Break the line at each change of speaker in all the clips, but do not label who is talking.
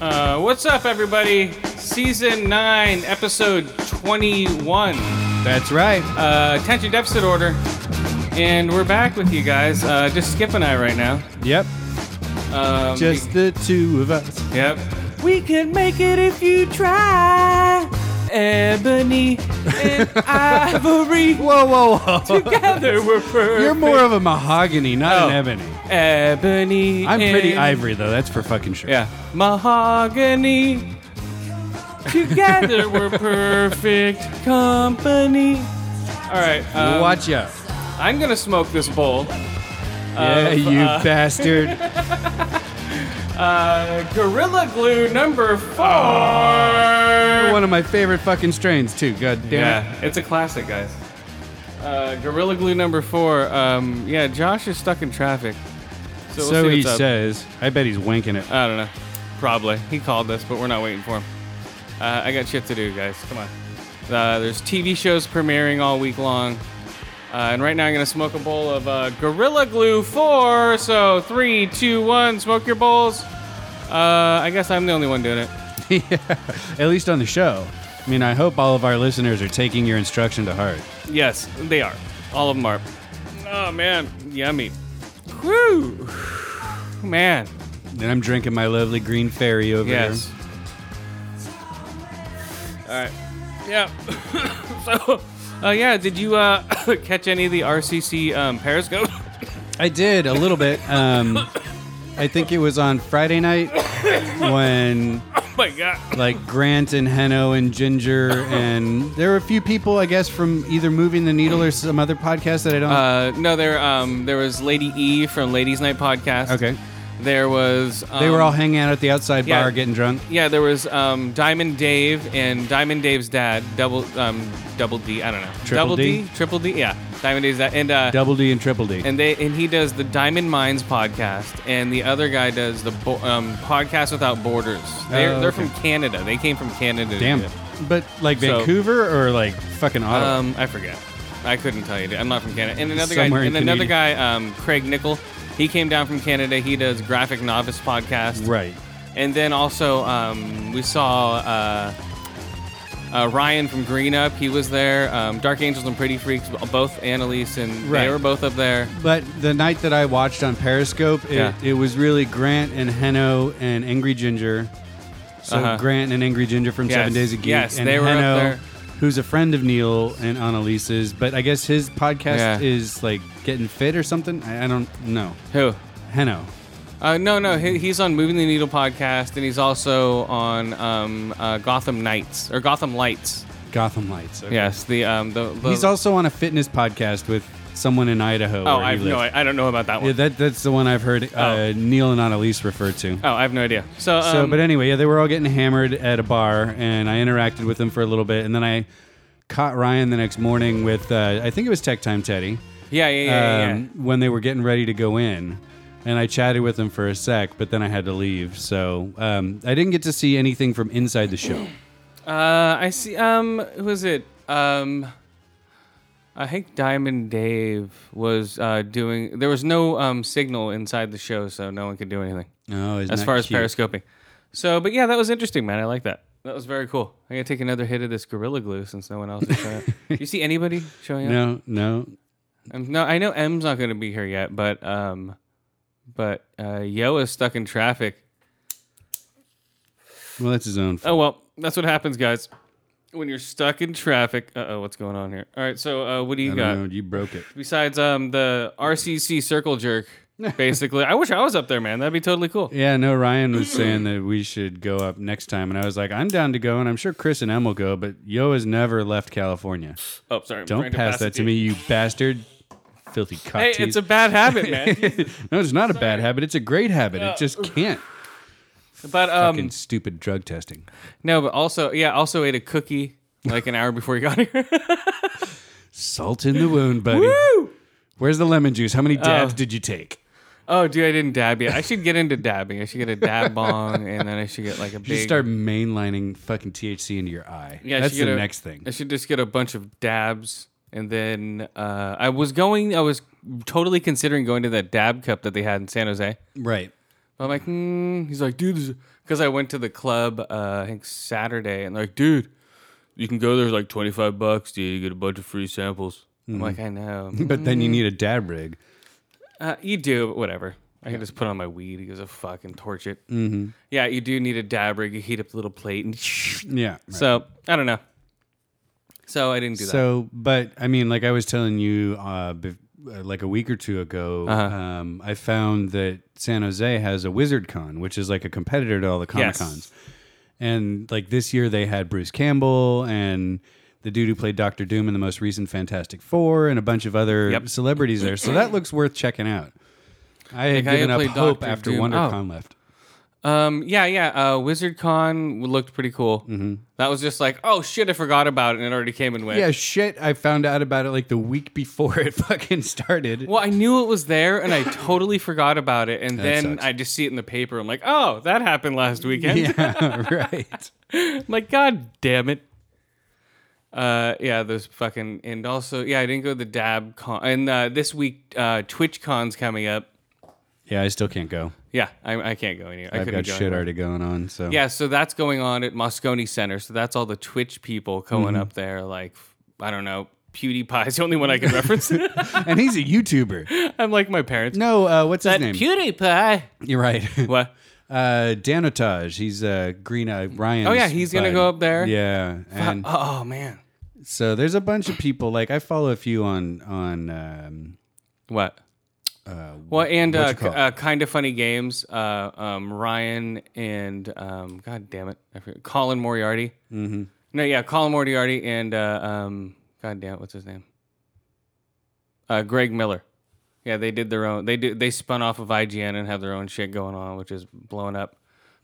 Uh, what's up, everybody? Season 9, episode 21.
That's right.
Uh, attention deficit order. And we're back with you guys. Uh, just Skip and I right now.
Yep.
Um,
Just the two of us.
Yep. We can make it if you try. Ebony and ivory.
Whoa, whoa, whoa.
Together we're perfect.
You're more of a mahogany, not
Oh.
an ebony.
ebony.
I'm pretty
and-
ivory, though. That's for fucking sure.
Yeah. Mahogany. Together we're perfect company. All right. Um,
Watch out. Uh,
I'm going to smoke this bowl.
yeah,
of,
you bastard.
Uh, Gorilla Glue number four.
One of my favorite fucking strains, too. God damn
yeah, it's a classic, guys. Uh, Gorilla Glue number four. Um, yeah, Josh is stuck in traffic. So,
it.
we'll
So
see
he
what's up.
says. I bet he's winking it.
I don't know. Probably. He called us, but we're not waiting for him. Uh, I got shit to do, guys. Come on. Uh, there's TV shows premiering all week long. Uh, and right now I'm going to smoke a bowl of uh, Gorilla Glue 4. So, three, two, one, smoke your bowls. Uh, I guess I'm the only one doing it.
At least on the show. I mean, I hope all of our listeners are taking your instruction to heart.
Yes, they are. All of them are. Oh, man. Yummy. Whew. Man.
And I'm drinking my lovely green fairy over
Yes. All right. Yeah. so, uh, yeah. Did you uh, catch any of the RCC um, Periscope?
I did a little bit. Um, I think it was on Friday night when
oh my god.
like Grant and Heno and Ginger and there were a few people I guess from either Moving the Needle or some other podcast that I don't.
Uh, no, there. Um, there was Lady E from Ladies Night podcast.
okay,
There was. Um,
they were all hanging out at the outside
yeah.
bar getting drunk.
Yeah, there was um, Diamond Dave and Diamond Dave's dad, double um, double D. I don't know.
Triple
double D?
D?
triple D. Yeah, Diamond Dave's dad and uh,
Double D and Triple D.
and they and he does the Diamond Minds podcast, and the other guy does the bo- um, podcast without borders. They're,
Oh,
they're
okay.
from Canada. They came from Canada. to
Damn
do
it. But like
So-
Vancouver or like fucking
it.
Ottawa.
Um, I forget. I couldn't tell you. I'm not from Canada. And another
Somewhere
guy.
in
And another
Canadian.
guy. Um, Craig Nickel. He came down from Canada. He does graphic novice podcast.
right.
And then also um, we saw. Uh, uh, Ryan from Green Up, he was there. Um, Dark Angels and Pretty Freaks, both Annalise and
Right.
they were both up there.
But the night that I watched on Periscope, it,
Yeah.
it was really Grant and Heno and Angry Ginger. So
Uh-huh.
Grant and Angry Ginger from
Yes,
Seven Days a Geek
yes,
and
they were up
Heno,
there.
who's a friend of Neil and Annalise's. But I guess his podcast
Yeah.
is like getting fit or something. I, I don't know.
Who?
Heno.
Uh, no, no, he, he's on Moving the Needle podcast, and he's also on um, uh, Gotham Knights or Gotham Lights.
Gotham Lights. okay.
Yes, the um, the, the
He's also on a fitness podcast with someone in Idaho.
oh,
where he
I no,
lives.
I, I don't know about that one.
Yeah, that, that's the one I've heard
Oh.
uh, Neil and Annalise refer to.
oh, I have no idea. So, um,
So, but anyway, yeah, they were all getting hammered at a bar, and I interacted with them for a little bit, and then I caught Ryan the next morning with uh, I think it was Tech Time Teddy um,
yeah, yeah, yeah, yeah, yeah.
when they were getting ready to go in, and I chatted with them for a sec, but then I had to leave, so um, I didn't get to see anything from inside the show.
Uh, I see. Um, who was it? Um, I think Diamond Dave was uh, doing. There was no um, signal inside the show, so no one could do anything
Oh, isn't
as
that
far as
cute?
periscoping. So, but yeah, that was interesting, man. I like that. That was very cool. I'm gonna take another hit of this gorilla glue since no one else is showing up. you see anybody showing up?
No, no,
Um, no, I know M's not gonna be here yet, but um, but uh, Yo is stuck in traffic.
well, that's his own. fault.
Oh well, that's what happens, guys. When you're stuck in traffic. Uh oh, what's going on here? All right, so uh, what do you
I
got
don't know, you broke it.
besides um the RCC circle jerk? Basically, I wish I was up there, man. That'd be totally cool.
Yeah, no, Ryan was saying that we should go up next time, and I was like, I'm down to go, and I'm sure Chris and Em will go, but Yo has never left California.
Oh, sorry. I'm
Don't
trying
pass
pass it
that to
you.
me, you bastard. Filthy cock
Hey,
teeth.
it's a Uh, bad habit, man. um,
no, it's not a bad habit. It's a great habit. It just can't.
But um,
Fucking stupid drug testing.
no, but also yeah, also ate a cookie like an hour before you got here.
Salt in the wound, buddy. Where's the lemon juice? How many
Uh,
dabs did you take?
Oh, dude, I didn't dab yet. I should get into dabbing. I should get a dab bong, and then I should get like a
You
big.
should start mainlining fucking THC into your eye.
I
that's
should get
the
a-
next thing.
I should just get a bunch of dabs, and then uh, I was going. I was totally considering going to that dab cup that they had in San Jose.
Right.
I'm like, mm. he's like, dude, because I went to the club, uh, I think Saturday, and they're like, dude, you can go there it's like 25 bucks, dude. You get a bunch of free samples. I'm
Mm-hmm.
like, I know.
But then you
Mm.
need a dab rig.
Uh, you do, but whatever. I can just put on my weed. He goes, a fucking torch it. Mm-hmm. Yeah, you do need a dab rig. You heat up the little plate, and
Yeah. right.
so I don't know. So I didn't do that.
So, but I mean, like I was telling you, uh, bef- uh, like a week or two ago,
Uh-huh.
um, I found that San Jose has a Wizard Con, which is like a competitor to all the Comic
Yes.
Cons. And like this year, they had Bruce Campbell and the dude who played Doctor Doom in the most recent Fantastic Four, and a bunch of other
Yep.
celebrities there. So that looks worth checking out. I had
guy who
given up
played
hope
Dr.
after
Doom- Oh.
WonderCon left.
Um, yeah, yeah. Uh, WizardCon looked pretty cool. Mm-hmm. That was just like, oh shit, I forgot about it, and it already came and went.
Yeah, shit. I found out about it like the week before it fucking started.
Well, I knew it was there, and I totally forgot about it. And then
sucks.
I just see it in the paper. I'm like, oh, that happened last weekend.
Yeah, right.
I'm like, god damn it. Uh, yeah, those fucking and also yeah, I didn't go to the dab con. And uh, this week, uh, Twitch con's coming up.
Yeah, I still can't go.
Yeah, I, I can't go anywhere. I
I've
couldn't
got
go
shit
anywhere.
already going on. So
Yeah, so that's going on at Moscone Center. So that's all the Twitch people going
Mm-hmm.
up there. Like, I don't know, PewDiePie's the only one I can reference.
and he's a YouTuber.
I'm like my parents.
No, uh, what's his name?
PewDiePie.
You're right.
What?
Uh, Danotage. He's uh, Green Eye Ryan.
Oh, yeah, he's gonna go up there.
Yeah, and
Oh, oh, man.
so there's a bunch of people. Like I follow a few on on. Um,
What? well, and uh,
you call
k- uh, kind of funny games. Uh, um, Ryan and um, God damn it, I forget, Colin Moriarty. Mm-hmm. No, yeah, Colin Moriarty and uh, um, God damn it, what's his name? Uh, Greg Miller. Yeah, they did their own. They did. They spun off of IGN and have their own shit going on, which is blowing up.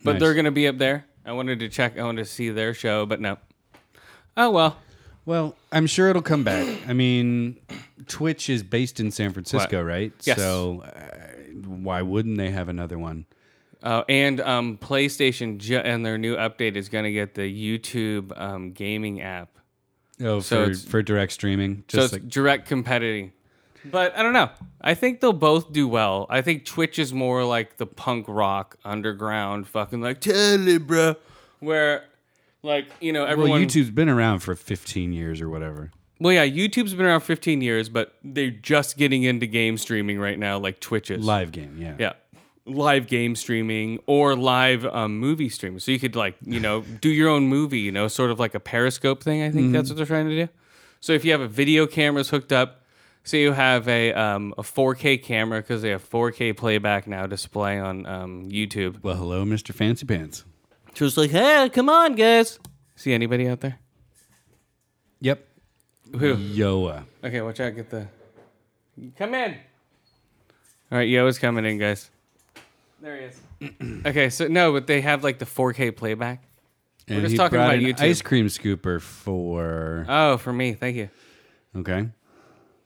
But
Nice.
they're gonna be up there. I wanted to check. I wanted to see their show, but no. Oh well.
well, I'm sure it'll come back. I mean, Twitch is based in San Francisco, right?
Yes.
So uh, why wouldn't they have another one?
Oh, and um, PlayStation ju- and their new update is going to get the YouTube um, gaming app,
Oh,
So
for
it's-
for direct streaming,
so
just
it's
like
direct competing. But I don't know. I think they'll both do well. I think Twitch is more like the punk rock underground, fucking like totally, bro, where like you know everyone.
well, YouTube's been around for 15 years or whatever.
Well, yeah, YouTube's been around 15 years, but they're just getting into game streaming right now, like Twitch is.
Live game, yeah.
Yeah. Live game streaming or live um, movie streaming. So you could, like, you know, do your own movie, you know, sort of like a Periscope thing. I think that's what they're trying to do. So if you have a video cameras hooked up, so you have a, um, a 4K camera because they have 4K playback now display on um, YouTube.
Well, hello, Mr. Fancy Pants.
So it's like, hey, come on, guys. See anybody out there?
Yep.
Who?
Yoa.
Okay, watch out. Get the. Come in. All right, Yo is coming in, guys. There he is. okay, so no, but they have like the 4K playback.
And
just
he
talking
brought
about
an
YouTube.
ice cream scooper for.
Oh, for me, thank you.
Okay.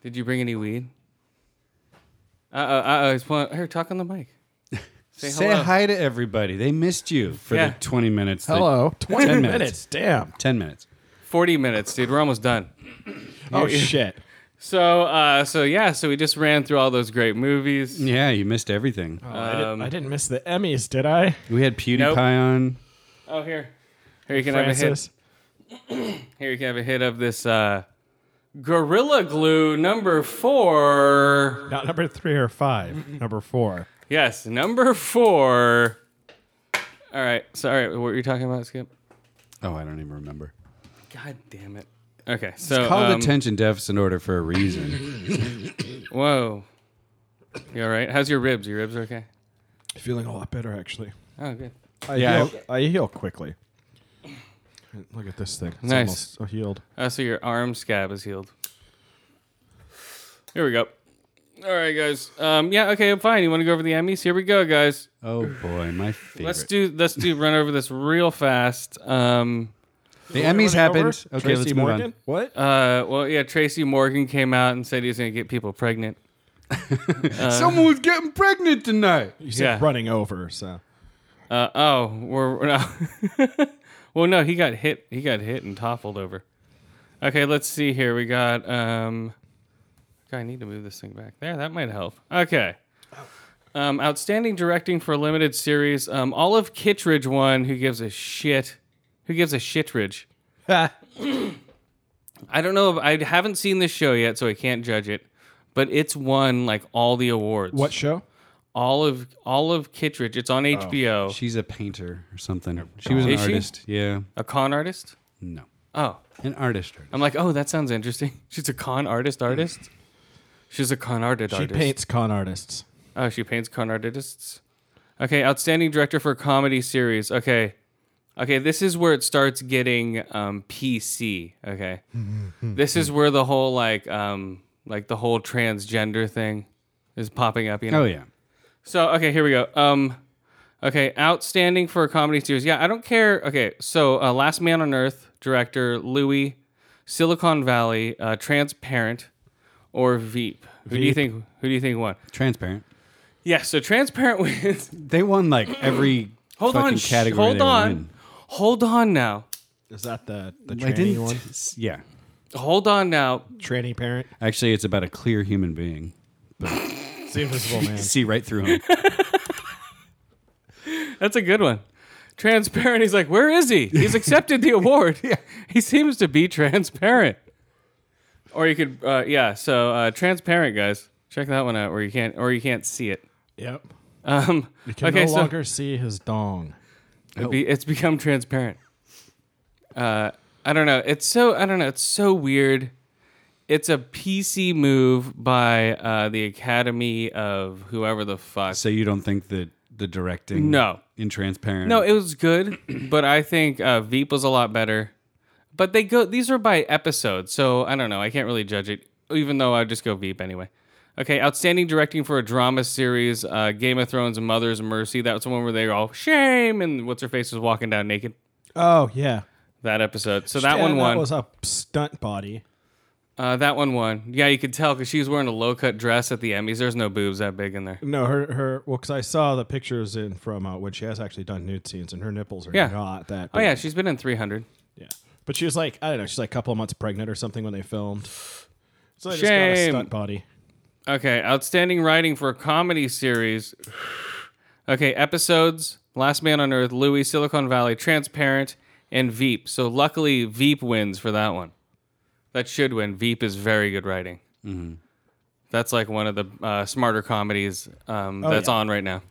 Did you bring any weed? Uh oh, uh oh. He's pulling. Here, talk on the mic. Say,
Say
hello.
hi to everybody. They missed you for
Yeah.
the 20 minutes. that-
Hello. 20
10 minutes.
minutes. Damn.
10 minutes.
40 minutes, dude. We're almost done.
Oh, shit.
So, uh, so yeah, so we just ran through all those great movies.
Yeah, you missed everything.
Oh, I, didn't, I didn't miss the Emmys, did I?
We had
Uh,
PewDiePie
Nope.
on.
Oh, here. Here you can have a hit.
Francis.
Here you can have a hit of this uh, Gorilla Glue number four.
Not number three or five. number four.
Yes, number four. All right. Sorry, what were you talking about, Skip?
Oh, I don't even remember.
God damn it. Okay, so
Called
um,
attention deficit order for a reason.
whoa. You all right? How's your ribs? Your ribs okay?
Feeling a lot better, actually.
Oh, good.
I,
Yeah,
heal, I heal quickly. Look at this thing. It's
Nice. Oh,
almost healed.
Uh, so your arm scab is healed. Here we go. All right, guys. Um, yeah, okay, fine. You want to go over the Emmys? Here we go, guys.
Oh boy, my favorite.
Let's do let's do run over this real fast. Um,
the Emmys happened. Okay,
Tracy
let's move
Morgan?
on.
What?
uh, well, yeah, Tracy Morgan came out and said he's going to get people pregnant. Uh,
Someone was getting pregnant tonight.
You said
yeah.
running over. So
Uh, oh, we're, we're no. well, no, he got hit. He got hit and toppled over. Okay, let's see here. We got. Um, God, I need to move this thing back there. That might help. Okay. Um, outstanding directing for a limited series. Um, Olive Kittredge won. Who gives a shit? Who gives a shitridge? I don't know. If, I haven't seen this show yet, so I can't judge it. But it's won like all the awards.
what show?
Olive Olive Kittredge. It's on HBO.
She's a painter or something. She was an
Oh, Is she?
artist. Yeah.
a con artist.
No.
Oh,
An artist. artist.
I'm like, oh, that sounds interesting. She's a con artist artist. She's a con artist
She
artist.
paints con artists.
Oh, she paints con artists. Okay, outstanding director for a comedy series. Okay, okay, this is where it starts getting um, PC. Okay, this is where the whole like um, like the whole transgender thing is popping up. You know.
Oh yeah.
So okay, here we go. Um, okay, outstanding for a comedy series. Yeah, I don't care. Okay, so uh, Last Man on Earth director Louis, Silicon Valley, uh, Transparent, or Veep. Who do you think? Who do you think won?
Transparent.
Yeah, so Transparent wins.
They won like every
hold
fucking
on, shh,
category.
hold
they were
on,
in.
hold on now,
Is that the the
I
tranny
didn't.
one?
Yeah.
hold on now.
Tranny parent.
Actually, it's about a clear human being.
It's the Invisible Man.
You see right through him.
That's a good one. Transparent. He's like, where is he? He's accepted the award. He seems to be transparent. Or you could, uh, yeah. So uh, transparent, guys. Check that one out, where you can't, or you can't see it.
Yep.
Um,
You can
okay,
no
so
longer see his dong.
it be, it's become transparent. Uh, I don't know. It's so I don't know. It's so weird. It's a PC move by uh, the Academy of whoever the fuck.
so you don't think that the directing?
No.
In transparent.
No, it was good, but I think uh, Veep was a lot better. But they go; these are by episode, so I don't know. I can't really judge it, even though I just go Veep anyway. Okay, outstanding directing for a drama series, uh, Game of Thrones, Mother's Mercy. That was the one where they were all shame and what's her face was walking down naked.
Oh yeah.
That episode. So that
Yeah,
one won.
That was a stunt body.
uh, that one won. Yeah, you could tell because she was wearing a low cut dress at the Emmys. There's no boobs that big in there.
No, her her. Well, because I saw the pictures in from uh, when she has actually done nude scenes, and her nipples are
Yeah.
not that.
Oh yeah, she's been in 300.
Yeah. But she was like, I don't know, she's like a couple of months pregnant or something when they filmed. So they just got a
Shame.
stunt body.
Okay, outstanding writing for a comedy series. Okay, episodes: Last Man on Earth, Louis, Silicon Valley, Transparent, and Veep. So luckily, Veep wins for that one. That should win. Veep is very good writing.
Mm-hmm.
That's like one of the uh, smarter comedies um, that's
Oh, yeah.
on right now.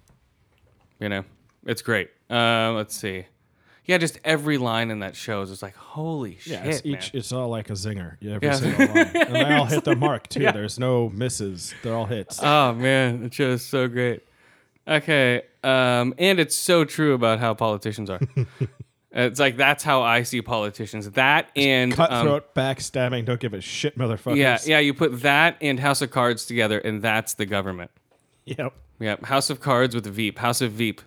You know, it's great. Uh, let's see. Yeah, just every line in that show is just like, holy
Yeah,
shit,
it's each
man.
it's all like a zinger. Yeah, every
Yeah.
single line. And they all hit the mark too. There's no misses. They're all hits.
Oh man, that show is so great. Okay, um, and it's so true about how politicians are. it's like that's how I see politicians. That and um,
Cutthroat, backstabbing, don't give a shit, motherfuckers.
yeah, yeah. You put that and House of Cards together, and that's the government.
Yep.
Yep, House of Cards with Veep. House of Veep.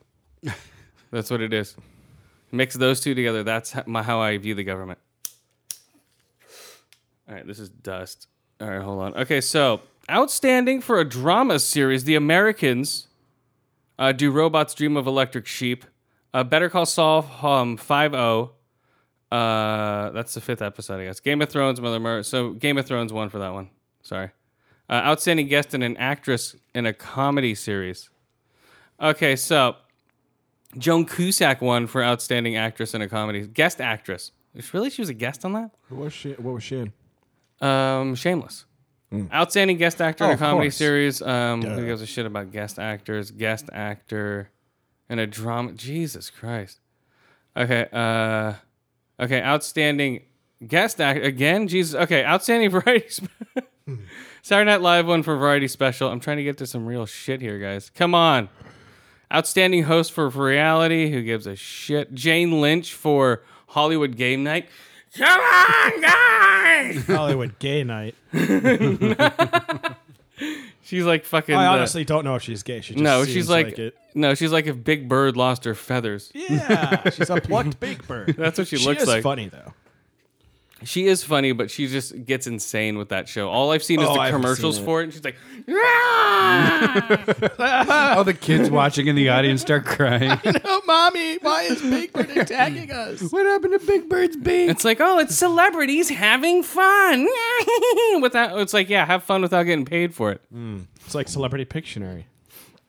that's what it is. Mix those two together. That's how, my, how I view the government. All right, this is dust. All right, hold on. Okay, so outstanding for a drama series, The Americans. Uh, do robots dream of electric sheep? Uh, Better Call Saul um, 5 0. Uh, that's the fifth episode, I guess. Game of Thrones, Mother Murder. So Game of Thrones won for that one. Sorry. Uh, outstanding guest and an actress in a comedy series. Okay, so Joan Cusack won for outstanding actress in a comedy. Guest actress. Really? She was a guest on that?
What was she what was she in?
Um, Shameless. Outstanding guest actor in
Mm. Oh,
a
of
comedy
course.
series. Um, who gives a shit about guest actors? Guest actor in a drama. Jesus Christ. Okay. Uh, okay. Outstanding guest act again. Jesus. Okay. Outstanding variety. Spe- Saturday Night Live one for variety special. I'm trying to get to some real shit here, guys. Come on. Outstanding host for reality. Who gives a shit? Jane Lynch for Hollywood Game Night. Come on, guys.
Hollywood gay night.
She's like fucking.
I
the-
honestly don't know if she's gay. She just
no,
seems
she's like,
it.
no, she's like if Big Bird lost her feathers.
Yeah, she's a plucked big bird.
That's what she,
she
looks
is
like.
funny though.
She is funny, but she just gets insane with that show. All I've seen is
Oh,
the
I haven't
commercials
seen it.
for it, and she's like, "Yeah!"
All the kids watching in the audience start crying.
Oh, mommy, why is Big Bird attacking us?
what happened to Big Bird's beak?
it's like, oh, it's celebrities having fun without. It's like, yeah, have fun without getting paid for it.
It's like Celebrity Pictionary.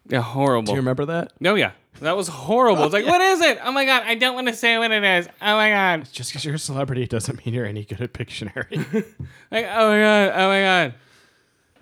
Yeah, horrible.
Mm. Do you remember that?
No, yeah, that was horrible. It's like, what is it? Oh my god, I don't want to say what it is. Oh my god,
Just because you're a celebrity doesn't mean you're any good at Pictionary.
like, oh my god, oh my god.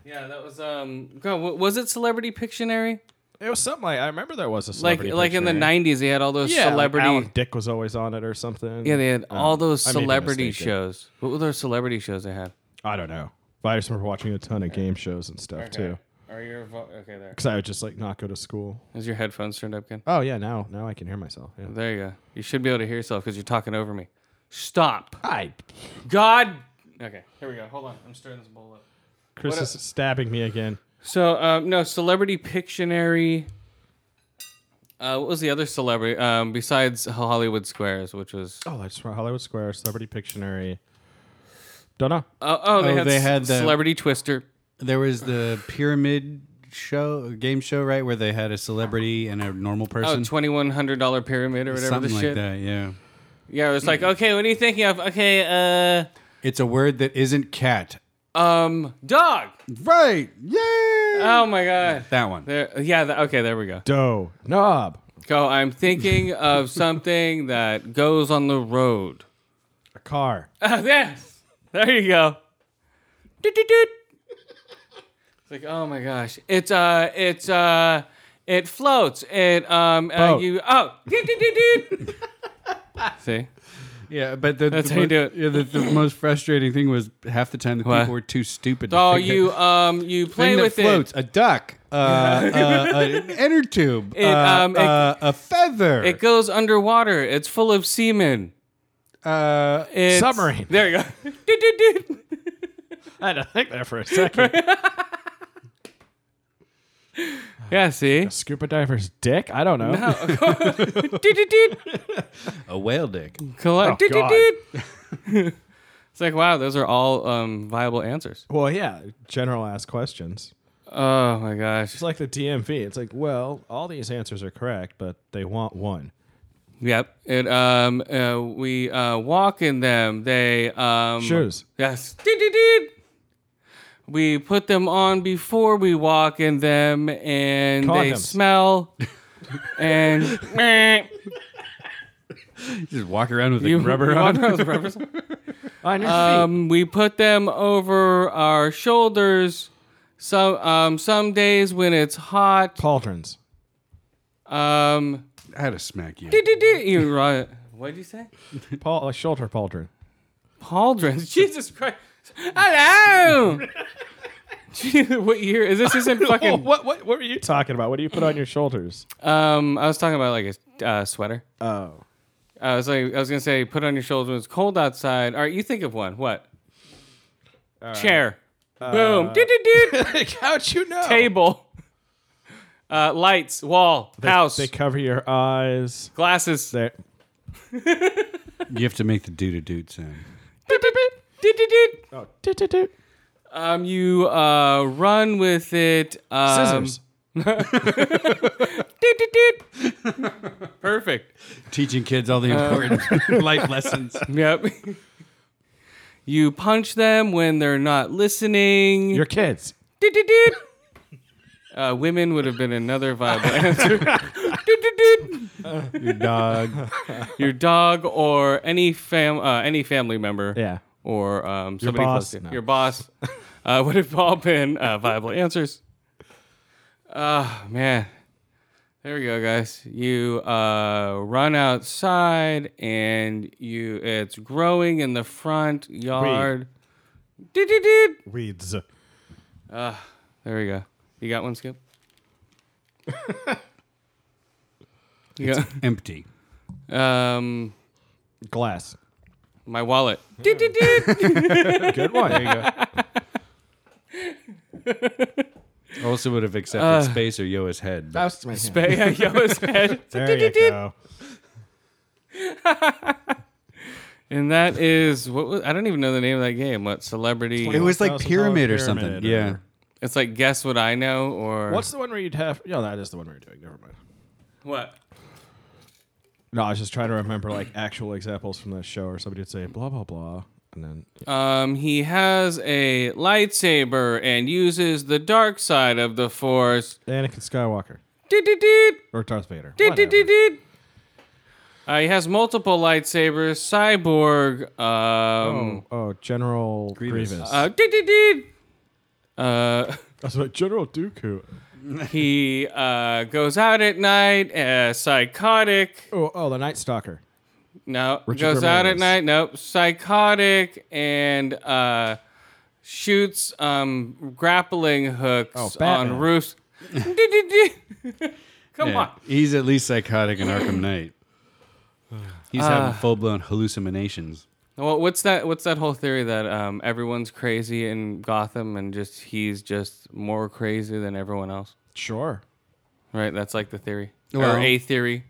Yeah, that was um. God, wa- was it Celebrity Pictionary?
it was something like I remember there was a
Like,
celebrity.
like in the
Pictionary.
'90s, they had all those
Yeah, like
celebrity.
Alan Dick was always on it or something.
Yeah, they had
Oh,
all those
I may be
celebrity
mistaken.
shows. What were those celebrity shows they had?
I don't know. But I just remember watching a ton of game shows and stuff too.
Are your vo- okay there?
Because I would just like not go to school.
Is your headphones turned up again?
Oh yeah, now now I can hear myself. Yeah.
There you go. You should be able to hear yourself because you're talking over me. Stop.
I
God. Okay, here we go. Hold on. I'm stirring this bowl up.
Chris
What
is stabbing me again.
So um, no, Celebrity Pictionary. Uh, what was the other celebrity um, besides Hollywood Squares, which was uh,
Oh, I just wrote Hollywood Square, Celebrity Pictionary. Don't know.
oh, oh they
Oh,
had,
they
s-
had the-
Celebrity Twister.
There was the pyramid show, game show, right, where they had a celebrity and a normal
Oh,
person.
twenty one hundred dollar pyramid or whatever
Something
the
like
shit.
that, yeah.
Yeah, it was like okay, what are you thinking of? Okay,
It's a word that isn't cat.
uh, um, dog.
Right. Yeah.
Oh my god.
that one.
There, yeah. th- okay. There we go.
Doe knob.
Go. I'm thinking of something that goes on the road.
A car.
Oh, yes. There you go. Doot, doot, doot. It's like, oh my gosh. It's uh, it's uh, it floats. It um, uh,
Boat.
you oh, doot, doot, doot, doot. See.
Yeah, but the,
That's
the
how you
mo-
do it.
Yeah, the, the most frustrating thing was half the time the
What?
people were too stupid. to
Oh,
pick a
you um, you play
thing
with
that floats, a duck, uh, uh, uh, an inner tube,
It,
uh,
um, it-
uh, a feather,
it. It goes underwater. It's full of semen.
uh,
It's,
Submarine.
There you go. Doot, doot, doot.
I had to think there for a second.
Yeah. See.
Scuba diver's dick? I don't know. Oh.
Doot, doot, doot.
a whale dick.
Collect.
Oh,
Doot, doot,
God.
doot. it's like wow, those are all um, viable answers.
Well, yeah, general ass questions.
Oh my gosh.
It's like the DMV. It's like, well, all these answers are correct, but they want one.
Yep. It um uh, we uh, walk in them. They um
Shoes.
Yes. Doot, doot, doot. We put them on before we walk in them, and they
Condoms.
smell. and meh.
You just walk around with a
You-
rubber
you
on.
walk around with rubbers on.
On your
Um, we put them over our shoulders. Some um some days when it's hot.
Pauldrons.
Um,
I had to smack you.
doot, doot, doot. you right. What'd you say?
Paul, a shoulder pauldron.
Pauldrons. Jesus Christ. Hello. Gee, what year is this? Isn't fucking.
Oh, what, what what were you talking about? What do you put on your shoulders?
Um, I was talking about like a uh, sweater.
Oh,
I was like, I was gonna say, put on your shoulders when it's cold outside. All right, you think of one. What? Chair. Boom. Doot, doot, doot.
how'd you know?
Table. Uh, lights. Wall. house.
They cover your eyes.
glasses.
There.
You have to make the doo doo doot sound.
Doot, doot, doot. Doot, doot, doot.
Oh, doot, doot, doot.
Um, you uh run with it. Um,
scissors.
doot, doot, doot. Perfect.
Teaching kids all the
Uh,
important life lessons.
Yep. you punch them when they're not listening.
your kids.
Doot, doot, doot. Uh, women would have been another viable answer. Doot, doot, doot.
Your dog.
Your dog or any fam uh, any family member.
Yeah.
Or um, somebody close
boss?
to you.
No.
Your boss uh, would have all been uh, viable answers. Ah man. There we go, guys. You uh, run outside and you it's growing in the front yard. Doot, doot, doot.
Weeds.
There we go. You got one, Skip? you got,
Empty.
um,
Glass.
my wallet. Doot, doot, doot.
Good one. There you go.
Oh, also would have accepted
Uh,
space or Yoa's head. but-
That's my
Spay
hand.
Yoa's head.
There you go.
And that is what was, I don't even know the name of that game. What celebrity?
it was like
$1,000
pyramid or
pyramid
something.
or-
yeah.
It's like guess what I know or
What's the one where you'd have? Yeah, that is the one we're doing. Never mind.
what?
No, I was just trying to remember like actual examples from that show, or somebody would say blah blah blah, and then
Um, he has a lightsaber and uses the dark side of the force.
Anakin Skywalker
Doot, doot, doot,
or Darth Vader.
doot, doot, doot,
Whatever.
doot. Uh, he has multiple lightsabers. Cyborg. Um,
Oh, oh, General Grievous.
uh, doot, doot, doot. Uh,
I was like General Dooku.
he uh, goes out at night. Uh, psychotic.
Oh, oh, the Night Stalker.
No,
Richard
goes out at
Ramirez.
night. Nope, psychotic and uh, shoots um, grappling hooks on
Oh, Batman.
roofs. Come
Yeah.
on.
He's at least psychotic in Arkham Knight.
Uh,
He's having full blown hallucinations.
Well, what's that? What's that whole theory that um, everyone's crazy in Gotham and just he's just more crazy than everyone else?
Sure.
Right. That's like the theory or
Well-
a theory.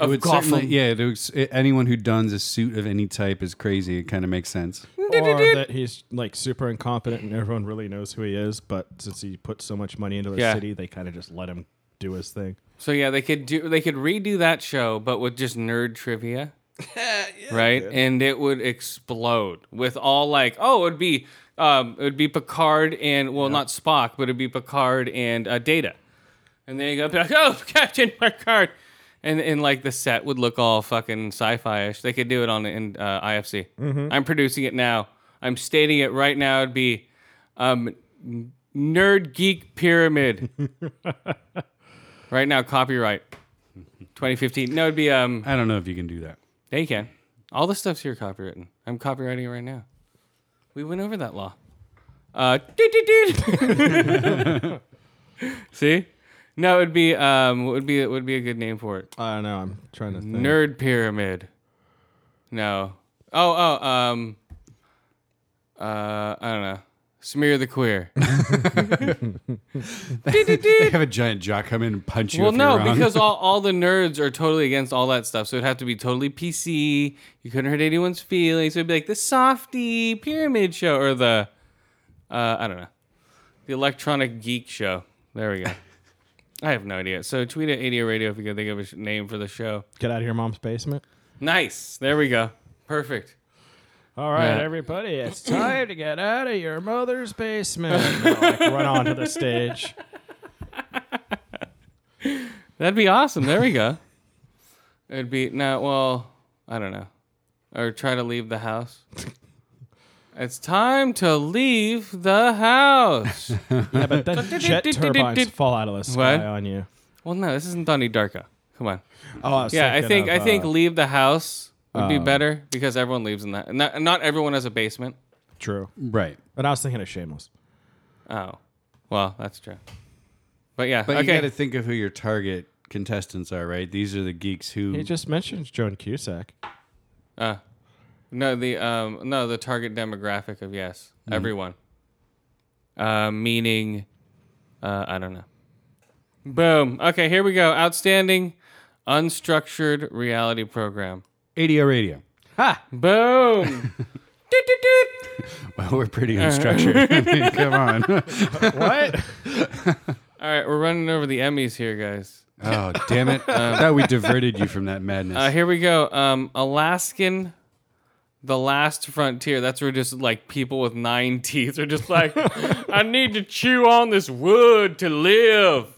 Of
would
Gotham.
certainly- Yeah, it was, anyone who dons a suit of any type is crazy. It kind of makes sense.
or that he's like super incompetent and everyone really knows who he is, but since he put so much money into the
Yeah.
city, they kind of just let him do his thing.
So yeah, they could do they could redo that show, but with just nerd trivia, right? And it would explode with all like, oh, it'd be um, it would be Picard and well, not Spock, but it'd be Picard and uh, Data, and they go like, oh, Captain Picard, and and like the set would look all fucking sci-fi-ish. They could do it on in uh, IFC. I'm producing it now. I'm stating it right now. It'd be um, n- nerd geek pyramid. Right now, copyright 2015. No, it'd be um.
I don't know if you can do that.
Yeah, you can. All the stuff's here copywritten. I'm copywriting it right now. We went over that law. Uh, doot, doot, doot. See, no, it'd be um. What would be it would be a good name for it?
I don't know. I'm trying to think.
Nerd pyramid. No. Oh oh um. Uh, I don't know. Smear the queer. Doot, doot, doot.
Have a giant jock come in and punch you.
Well,
if you're
no,
wrong.
because all, all the nerds are totally against all that stuff. So it'd have to be totally PC. You couldn't hurt anyone's feelings. So it'd be like the softy pyramid show or the, uh, I don't know, the electronic geek show. There we go. I have no idea. So tweet at ADO Radio if you can think of a sh- name for the show.
Get out of your mom's basement.
Nice. There we go. Perfect.
All right,
Yeah.
everybody, it's time to get out of your mother's basement. And, like, run onto the stage.
That'd be awesome. There we go. It'd be no. Well, I don't know. Or try to leave the house. It's time to leave the house.
Yeah, but then jet turbines fall out of the sky
What?
on you.
Well, no, this isn't Donnie Darko. Come on.
Oh, I was
Yeah, I
thinking
think
of,
I think
uh,
leave the house would be
uh,
better because everyone leaves in that. Not, not everyone has a basement.
true.
right.
But I was thinking of Shameless.
Oh, well, that's true. But yeah,
But you
okay.
got to think of who your target contestants are, right? These are the geeks who.
He just mentioned Joan Cusack.
uh, no, the um, no, the target demographic of yes, everyone. Uh, meaning, uh, I don't know. Boom. Okay, here we go. Outstanding, unstructured reality program.
ADO radio.
Boom. Doot, doot, doot.
Well, we're pretty
Uh-huh.
unstructured. I mean, come on.
What?
All right, we're running over the Emmys here, guys.
Oh, damn it.
Um,
I thought we diverted you from that madness.
Uh, here we go. Um, Alaskan, the last frontier. That's where just like people with nine teeth are just like, I need to chew on this wood to live.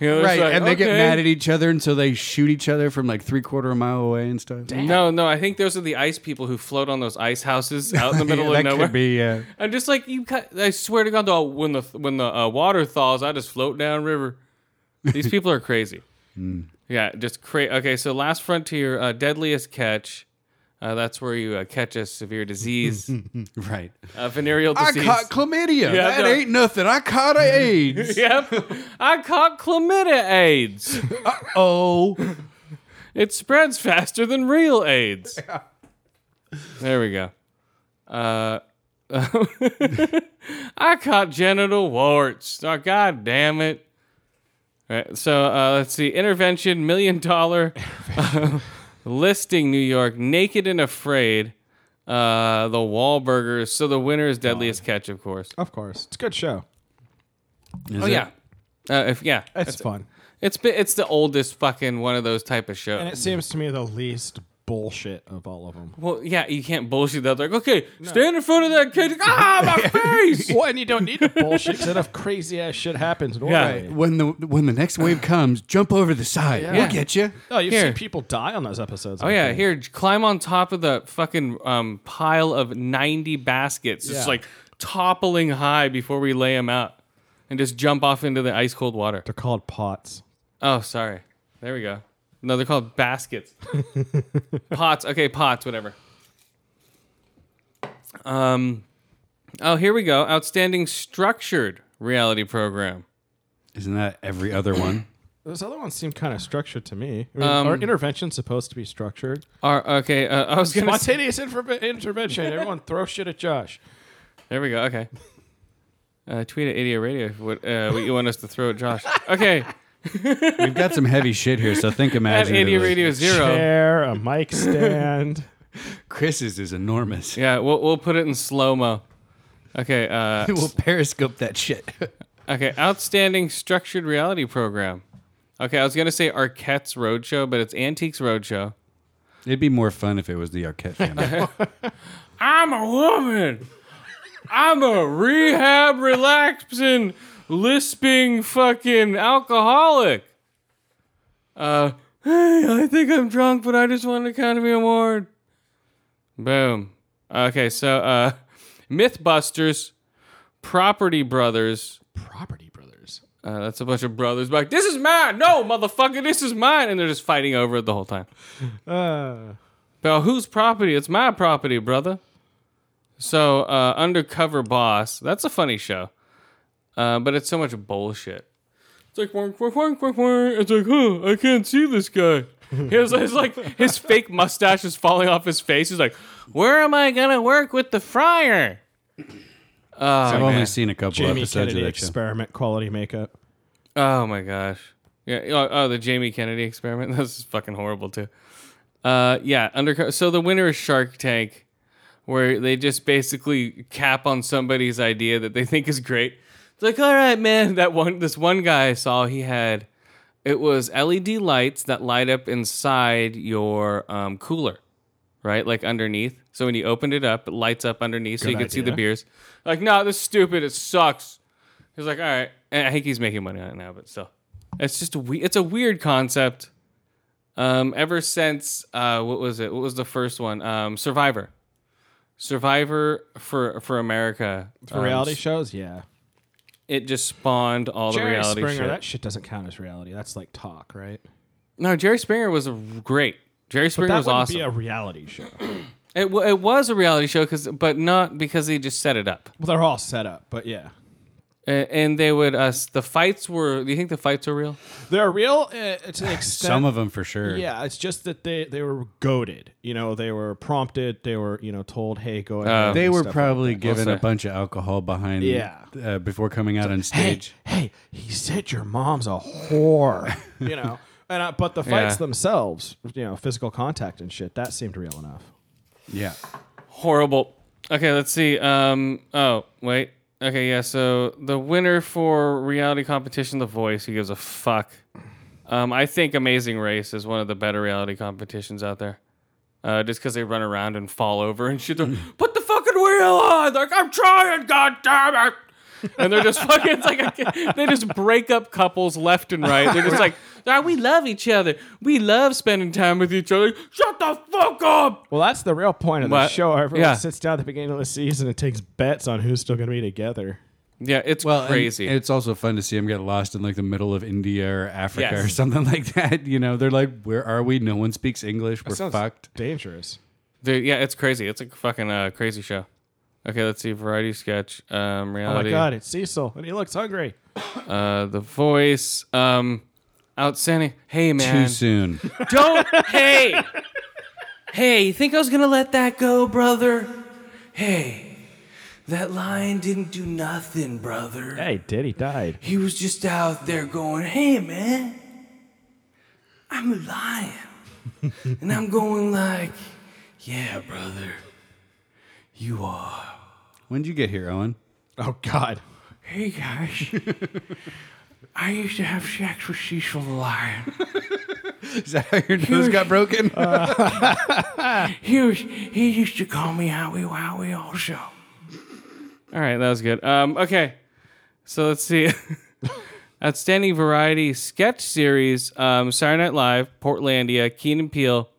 You know, it's
right.
like,
and they get
okay.
mad at each other, and so they shoot each other from like three quarter a mile away and stuff.
No, no, I think those are the ice people who float on those ice houses out in the middle
that
of nowhere.
could be. Uh,
I'm just like you. Cut, I swear to God, though, when the when the uh, water thaws, I just float down river. These people are crazy.
Hmm.
Yeah, just crazy. Okay, so last frontier, uh, deadliest catch. Uh, that's where you uh, catch a severe disease,
right.
uh, venereal
I
disease.
caught chlamydia.
Yeah,
that
no.
ain't nothing. I caught a AIDS.
yep, I caught chlamydia AIDS.
oh.
It spreads faster than real AIDS. There we go. Uh, I caught genital warts. Oh, God damn it. All right, so uh, let's see. Intervention, million dollar listing New York, naked and afraid. Uh, the Wahlburgers. So the winner is Deadliest Catch, of course.
Of course, it's a good show.
Is
oh,
it?
yeah. Uh, if, yeah.
It's, fun,
It's, been, it's the oldest fucking one of those type of shows.
and it seems to me the least bullshit of all of them.
Well, yeah, you can't bullshit that. Like, okay, stand in front of that kid. Ah, my face.
well, and you don't need the bullshit because enough crazy ass shit happens normally.
When the when the next wave comes, jump over the side.
Yeah.
We'll get you.
Oh, you've
Here.
seen people die on those episodes.
Oh yeah, here, j- climb on top of the fucking um, pile of ninety baskets, just
Yeah.
like toppling high before we lay them out, and just jump off into the ice cold water.
They're called pots.
Oh, sorry. There we go. No, they're called baskets. pots. Okay, pots, whatever. Um oh, here we go. Outstanding structured reality program.
Isn't that every other one?
Those other ones seem kind of structured to me. I mean, are
Um,
interventions supposed to be structured?
Are okay, uh, I was going to
Spontaneous interve- intervention. Everyone throw shit at Josh.
There we go. Okay. Uh, tweet at Idiot Radio if what, uh, what you want us to throw at Josh. Okay.
We've got some heavy shit here, so think
At
imagine.
Idiot Radio Zero.
Chair, a mic stand.
Chris's is enormous.
Yeah, we'll, we'll put it in slow mo. Okay. Uh,
we'll periscope that shit.
okay. Outstanding structured reality program. Okay. I was going to say Arquette's Roadshow, but it's Antiques Roadshow.
It'd be more fun if it was the Arquette family.
I'm a woman. I'm a rehab relaxing, lisping fucking alcoholic. Uh, hey, I think I'm drunk, but I just won an Academy Award. Boom. Okay, so uh, Mythbusters, Property Brothers.
Property Brothers.
Uh, that's a bunch of brothers. Like, this is mine. No, motherfucker, this is mine. And they're just fighting over it the whole time.
Uh,
Well, whose property? It's my property, brother. So, uh, Undercover Boss, that's a funny show, uh, but it's so much bullshit. It's like, "Wonk, wonk, wonk, wonk, wonk." it's like, huh, I can't see this guy. He has, it's like his fake mustache is falling off his face. He's like, where am I going to work with the fryer?
I've only seen a couple
Jamie
episodes
Kennedy
of that show.
experiment quality makeup.
Oh my gosh. Yeah. Oh, oh, the Jamie Kennedy experiment. That's fucking horrible too. Uh, yeah. Undercover. So the winner is Shark Tank, where they just basically cap on somebody's idea that they think is great. It's like, all right, man. That one. This one guy I saw. He had. It was LED lights that light up inside your um, cooler, right? Like underneath. So when you opened it up, it lights up underneath, so you can see the
idea.
beers. Like, no, this is stupid. It sucks. He's like, all right. And I think he's making money on it now, but still, it's just a we- it's a weird concept. Um, ever since uh, what was it? What was the first one? Um, Survivor, Survivor for for America.
For
um,
reality shows, yeah.
it just spawned all the
Jerry
reality
Springer,
shit.
that shit doesn't count as reality. That's like talk, right?
no, Jerry Springer was a- great. Jerry Springer
that
was
wouldn't
awesome.
be a reality show. well,
it, w- it was a reality show, cause, but not because they just set it up.
they're all set up, but yeah.
A- and they would uh, s- the fights were. Do you think the fights were real?
They're real uh, to an extent.
Some of them for sure.
Yeah, it's just that they they were goaded. You know, they were prompted. They were you know told, hey, go ahead.
They
and
were
stuff
probably given
We'll
a
see.
bunch of alcohol behind
Yeah.
uh, before coming out on
like
stage.
that. Hey, hey, he said your mom's a whore. you know, and uh, but the fights
Yeah.
themselves, you know, physical contact and shit, that seemed real enough.
Yeah.
horrible. Okay, let's see. Um, oh wait. Okay, yeah. So the winner for reality competition, The Voice. Who gives a fuck? Um, I think Amazing Race is one of the better reality competitions out there. Uh, just because they run around and fall over and shit. They're, Put the fucking wheel on! Like I'm trying, god damn it! And they're just fucking. It's like I can't- they just break up couples left and right. They're just like, ah, we love each other. We love spending time with each other. Shut the fuck up!
Well, that's the real point of the
But-
show. Everyone
yeah.
sits down at the beginning of the season and takes bets on who's still going to be together.
Yeah, it's
Well, and
crazy.
it's also fun to see them get lost in like the middle of India or Africa
Yes.
or something like that. You know, they're like, "Where are we? No one speaks English. We're
Sounds
fucked."
Dangerous.
Dude, yeah, it's crazy. It's a fucking uh, crazy show. Okay, let's see. Variety sketch, um,
Oh my
reality,
god, it's Cecil, and he looks hungry.
uh, The Voice, um, outstanding. Hey man,
Too soon.
don't. hey, hey, you think I was gonna let that go, brother? Hey,
That lion didn't do nothing, brother.
Hey, did he died?
He was just out there going, hey, man, I'm a lion. and I'm going like, yeah, brother, you are.
When'd you get here, Owen?
Oh God.
Hey, guys. I used to have sex with Cecil the lion.
Is that how your nose got broken?
He, was, he used to call me Howie Wowie also.
All right, that was good. Um, okay, so let's see. Outstanding Variety Sketch Series, um, Saturday Night Live, Portlandia, Keenan Peele,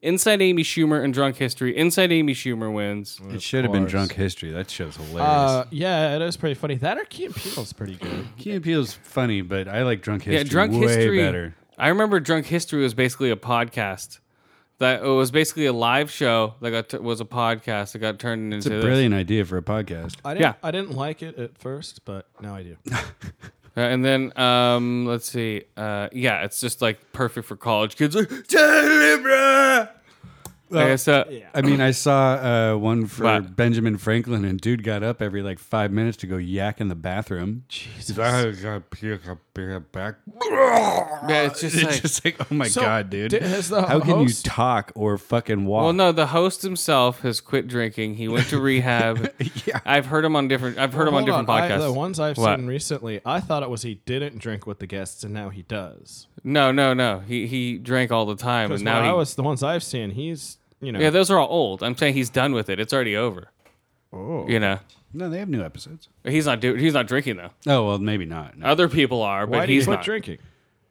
Inside Amy Schumer, and Drunk History. Inside Amy Schumer wins.
it should have been
course.
drunk history. That show's hilarious.
Uh, yeah, it is pretty funny. That or Key and Peele's pretty good.
Key and Peele's funny, but I like drunk history
Yeah, Drunk
way
History.
better.
I remember Drunk History was basically a podcast. That it was basically a live show that got was a podcast that got turned
It's
into
a
this.
brilliant idea for a podcast.
I didn't,
Yeah.
I didn't like it at first, but now I do.
Uh, and then um, let's see. Uh, yeah, it's just like perfect for college kids. Like, I guess uh,
I mean, I saw uh, one for
What?
Benjamin Franklin, and dude got up every like five minutes to go yak in the bathroom. Jesus, I gotta puke up here back.
yeah, it's just
It's
like
just like, oh my god, dude!
di- has the
How can
host-
you talk or fucking walk?
Well, Oh, no, the host himself has quit drinking. He went to rehab. yeah. I've heard him on different. I've heard him on
Hold
different
I-
podcasts.
the ones I've
What?
seen recently, I thought it was he didn't drink with the guests, and now he does.
No, no, no. He he drank all the time,
Because
and
now
now he.
I was the ones I've seen, he's you know.
yeah, those are all old. I'm saying he's done with it. It's already over.
oh.
You know,
No, they have new episodes.
he's not do- He's not drinking though.
Oh well, maybe not. No.
Other people are, but
Why do you
he's
quit
not
drinking?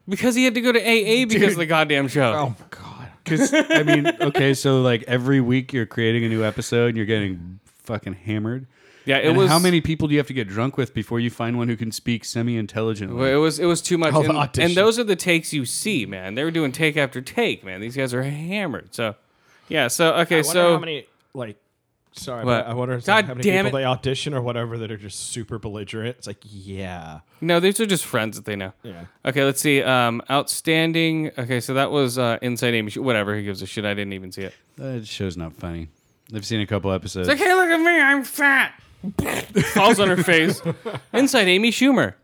because he had to go to AA because of the goddamn show.
my Oh, god.
'Cause, I mean, okay, so like every week you're creating a new episode, and you're getting fucking hammered.
yeah, it
and
was
how many people do you have to get drunk with before you find one who can speak semi-intelligently?
Well, It was it was too much,
Oh, the
and,
audition.
and those are the takes you see, man. They were doing take after take, man. These guys are hammered. So, yeah. So okay,
I wonder
so
how many like sorry,
What?
but I wonder
God
how many
damn
people
it.
they audition or whatever that are just super belligerent. It's like, yeah.
No, these are just friends that they know.
Yeah.
Okay, let's see. Um, outstanding. Okay, so that was uh, Inside Amy. Sch- Whatever. Who gives a shit? I didn't even see it.
That show's not funny. I've seen a couple episodes.
Like, hey, look at me. I'm fat. Falls on her face. Inside Amy Schumer.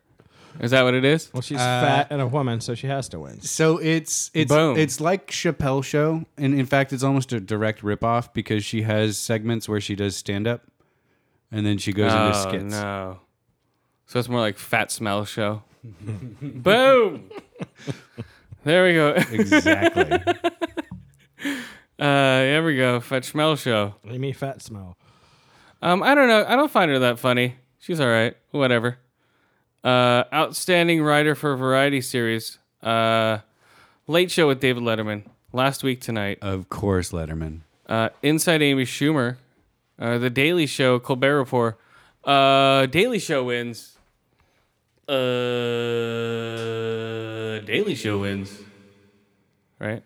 Is that what it is?
Well, she's fat and a woman, so she has to win.
So it's it's
Boom.
it's like Chappelle show, and in fact, it's almost a direct ripoff because she has segments where she does stand up, and then she goes into
Oh,
skits.
no. So it's more like Fat Smell Show. Boom. There we go.
Exactly.
Uh, there we go. Fat Smell Show.
Leave me fat smell.
Um, I don't know. I don't find her that funny. She's all right. Whatever. Uh, outstanding writer for variety series. Uh, Late Show with David Letterman. Last week tonight.
of course, Letterman.
Uh, Inside Amy Schumer. Uh, the Daily Show. Colbert Report. Uh, Daily Show wins. Uh, Daily Show wins. Right?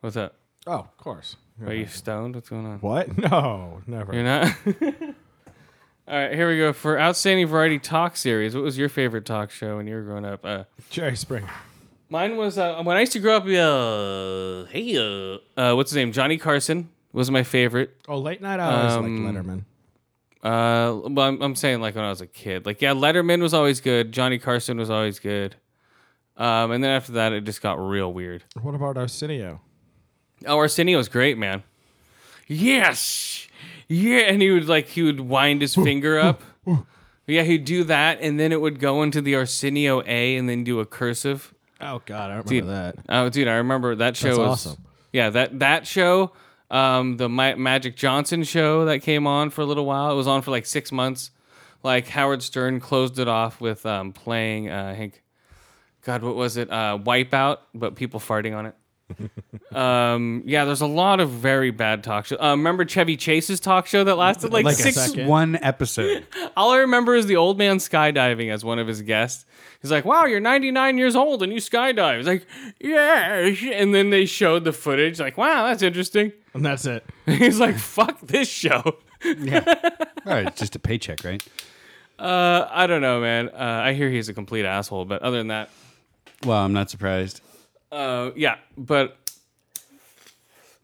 What's up?
Oh, of course.
Are you stoned? What's going on?
What? No, never.
You're not. All right, here we go for outstanding variety talk series. What was your favorite talk show when you were growing up? Uh,
Jerry Springer.
mine was uh, when I used to grow up. Uh, hey, uh, uh, what's his name? Johnny Carson was my favorite.
Oh, late night hours
Um,
like Letterman.
Uh, well, I'm, I'm saying like when I was a kid. Like yeah, Letterman was always good. Johnny Carson was always good. Um, and then after that, it just got real weird.
What about Arsenio?
Oh, Arsenio was great, man. Yes. Yeah, and he would like he would wind his finger up. Yeah, he'd do that, and then it would go into the Arsenio A, and then do a cursive.
Oh God, I don't remember
Dude.
that.
Oh, dude, I remember that show
That's
was
awesome.
Yeah, that that show, um, the Ma- Magic Johnson show that came on for a little while. It was on for like six months. Like Howard Stern closed it off with um, playing, uh, I think, God, what was it? Uh, Wipeout, but people farting on it. um, yeah, there's a lot of very bad talk show. Uh, remember Chevy Chase's talk show that lasted like,
Like
six
a
second.
one episode.
all I remember is the old man skydiving as one of his guests. He's like, "Wow, you're 99 years old and you skydive." He's like, "Yeah." And then they showed the footage. Like, "Wow, that's interesting."
And that's it.
He's like, "Fuck this show."
All right, just a paycheck, right?
Uh, I don't know, man. Uh, I hear he's a complete asshole, but other than that,
Well, I'm not surprised.
uh, yeah. But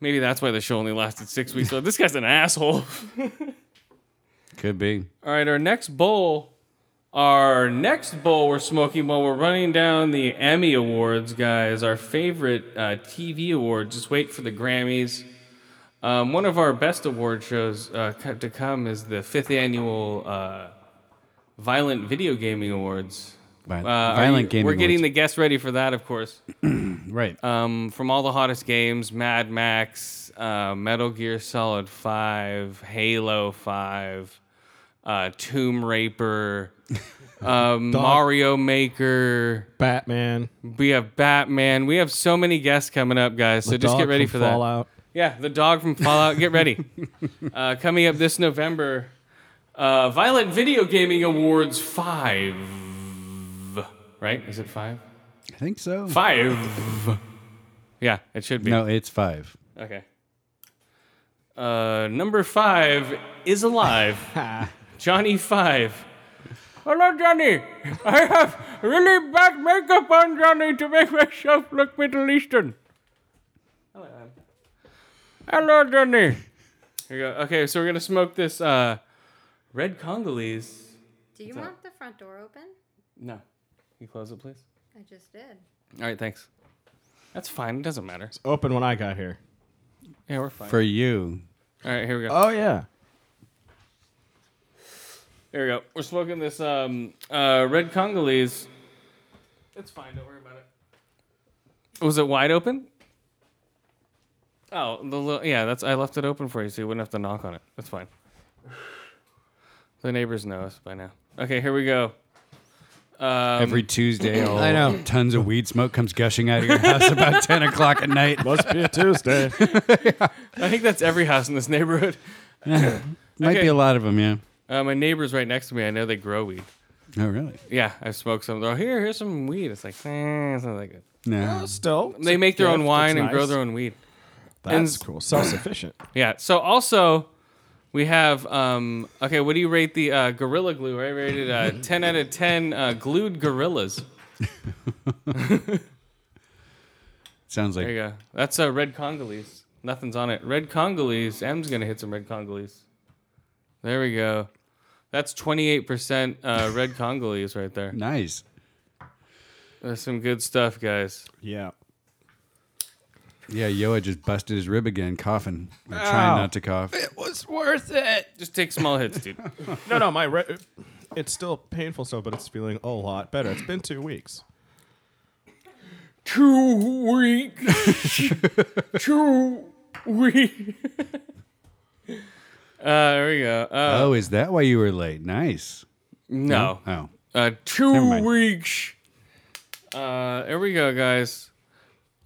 maybe that's why the show only lasted six weeks. So this guy's an asshole.
Could be.
All right, our next bowl, our next bowl we're smoking while we're running down the Emmy Awards, guys. Our favorite uh, TV awards. Just wait for the Grammys. Um, one of our best award shows uh, co- to come is the fifth annual uh, Violent Video Gaming Awards.
Violent,
Uh, are
violent
you-
gaming.
We're getting the
awards.
guests ready for that, of course.
right.
Um, from all the hottest games Mad Max, uh, Metal Gear Solid 5, Halo 5, uh, Tomb Raider, um, Mario Maker.
Batman.
We have Batman. We have so many guests coming up, guys. So
the
just get
dog
ready
from
for that.
Fallout.
Yeah, the dog from Fallout. Get ready. uh, coming up this November, uh, Violent Video Gaming Awards 5. Right? Is it 5?
I think so.
5. Yeah, it should be.
No, it's five.
Okay. Uh, number five is alive. Johnny Five. Hello, Johnny. I have really bad makeup on, Johnny, to make myself look Middle Eastern. Hello, Johnny. Here we go. Okay, so we're gonna smoke this uh, red Congolese.
Do you want the front door open?
No, Can you close it, please.
I just did.
All right, thanks. That's fine. It doesn't matter.
Open when I got here.
Yeah, we're fine.
For you.
All right, here we go.
Oh yeah.
There we go. We're smoking this um, uh, red Congolese. It's fine. Don't worry about it. Was it wide open? Oh, the little, yeah. That's I left it open for you, so you wouldn't have to knock on it. That's fine. The neighbors know us by now. Okay, here we go. Um,
Every Tuesday, I know. Tons of weed smoke comes gushing out of your house about 10 o'clock at night.
Must be a Tuesday.
I think that's every house in this neighborhood.
Might
Okay.
be a lot of them, yeah.
Uh, my neighbors right next to me. I know they grow weed.
Oh, really?
Yeah, I've smoked some. They're like, here, here's some weed. It's like, eh, it's not that good.
Oh,
No.
Still,
They make their own
Gift,
wine
it's
and grow
nice.
their own weed.
That's
and-
cool. Self-sufficient.
Yeah. So also, we have um. Okay, what do you rate the uh, Gorilla Glue? I rated uh, ten out of ten uh, glued gorillas.
Sounds
There you
like
go. That's uh, red Congolese. Nothing's on it. Red Congolese. M's gonna hit some red Congolese. There we go. That's twenty eight percent uh, red Congolese right there.
nice.
That's some good stuff, guys.
Yeah.
Yeah, Yoa just busted his rib again, coughing. I'm trying not to cough.
It was worth it.
Just take small hits, dude.
No, no, my re- it's still painful still, but it's feeling a lot better. It's been two weeks.
Two weeks. Two weeks. Uh, there we go. Uh,
Oh, is that why you were late? Nice.
No.
Oh.
Uh, two
mind.
weeks. Uh, here we go, guys.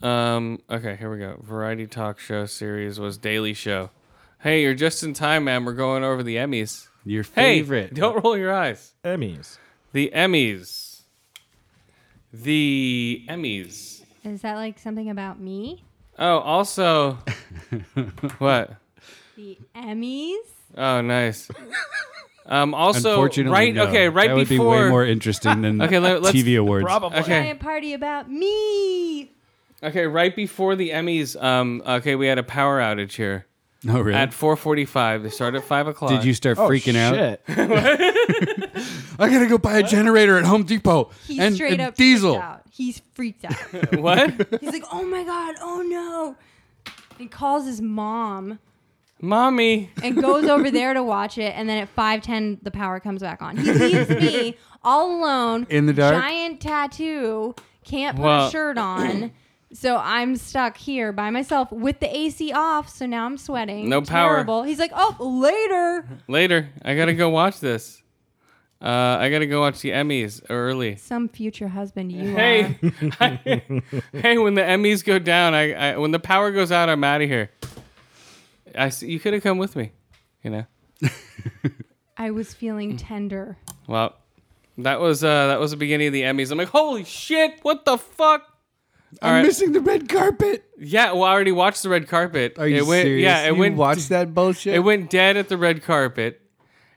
Um, okay, here we go. Variety talk show series was Daily Show. Hey, you're just in time, man. We're going over the Emmys.
Your
Hey,
favorite.
don't roll your eyes.
Emmys.
The Emmys. The Emmys.
Is that like something about me?
Oh, also, what?
The Emmys?
Oh, nice. Um, also,
Unfortunately,
right?
no.
Okay, right
that would
before.
be way more interesting than
Okay, let- let's-
TV awards.
okay.
Giant party about me.
Okay, right before the Emmys, um, okay, we had a power outage here
Oh, really?
at 4:45. They started at five o'clock.
Did you start freaking out?
Oh, Shit.
I gotta go buy a generator at Home Depot
He's
and,
straight
and
up
diesel.
freaked out. He's freaked out.
what,
He's like, oh my god, oh no. He calls his mom
mommy?
and goes over there to watch it, and then at five ten the power comes back on. He leaves me all alone
In the dark?
Giant tattoo, can't put
Well-
a shirt on. So I'm stuck here by myself with the AC off. So now I'm sweating.
No power.
Terrible. He's like, oh, later.
Later, I gotta go watch this. Uh, I gotta go watch the Emmys early.
Some future husband you are.
Hey, hey, when the Emmys go down, I, I when the power goes out, I'm out of here. I see, you could have come with me, you know.
I was feeling tender.
Well, that was uh, that was the beginning of the Emmys. I'm like, holy shit, what the fuck?
I'm
right.
missing the red carpet.
Yeah, well, I already watched the red carpet.
Are you
it went,
serious?
Yeah, it
you
went.
watched that bullshit.
It went dead at the red carpet,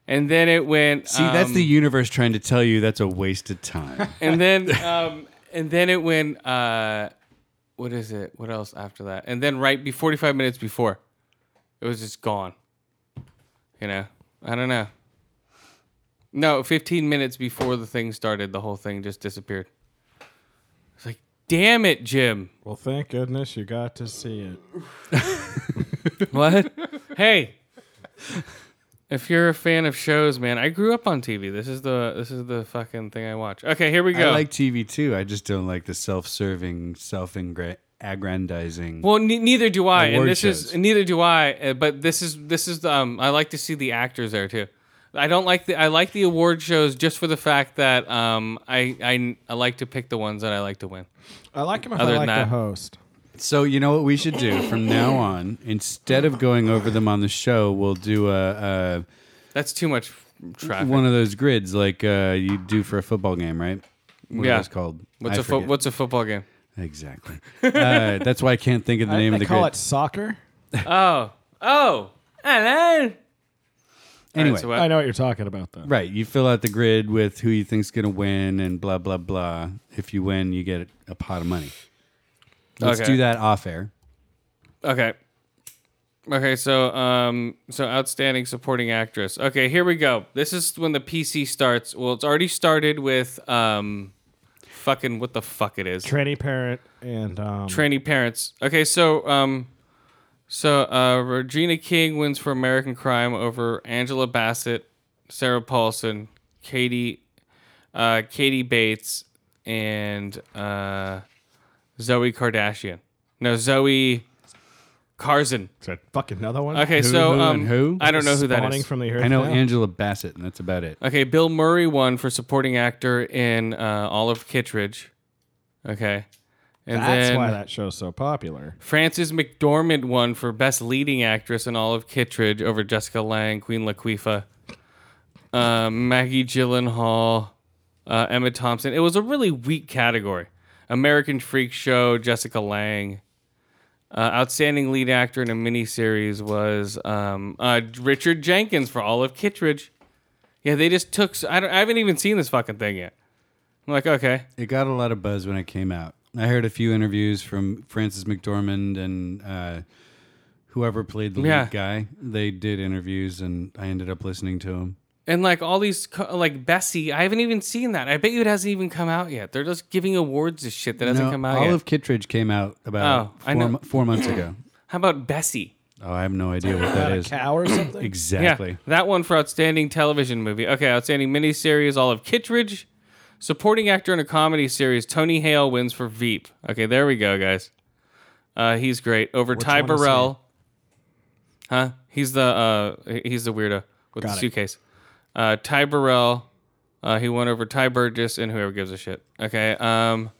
and then it went.
See, that's
um,
the universe trying to tell you that's a waste of time.
And then, um, and then it went. Uh, what is it? What else after that? And then right be forty-five minutes before, it was just gone. You know, I don't know. No, 15 minutes before the thing started, the whole thing just disappeared. It's like, damn it, Jim.
Well, thank goodness you got to see it.
What? hey. If you're a fan of shows, man, I grew up on TV. This is the this is the fucking thing I watch. Okay, here we go.
I like TV too. I just don't like the self-serving, self-aggrandizing.
Well, ne- neither do I, and
Award
this is
shows.
neither do I. uh, But this is this is the, um, I like to see the actors there too. I don't like the I like the award shows just for the fact that um, I, I I like to pick the ones that I like to win.
I like him if
Other
I
than
like
that-
the host.
So you know what we should do from now on? Instead of going over them on the show, we'll do a,
That's too much
a
traffic.
one of those grids like uh, you do for a football game, right? What
Yeah.
It's called.
what's
I
a fo-
forget.
what's a football game?
Exactly. uh, that's why I can't think of the name
I,
of the
they call
grid.
it soccer.
Oh oh hello.
Anyway,
All right, so what-
I know what you're talking about, though.
Right. You fill out the grid with who you think's going to win and blah, blah, blah. If you win, you get a pot of money. Let's
Okay.
do that off air.
Okay. Okay, so um so outstanding supporting actress. Okay, here we go. This is when the PC starts. Well, it's already started with um fucking what the fuck it is.
Tranny parent and um,
Trainee parents. Okay, so um so uh Regina King wins for American Crime over Angela Bassett, Sarah Paulson, Katie uh Katie Bates and uh Zoe Kardashian. No, Zoe Carson.
Is that fucking another one.
Okay,
Who,
so
who,
um,
and who?
I don't know who that
Spawning
is.
from the earth.
I know
now.
Angela Bassett, and that's about it.
okay, Bill Murray won for supporting actor in uh, Olive Kittredge. Okay, and
That's
then
why that show's so popular.
Frances McDormand won for best leading actress in Olive Kittredge over Jessica Lange, Queen Latifah, uh, Maggie Gyllenhaal, uh, Emma Thompson. It was a really weak category. American Freak Show, Jessica Lange. Uh, outstanding lead actor in a miniseries was um, uh, Richard Jenkins for Olive Kittredge. Yeah, they just took. s- I, don't, I haven't even seen this fucking thing yet. I'm like, okay.
It got a lot of buzz when it came out. I heard a few interviews from Francis McDormand and uh, whoever played the
Yeah.
lead guy. They did interviews, and I ended up listening to them.
and like all these co- like Bessie, I haven't even seen that. I bet you it hasn't even come out yet. They're just giving awards to shit that hasn't
No,
come out
Olive
yet.
Kittredge came out about
Oh, I
four
know.
mo- four months ago.
How about Bessie?
Oh, I have no idea what that is.
Cow or something.
Exactly.
Yeah, that one for outstanding television movie. Okay, outstanding miniseries Olive Kittredge, supporting actor in a comedy series. Tony Hale wins for Veep. Okay, there we go, guys. Uh, he's great over Ty
one is
Burrell. Huh? He's the uh, he's the weirdo with the suitcase. Uh, Ty Burrell. Uh, he won over Ty Burgess and whoever gives a shit. Okay. Um,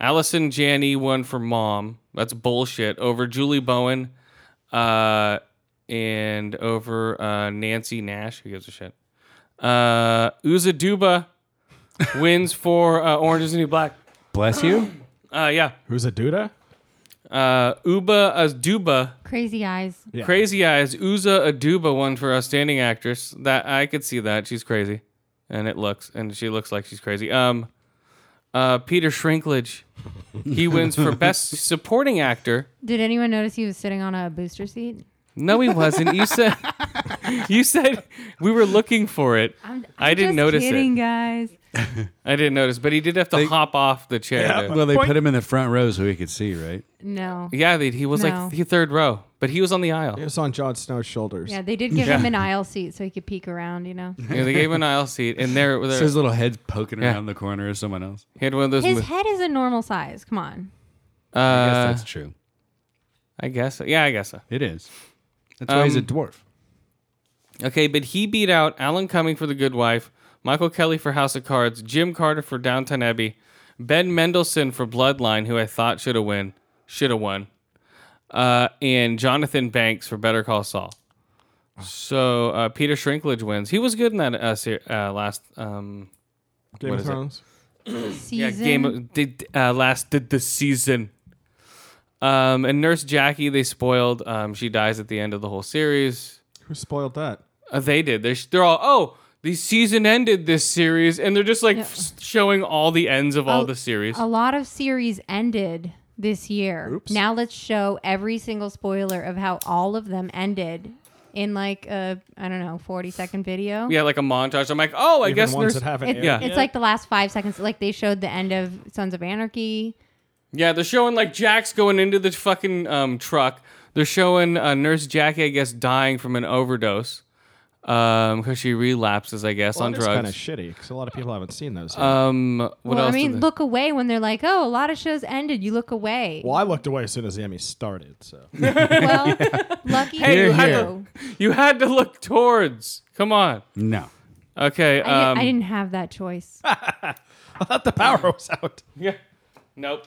Allison Janney won for Mom. That's bullshit. Over Julie Bowen, uh, and over uh, Nancy Nash. Who gives a shit? Uh, Uza Duba wins for uh, Orange is the New Black.
Bless you.
Uh, yeah.
Who's a Duda?
Uh, Uba Aduba,
Crazy eyes.
Yeah.
Crazy Eyes. Uza Aduba won for outstanding actress. That I could see that she's crazy, and it looks and she looks like she's crazy. Um, uh, Peter Shrinklage, he wins for best supporting actor.
Did anyone notice he was sitting on a booster seat?
No, he wasn't. You said you said we were looking for it.
I'm,
I
I'm
didn't
just
notice it.
kidding, guys.
I didn't notice, but he did have to hop off the chair. to-
Well, they put him in the front row so he could see, right?
No.
Yeah, they, he was
No.
like the third row, but he was on the aisle.
It was on Jon Snow's shoulders.
Yeah, they did give him an aisle seat so he could peek around, you know?
Yeah, they gave him an aisle seat, and there, there
So his little head's poking
Yeah.
around the corner of someone else.
he had one of those.
His
mo-
head is a normal size. Come on.
uh,
I guess that's true.
I guess. Yeah, I guess so.
It is. That's why he's a
Um,
dwarf.
Okay, but he beat out Alan Cumming for The Good Wife, Michael Kelly for House of Cards, Jim Carter for Downton Abbey, Ben Mendelsohn for Bloodline, who I thought should have win, should have won, uh, and Jonathan Banks for Better Call Saul. So uh, Peter Shrinklage wins. He was good in that uh, ser- uh, last um,
Game
What
of
is it?
Thrones.
yeah,
Season.
game of, did, uh, last did the season. Um, and Nurse Jackie, they spoiled. Um, she dies at the end of the whole series.
Who spoiled that?
Uh, they did. They're, they're all, oh, the season ended this series. And they're just like
Yeah.
f- showing all the ends of all
Oh,
the series.
a lot of series ended this year. Now let's show every single spoiler of how all of them ended in like a I don't know forty second video.
Yeah, like a montage. I'm like, oh, I
Even
guess
ones
there's
that haven't
It-
aired.
Yeah.
It's like the last five seconds. Like they showed the end of Sons of Anarchy.
Yeah, they're showing like Jack's going into the fucking um, truck. They're showing uh, Nurse Jackie, I guess, dying from an overdose because she relapses, I guess, on
kind of
drugs.
shitty because a lot of people haven't seen those.
um, what
well,
else?
I
did
mean,
they-
look away when they're like, "Oh, a lot of shows ended." You look away.
well, I looked away as soon as the Emmy started. So
Well, lucky
Hey,
you.
you, had to, you had to look towards. Come on.
No.
Okay.
I,
Um,
didn't, I didn't have that choice.
I thought the power was out.
Yeah. Nope.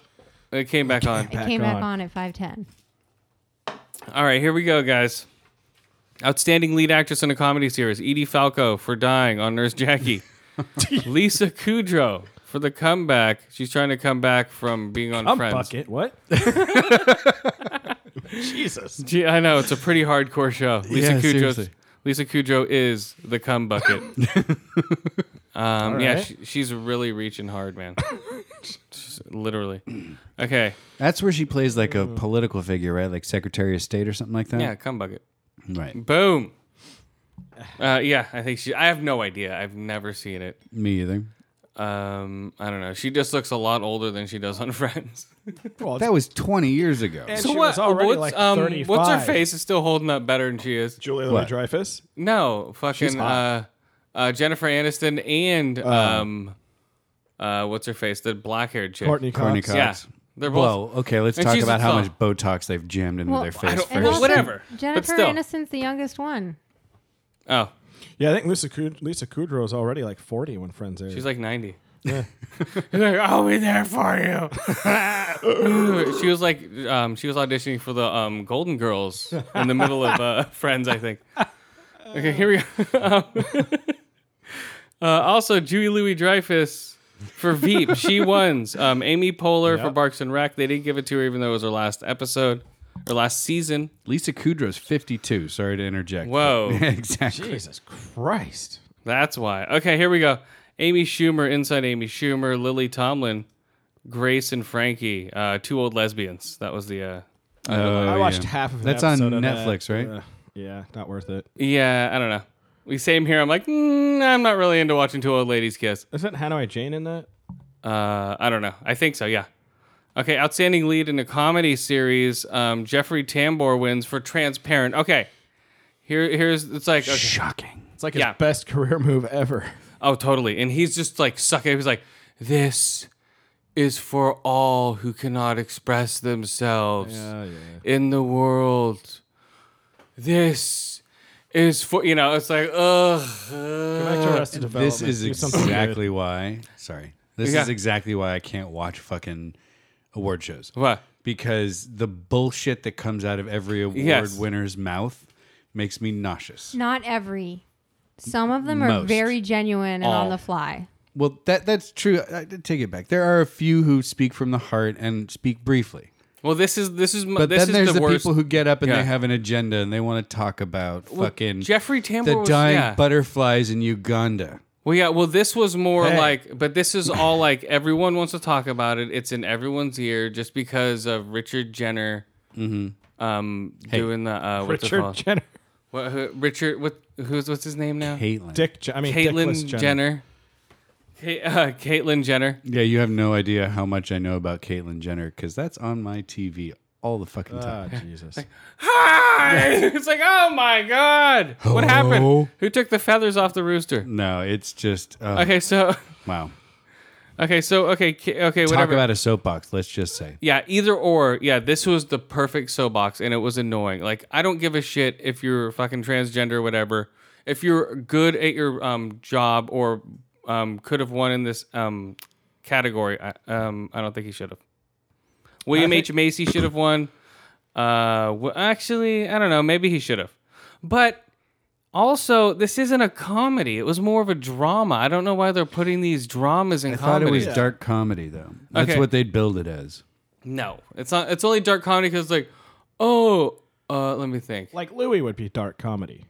It came back on.
It came back
on.
on at five ten.
All right, here we go, guys. Outstanding lead actress in a comedy series Edie Falco for Dying on Nurse Jackie. Lisa Kudrow for the comeback. She's trying to come back from being on
I'm
Friends.
bucket. What? Jesus.
Gee, I know it's a pretty hardcore show. Lisa
Yeah,
Kudrow.
seriously.
Lisa Kudrow is the cum bucket. um, Yeah,
right.
she, she's really reaching hard, man. She's- Literally. Okay.
That's where she plays like
Mm.
a political figure, right? Like Secretary of State or something like that.
Yeah, cum bucket.
Right.
Boom. Uh, yeah, I think she. I have no idea. I've never seen it.
Me either.
Um, I don't know. She just looks a lot older than she does on Friends.
Well,
That was 20 years ago.
And she was already
what's,
like
um,
35.
what's her face is still holding up better than she is.
Julia
What?
Louis Dreyfus.
No, fucking uh,
hot.
uh, Jennifer Aniston and um, uh, what's her face? The black haired chick.
Courtney Cox.
Courtney Cox.
Yeah, they're both.
Well, okay, let's
And
talk
she's
about
a
how
thumb.
much Botox they've jammed into their face
don't-
first.
Well, whatever, but
Jennifer
still.
Aniston's the youngest one.
oh,
Yeah, I think Lisa, Kud- Lisa Kudrow is already like 40 when Friends aired.
she's like ninety. She's like, I'll be there for you. she was like, um, she was auditioning for the um, Golden Girls in the middle of uh, Friends, I think. Okay, here we go. Uh, also, Julie Louis Dreyfus for Veep. she wins. Um, Amy Poehler for
Yep.
Barks and Rec. They didn't give it to her, even though it was her last episode or last season.
Lisa Kudrow's 52. Sorry to interject.
Whoa.
Yeah, exactly.
Jesus Christ.
That's why. Okay, here we go. Amy Schumer, Inside Amy Schumer, Lily Tomlin, Grace and Frankie, uh, two old lesbians. That was the. Uh,
Oh,
I watched
yeah.
half of an
That's on
episode of that.
Netflix, right?
Uh, yeah, not worth it.
yeah, I don't know. We same here. I'm like, mm, I'm not really into watching two old ladies kiss.
Isn't Hanoi Jane in that?
Uh, I don't know. I think so. Yeah. Okay. Outstanding lead in a comedy series. Um, Jeffrey Tambor wins for Transparent. Okay. Here, here's it's like okay.
Shocking.
It's like
Yeah.
his best career move ever.
Oh, totally. And he's just like sucking. He's like, this is for all who cannot express themselves in the world. This is for you know. It's like, ugh. uh."
Go back to Arrested Development.
This is
Do something good.
exactly why. Sorry. This
Yeah.
is exactly why I can't watch fucking award shows.
What?
Because the bullshit that comes out of every award
Yes.
winner's mouth makes me nauseous.
Not every. Some of them are
Most.
very genuine and
All.
on the fly.
Well, that that's true. I, I take it back. There are a few who speak from the heart and speak briefly.
Well, this is this is my-
But
this
then there's
is the,
the,
worst.
people who get up and
Yeah.
they have an agenda and they want to talk about fucking
Jeffrey Tambor
the
was-
dying
yeah.
butterflies in Uganda.
Well, yeah. Well, this was more
Hey.
like, but this is all like everyone wants to talk about it. It's in everyone's ear just because of Richard Jenner,
Mm-hmm.
um, doing the uh, what's it
Richard
called?
Jenner.
What, who, Richard, what, who's what's his name now?
Caitlin.
Dick, Je- I mean,
Caitlyn
Dickless
Jenner.
Jenner.
Ca- uh, Caitlyn Jenner.
Yeah, you have no idea how much I know about Caitlyn Jenner because that's on my TV all the fucking
Ah,
time.
Jesus.
Hi! it's like, oh my god, what happened?
Hello?
Who took the feathers off the rooster?
no, it's just uh,
Okay, so,
wow.
okay, so, okay, Ca- okay,
Talk
whatever.
about a soapbox. Let's just say
yeah, either or. Yeah, this was the perfect soapbox, and it was annoying. Like, I don't give a shit if you're fucking transgender or whatever. If you're good at your um, job or um, could have won in this um, category, I, um, I don't think he should have. William H. Macy should have won. Uh, well, actually, I don't know. Maybe he should have. But also, this isn't a comedy. It was more of a drama. I don't know why they're putting these dramas in
I thought
comedy.
it was dark comedy though. That's
Okay.
what they'd build it as.
No, it's not. It's only dark comedy because like, oh, uh, let me think.
Like Louis would be dark comedy.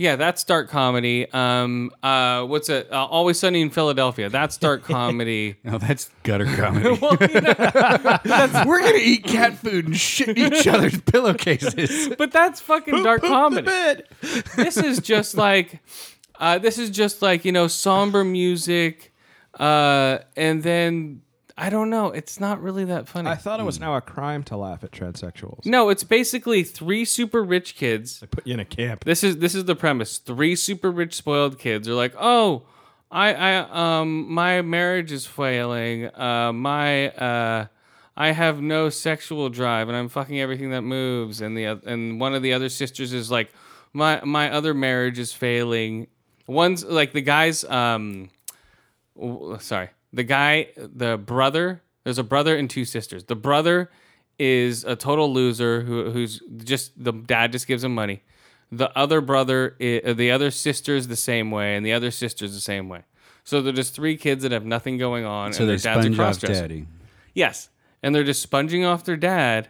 Yeah, that's dark comedy. Um, uh, what's it? Uh, Always Sunny in Philadelphia. That's dark comedy.
No, Oh, that's gutter comedy.
well, you know,
We're gonna eat cat food and shit in each other's pillowcases.
but that's fucking dark comedy. This is just like, uh, this is just like you know somber music, uh, and then I don't know. It's not really that funny.
I thought it
Hmm.
was now a crime to laugh at transsexuals.
no, it's basically three super rich kids.
Put you in a camp.
This is this is the premise. Three super rich spoiled kids are like, oh, I I um my marriage is failing. Uh, my uh, I have no sexual drive, and I'm fucking everything that moves. And the oth- and one of the other sisters is like, my my other marriage is failing. One's like the guy's um, w- sorry, the guy, the brother. There's a brother and two sisters. The brother is a total loser who who's just the dad just gives him money. The other brother, i- uh, the other sister is the same way, and the other sister's the same way. So they're just three kids that have nothing going on,
So
and
they
their dad's a
sponge off
cross
daddy.
Yes. And they're just sponging off their dad,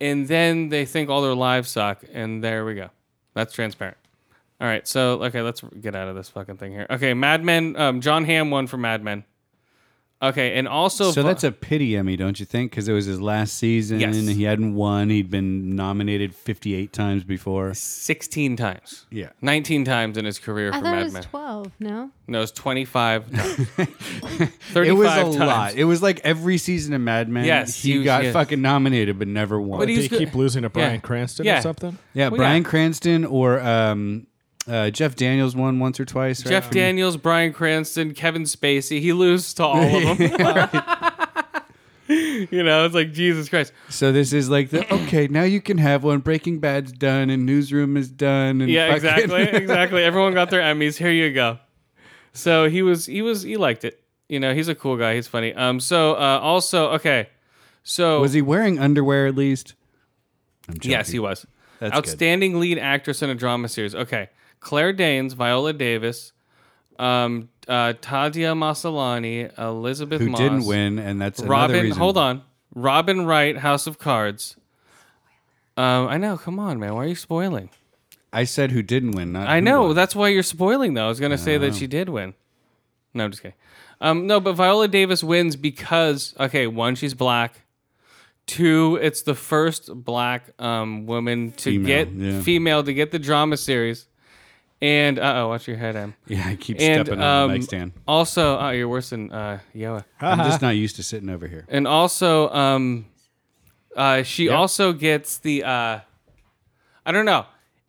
and then they think all their lives suck, and there we go. That's transparent. All right, so okay, let's get out of this fucking thing here. Okay, Mad Men. Um, John Hamm won for Mad Men. Okay, and also
So that's a pity, Emmy, don't you think? Because it was his last season.
Yes.
He hadn't won. He'd been nominated 58 times before.
sixteen times.
Yeah.
nineteen times in his career
I
for
thought
Mad
it
Men.
was 12, no?
no, it's twenty-five. Times. Thirty-five
It was a
times.
lot. It was like every season of Mad Men.
Yes,
He
he was-
got
yeah.
fucking nominated, but never won.
But
Do
he's
you
good-
keep losing to Brian
Yeah.
Cranston
Yeah.
or something?
yeah,
Well,
Brian
yeah.
Cranston or um, uh, Jeff Daniels won once or twice. Right?
Jeff Daniels, Brian Cranston, Kevin Spacey. He loses to all of them. you know, it's like Jesus Christ.
So this is like the okay. Now you can have one. Breaking Bad's done, and Newsroom is done. And
Yeah,
fucking-
exactly, exactly. Everyone got their Emmys. Here you go. So he was, he was, he liked it. You know, he's a cool guy. He's funny. Um. So uh, also, okay. So
was he wearing underwear at least? I'm joking.
Yes, he was.
That's good.
Outstanding lead actress in a drama series. Okay, Claire Danes, Viola Davis, um, uh, Tadia Masalani, Elizabeth
Who
Moss,
didn't win, and that's another
Robin,
reason.
hold on. Robin Wright, House of Cards. Um, I know. Come on, man. Why are you spoiling?
I said who didn't win. Not
I
who
know.
won. Oh.
That's why you're spoiling, though. I was going to say that she did win. No, I'm just kidding. Um, no, but Viola Davis wins because, okay, one, she's black. Two, it's the first black um, woman to
Female,
get
yeah.
female to get the drama series. And, uh oh, watch your head, Em.
Yeah, I keep
And
stepping on
um,
the mic stand.
also, oh, you're worse than uh, Yoa.
I'm just not used to sitting over here.
And also, um, uh, she also gets the. Uh, I don't know.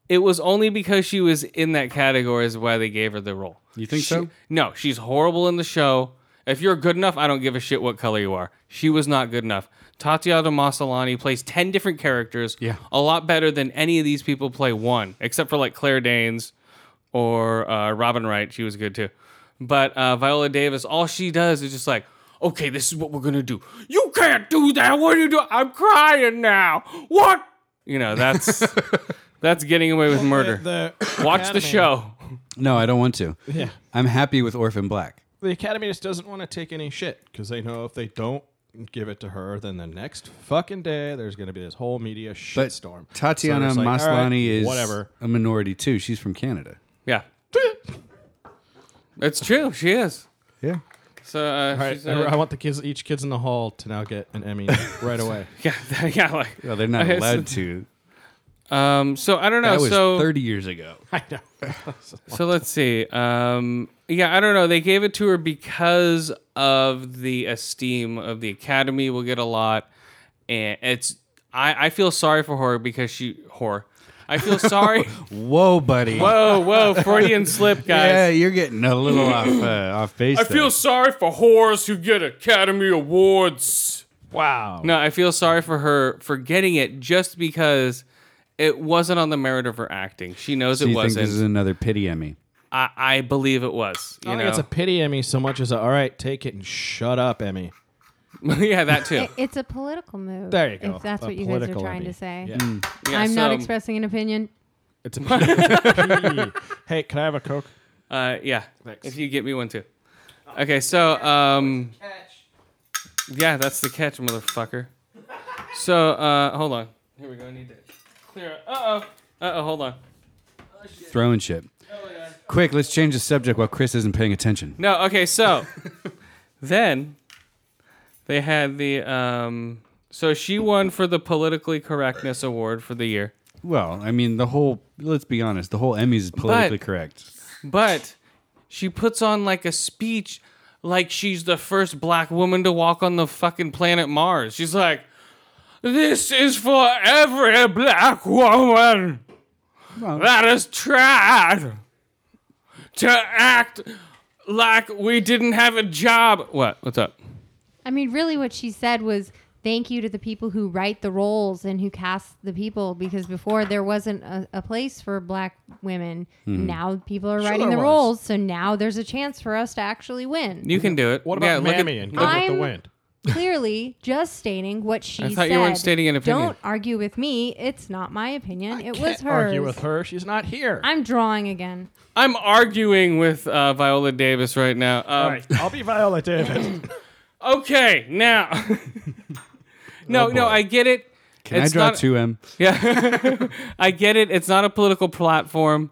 It was only because she was in that category is why they gave her the role.
You think
She-
so?
No, she's horrible in the show. If you're good enough, I don't give a shit what color you are. She was not good enough. Tatiana Masalani plays 10 different characters.
Yeah.
A lot better than any of these people play one, except for like Claire Danes or uh, Robin Wright. She was good too. But uh, Viola Davis, all she does is just like, okay, this is what we're going to do. You can't do that. What are you doing? I'm crying now. What? You know, that's that's getting away with murder.
The,
Watch the
Academy-
show.
No, I don't want to.
Yeah.
I'm happy with Orphan Black.
The Academy just doesn't want to take any shit because they know if they don't give it to her, then the next fucking day there's going to be this whole media
But
shitstorm.
Tatiana
So it's like, all right,
Maslany is
whatever.
a minority too. She's from Canada.
Yeah. It's true. She is.
Yeah.
So uh,
All right,
she's, uh,
I want the kids, each kids in the hall, to now get an Emmy right away.
yeah, yeah, like,
Well, they're not
Okay, so-
allowed to.
um, so I don't know.
That was
so
30 years ago.
I know.
so let's see. Um, yeah, I don't know. They gave it to her because of the esteem of the Academy. Will get a lot, and it's. I, I feel sorry for her because she whore. I feel sorry.
Whoa, buddy.
whoa, whoa, Freudian slip, guys.
Yeah, you're getting a little off uh, off base.
I feel sorry for whores who get Academy Awards.
Wow.
No, I feel sorry for her for getting it just because it wasn't on the merit of her acting. She knows
Do
it
you think
wasn't.
this is Oh, another pity Emmy?
I, I believe it was. You
I
know,
think it's a pity Emmy so much as a, all right, take it and shut up, Emmy.
yeah, that too.
It, it's a political move.
There you go.
If that's
A
what you guys are
political
trying
Emmy.
to say.
Yeah. Mm.
Yeah,
I'm not
so,
expressing an opinion.
It's a pity. hey, can I have a Coke?
Uh, yeah, if you get me one too. Okay, so um, yeah, that's the catch, motherfucker. So uh, hold on. Here we go. I need to clear. Uh oh. Uh oh. Hold on.
throwing shit. Quick, let's change the subject while Chris isn't paying attention.
No, okay, so then they had the um so she won for the politically correctness award for the year.
Well, I mean, the whole, let's be honest, the whole Emmys is politically
But-
correct.
But she puts on like a speech like she's the first black woman to walk on the fucking planet Mars. She's like this is for every black woman that has tried to act like we didn't have a job. What? What's up?
I mean, really, what she said was thank you to the people who write the roles and who cast the people because before there wasn't a, a place for black women.
Hmm.
Now people are writing
there
the
was.
roles, so now there's a chance for us to actually win.
You can do it.
What
Yeah,
about
look at-
Mammy and Good with the
I'm-
Wind?
Clearly, just stating what she
I thought
said.
you weren't stating an opinion.
Don't argue with me. It's not my opinion. it was
Can't
hers.
Argue with her. She's not here.
I'm drawing again.
I'm arguing with uh, Viola Davis right now. Um,
All right, I'll be Viola Davis.
Okay, now. no, no, I get it.
Oh, Can I draw
not,
two M?
Yeah, I get it. It's not a political platform,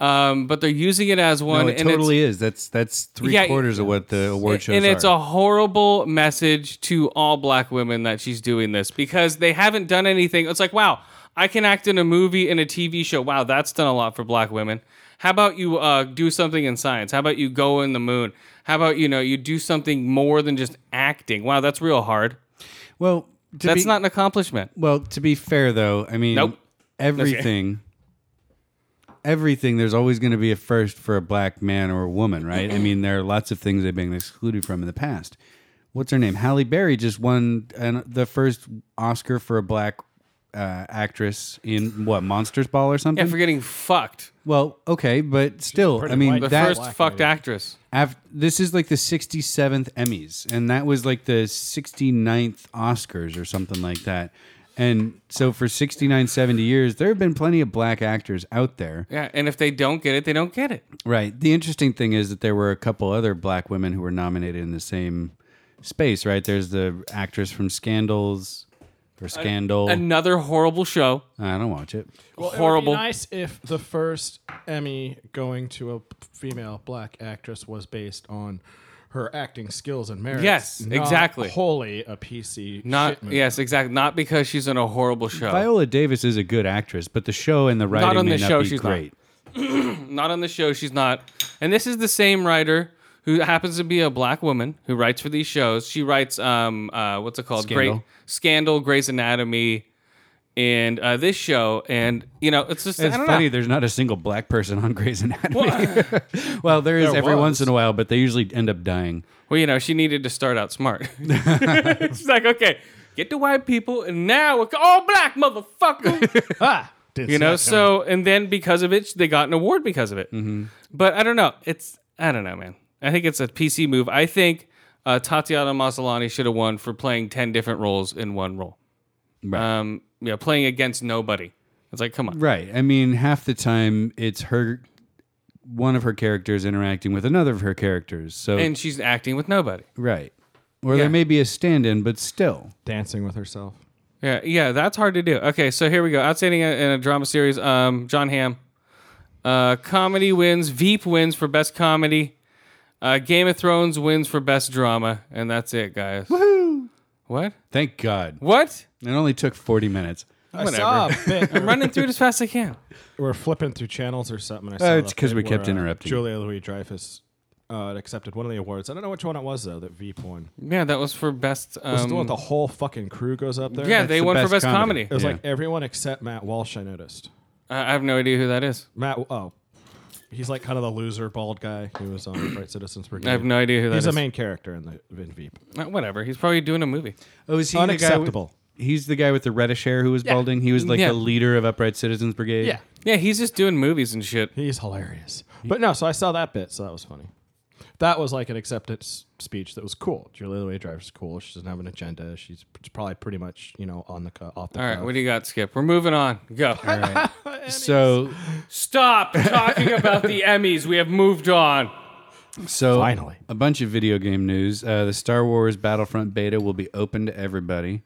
um, but they're using it as one.
No,
and
it
it's-
totally is. That's that's three
Yeah,
quarters of what the award shows
and it's
are.
a horrible message to all black women that she's doing this because they haven't done anything. It's like, wow, I can act in a movie and a TV show. Wow, that's done a lot for black women. How about you uh, do something in science? How about you go in the moon? How about you know you do something more than just acting? Wow, that's real hard.
well, to
that's
be,
not an accomplishment.
Well, to be fair though, I mean,
Nope.
everything, everything. There's always going to be a first for a black man or a woman, right? I mean, there are lots of things they've been excluded from in the past. What's her name? Halle Berry just won an, the first Oscar for a black uh, actress in what Monsters Ball or something.
Yeah, for getting fucked.
well, okay, but still, I mean,
white.
The
that
first
Black
fucked
lady.
actress.
Af this is like the 67th Emmys, and that was like the 69th Oscars or something like that. And so for 69, 70 years, there have been plenty of black actors out there.
Yeah, and if they don't get it, they don't get it.
Right. The interesting thing is that there were a couple other black women who were nominated in the same space, right? There's the actress from Scandals or Scandal. I
Another horrible show.
don't watch it.
Oh.
Well, it would be
Horrible.
nice if the first Emmy going to a female black actress was based on her acting skills and merits.
Yes,
not
exactly.
Wholly a PC.
Not
shit movie.
yes, exactly. Not because she's in a horrible show.
Viola Davis is a good actress, but the show and the writing
on
may
the show,
be
she's not.
great.
not on the show. She's not. And this is the same writer who happens to be a black woman who writes for these shows. She writes um uh what's it called?
Scandal.
Great Scandal, Grey's Anatomy, and uh, this show. And you know, it's just I
It's
don't
funny.
know.
There's not a single black person on Grey's Anatomy. Well, there is
There
every
was.
once in a while, but they usually end up dying.
Well, you know, she needed to start out smart. she's like, okay, get the white people, and now we're all black, motherfucker.
Ah, did
you know,
not
so and then because of it, they got an award because of it.
Mm-hmm.
But I don't know. It's I don't know, man. I think it's a PC move. I think uh, Tatiana Maslany should have won for playing ten different roles in one role.
Right.
Um, yeah, playing against nobody. It's like, come on.
right. I mean, half the time it's her, one of her characters interacting with another of her characters. So
And she's acting with nobody.
right, or
Yeah.
there may be a stand-in, but still,
dancing with herself.
Yeah, yeah, that's hard to do. Okay, so here we go. Outstanding in a drama series. Um, John Hamm. Uh, comedy wins. Veep wins for best comedy. Uh, Game of Thrones wins for best drama, and that's it, guys. Woohoo! What?
thank God,
What?
it only took 40 minutes.
I saw a bit.
I'm running through it as fast as I can.
we're flipping through channels or something. And I
Uh,
saw
it's
that
'cause we
thing where,
kept
uh,
interrupting.
Julia Louis Dreyfus uh, accepted one of the awards. I don't know which one it was though. That Veep one.
Yeah, that was for best.
It's the one
Um,
with the whole fucking crew goes up there.
yeah,
It
they
the
won for
best
best comedy.
comedy.
was
Yeah.
like everyone except Matt Walsh. I noticed.
I I have no idea who that is.
Matt. Oh, he's like kind of the loser, bald guy who was on Bright Citizens Brigade.
I have no idea who that is.
He's the main character in the in Veep.
Uh, Whatever. He's probably doing a movie.
Oh, is he
Unacceptable.
The guy with, he's the guy with the reddish hair who was balding. He was like
Yeah.
the leader of Upright Citizens Brigade.
Yeah, he's just doing movies and shit.
he's hilarious. But no, so I saw that bit, so that was funny. That was like an acceptance speech that was cool. Julia Louis Dreyfus cool. She doesn't have an agenda. She's probably pretty much you know on the cu- off the.
All right,
cuff.
what do you got, Skip? We're moving on. Go.
So
Stop talking about the Emmys. We have moved on.
So
Finally.
a bunch of video game news. Uh, the Star Wars Battlefront beta will be open to everybody,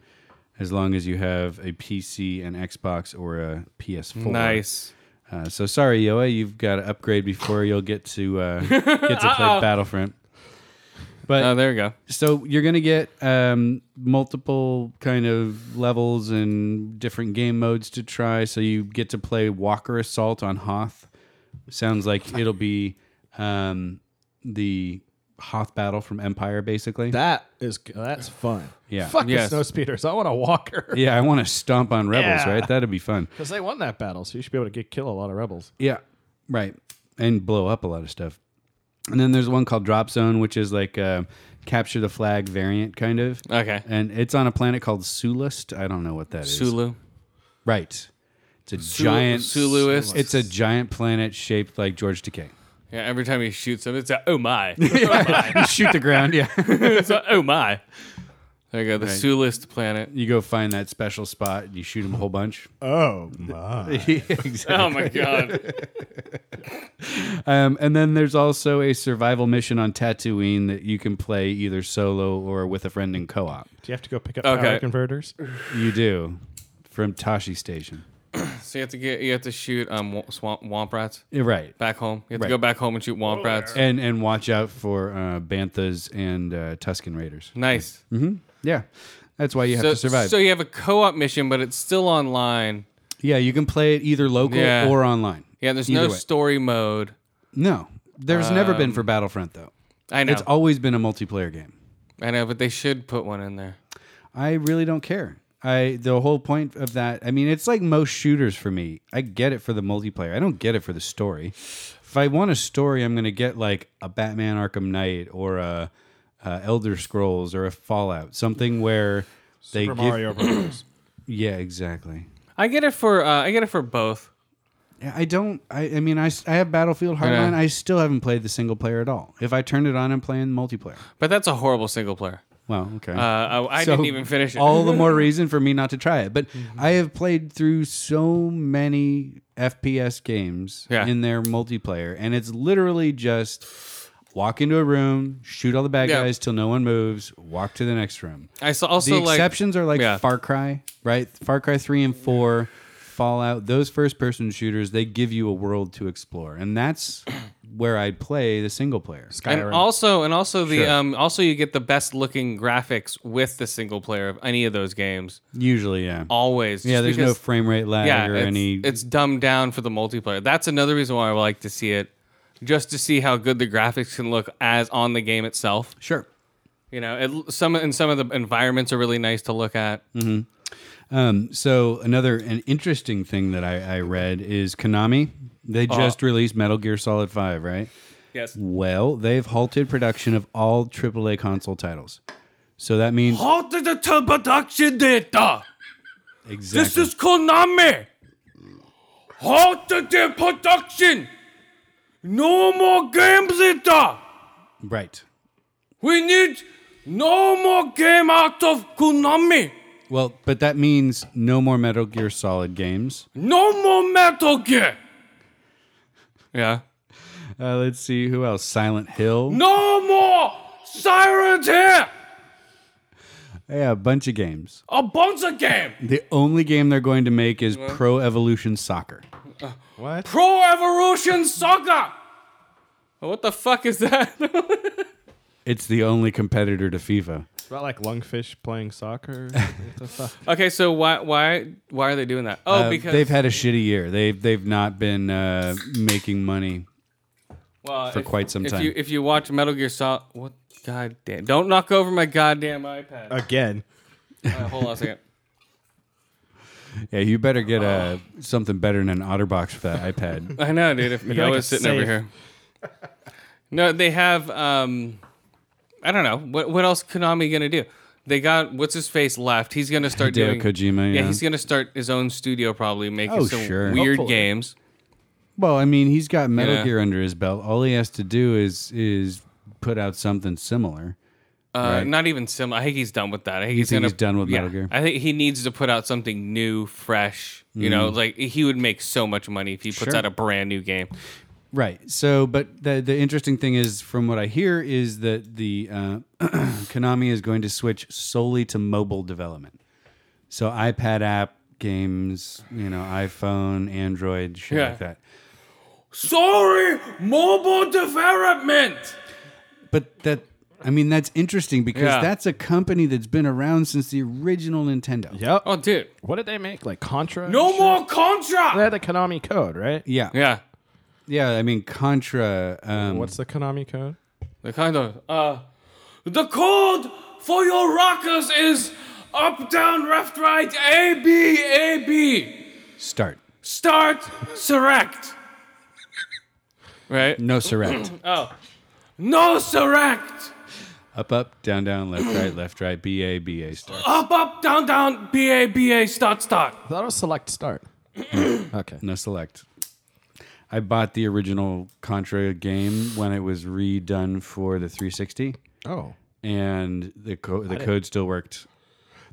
as long as you have a PC, an Xbox, or a PS4.
Nice.
Uh, so sorry, Yoa, you've got to upgrade before you'll get to uh, get to play Battlefront. But
Oh, there we go.
so you're gonna get um, multiple kind of levels and different game modes to try. So you get to play Walker Assault on Hoth. Sounds like it'll be um, the Hoth battle from Empire, basically.
That is that's fun.
Yeah.
Fuck
Yes.
the snow speeders. I want a walker
yeah, I want to stomp on rebels,
Yeah.
right? That'd be fun.
because they won that battle, so you should be able to get kill a lot of rebels.
Yeah, right, and blow up a lot of stuff. And then there's one called Drop Zone, which is like a capture the flag variant, kind of.
Uh.
Okay.
And it's on a planet called Sulist. I don't know what that is.
Sulu.
Right. It's a giant
Suluist.
It's a giant planet shaped like George Takei.
Yeah, every time he shoots him, it's a oh my.
you shoot the ground, yeah.
it's a oh my. There you go, the Sulist planet.
You go find that special spot and you shoot him a whole bunch.
Oh my!
exactly.
Oh my god.
Um, and then there's also a survival mission on Tatooine that you can play either solo or with a friend in co-op.
Do you have to go pick up
Okay.
power converters?
You do from Tashi Station.
so you have to get you have to shoot um wa- swamp womp rats
You're right.
back home. You have
Right. Oh,
to go back home and shoot womp rats.
And and watch out for uh, Banthas and uh, Tusken Raiders.
Nice.
Yeah. That's why you have
so,
to survive.
so you have a co-op mission, but it's still online.
yeah, you can play it either local
Yeah.
or online.
Yeah, there's no
Either way.
story mode.
No, there's never been for Battlefront though.
I know.
It's always been a multiplayer game.
I know, but they should put one in there.
I really don't care. I the whole point of that. I mean, it's like most shooters for me. I get it for the multiplayer. I don't get it for the story. If I want a story, I'm gonna get like a Batman Arkham Knight or a, uh Elder Scrolls or a Fallout, something where they
Super
give.
Mario Brothers.
Yeah, exactly.
I get it for uh, I get it for both.
Yeah, I don't. I, I mean, I, s- I have Battlefield
Yeah.
Hardline. I still haven't played the single player at all. If I turned it on, I'm playing multiplayer.
But that's a horrible single player.
Well, okay.
Uh, I, I
So,
didn't even finish it.
all the more reason for me not to try it. But I have played through so many FPS games
Yeah.
in their multiplayer, and it's literally just walk into a room, shoot all the bad
Yeah.
guys till no one moves, walk to the next room.
I saw also
the
like
exceptions are like
yeah.
Far Cry, right? Far Cry 3 and 4, Fallout, those first person shooters, they give you a world to explore. And that's where I play the single player.
and
Skyrim.
also and also the
Sure.
um also you get the best looking graphics with the single player of any of those games.
Usually, yeah.
Always.
yeah,
just
there's no
because-
frame rate lag
yeah,
or
it's,
any
it's dumbed down for the multiplayer. That's another reason why I would like to see it, just to see how good the graphics can look as on the game itself.
Sure.
You know, it, some and some of the environments are really nice to look at.
Mm. Um, so another an interesting thing that I, I read is Konami. They
Uh-huh.
just released Metal Gear Solid Five, right?
Yes.
Well, they've halted production of all AAA console titles. So that means
Halted the production data.
exactly.
is Konami. Halted the production. No more games data.
right.
We need no more game out of Konami.
Well, but that means no more Metal Gear Solid games.
No more Metal Gear. Yeah.
Uh, let's see who else. Silent Hill.
No more sirens here.
Yeah, a bunch of games.
A bunch of game.
The only game they're going to make is Pro Evolution Soccer.
what?
Pro Evolution Soccer. Oh, What the fuck is that?
It's the only competitor to FIFA.
It's about like lungfish playing soccer. What the fuck?
okay, so why why why are they doing that? Oh,
Uh,
because
they've had a shitty year. They've they've not been uh, making money.
well,
for
if-
quite some
if
time.
You, if you watch Metal Gear Solid, what goddamn? Don't knock over my goddamn iPad.
Again.
Uh, hold on a second.
Yeah, you better get uh, something better than an OtterBox for that iPad.
I know, dude. If Mio
like
was
a
sitting over
safe.
here. No, they have. Um, I don't know what what else Konami gonna do. They got what's his face left. He's gonna start doing
Hideo Kojima, yeah.
he's gonna start his own studio probably making
Oh,
some
sure.
weird
Hopefully.
games.
Well, I mean, he's got Metal
Yeah.
Gear under his belt. All he has to do is is put out something similar.
Uh,
Right.
Not even similar. I think he's done with that. I think he's
think
gonna
he's done with
yeah.
Metal Gear?
I think he needs to put out something new, fresh. You know, like he would make so much money if he puts
Mm. Sure.
out a brand new game.
Right. So, but the the interesting thing is, from what I hear, is that the uh, Konami is going to switch solely to mobile development. So, iPad app, games, you know, iPhone, Android, shit
Yeah.
like that.
Sorry, mobile development.
But that, I mean, that's interesting because
Yeah.
that's a company that's been around since the original Nintendo.
Yep.
Oh, dude.
What did they make? Like Contra? and
No
shit?
more
They
Contra.
had the Konami code, right?
Yeah.
Yeah.
Yeah, I mean, Contra. Um,
What's the Konami code?
The kind of.
Uh, the code for your rockers is up, down, left, right, A, B, A, B.
start?
Start, select.
Right?
No surrect.
No select.
up, up, down, down, left, right, left, right, B A B A start.
Up, up, down, down, B, A, B, A, start, start.
I thought it was Select Start. okay.
No select. I bought the original Contra game when it was redone for the 360,
Oh.
and the co- the code still worked.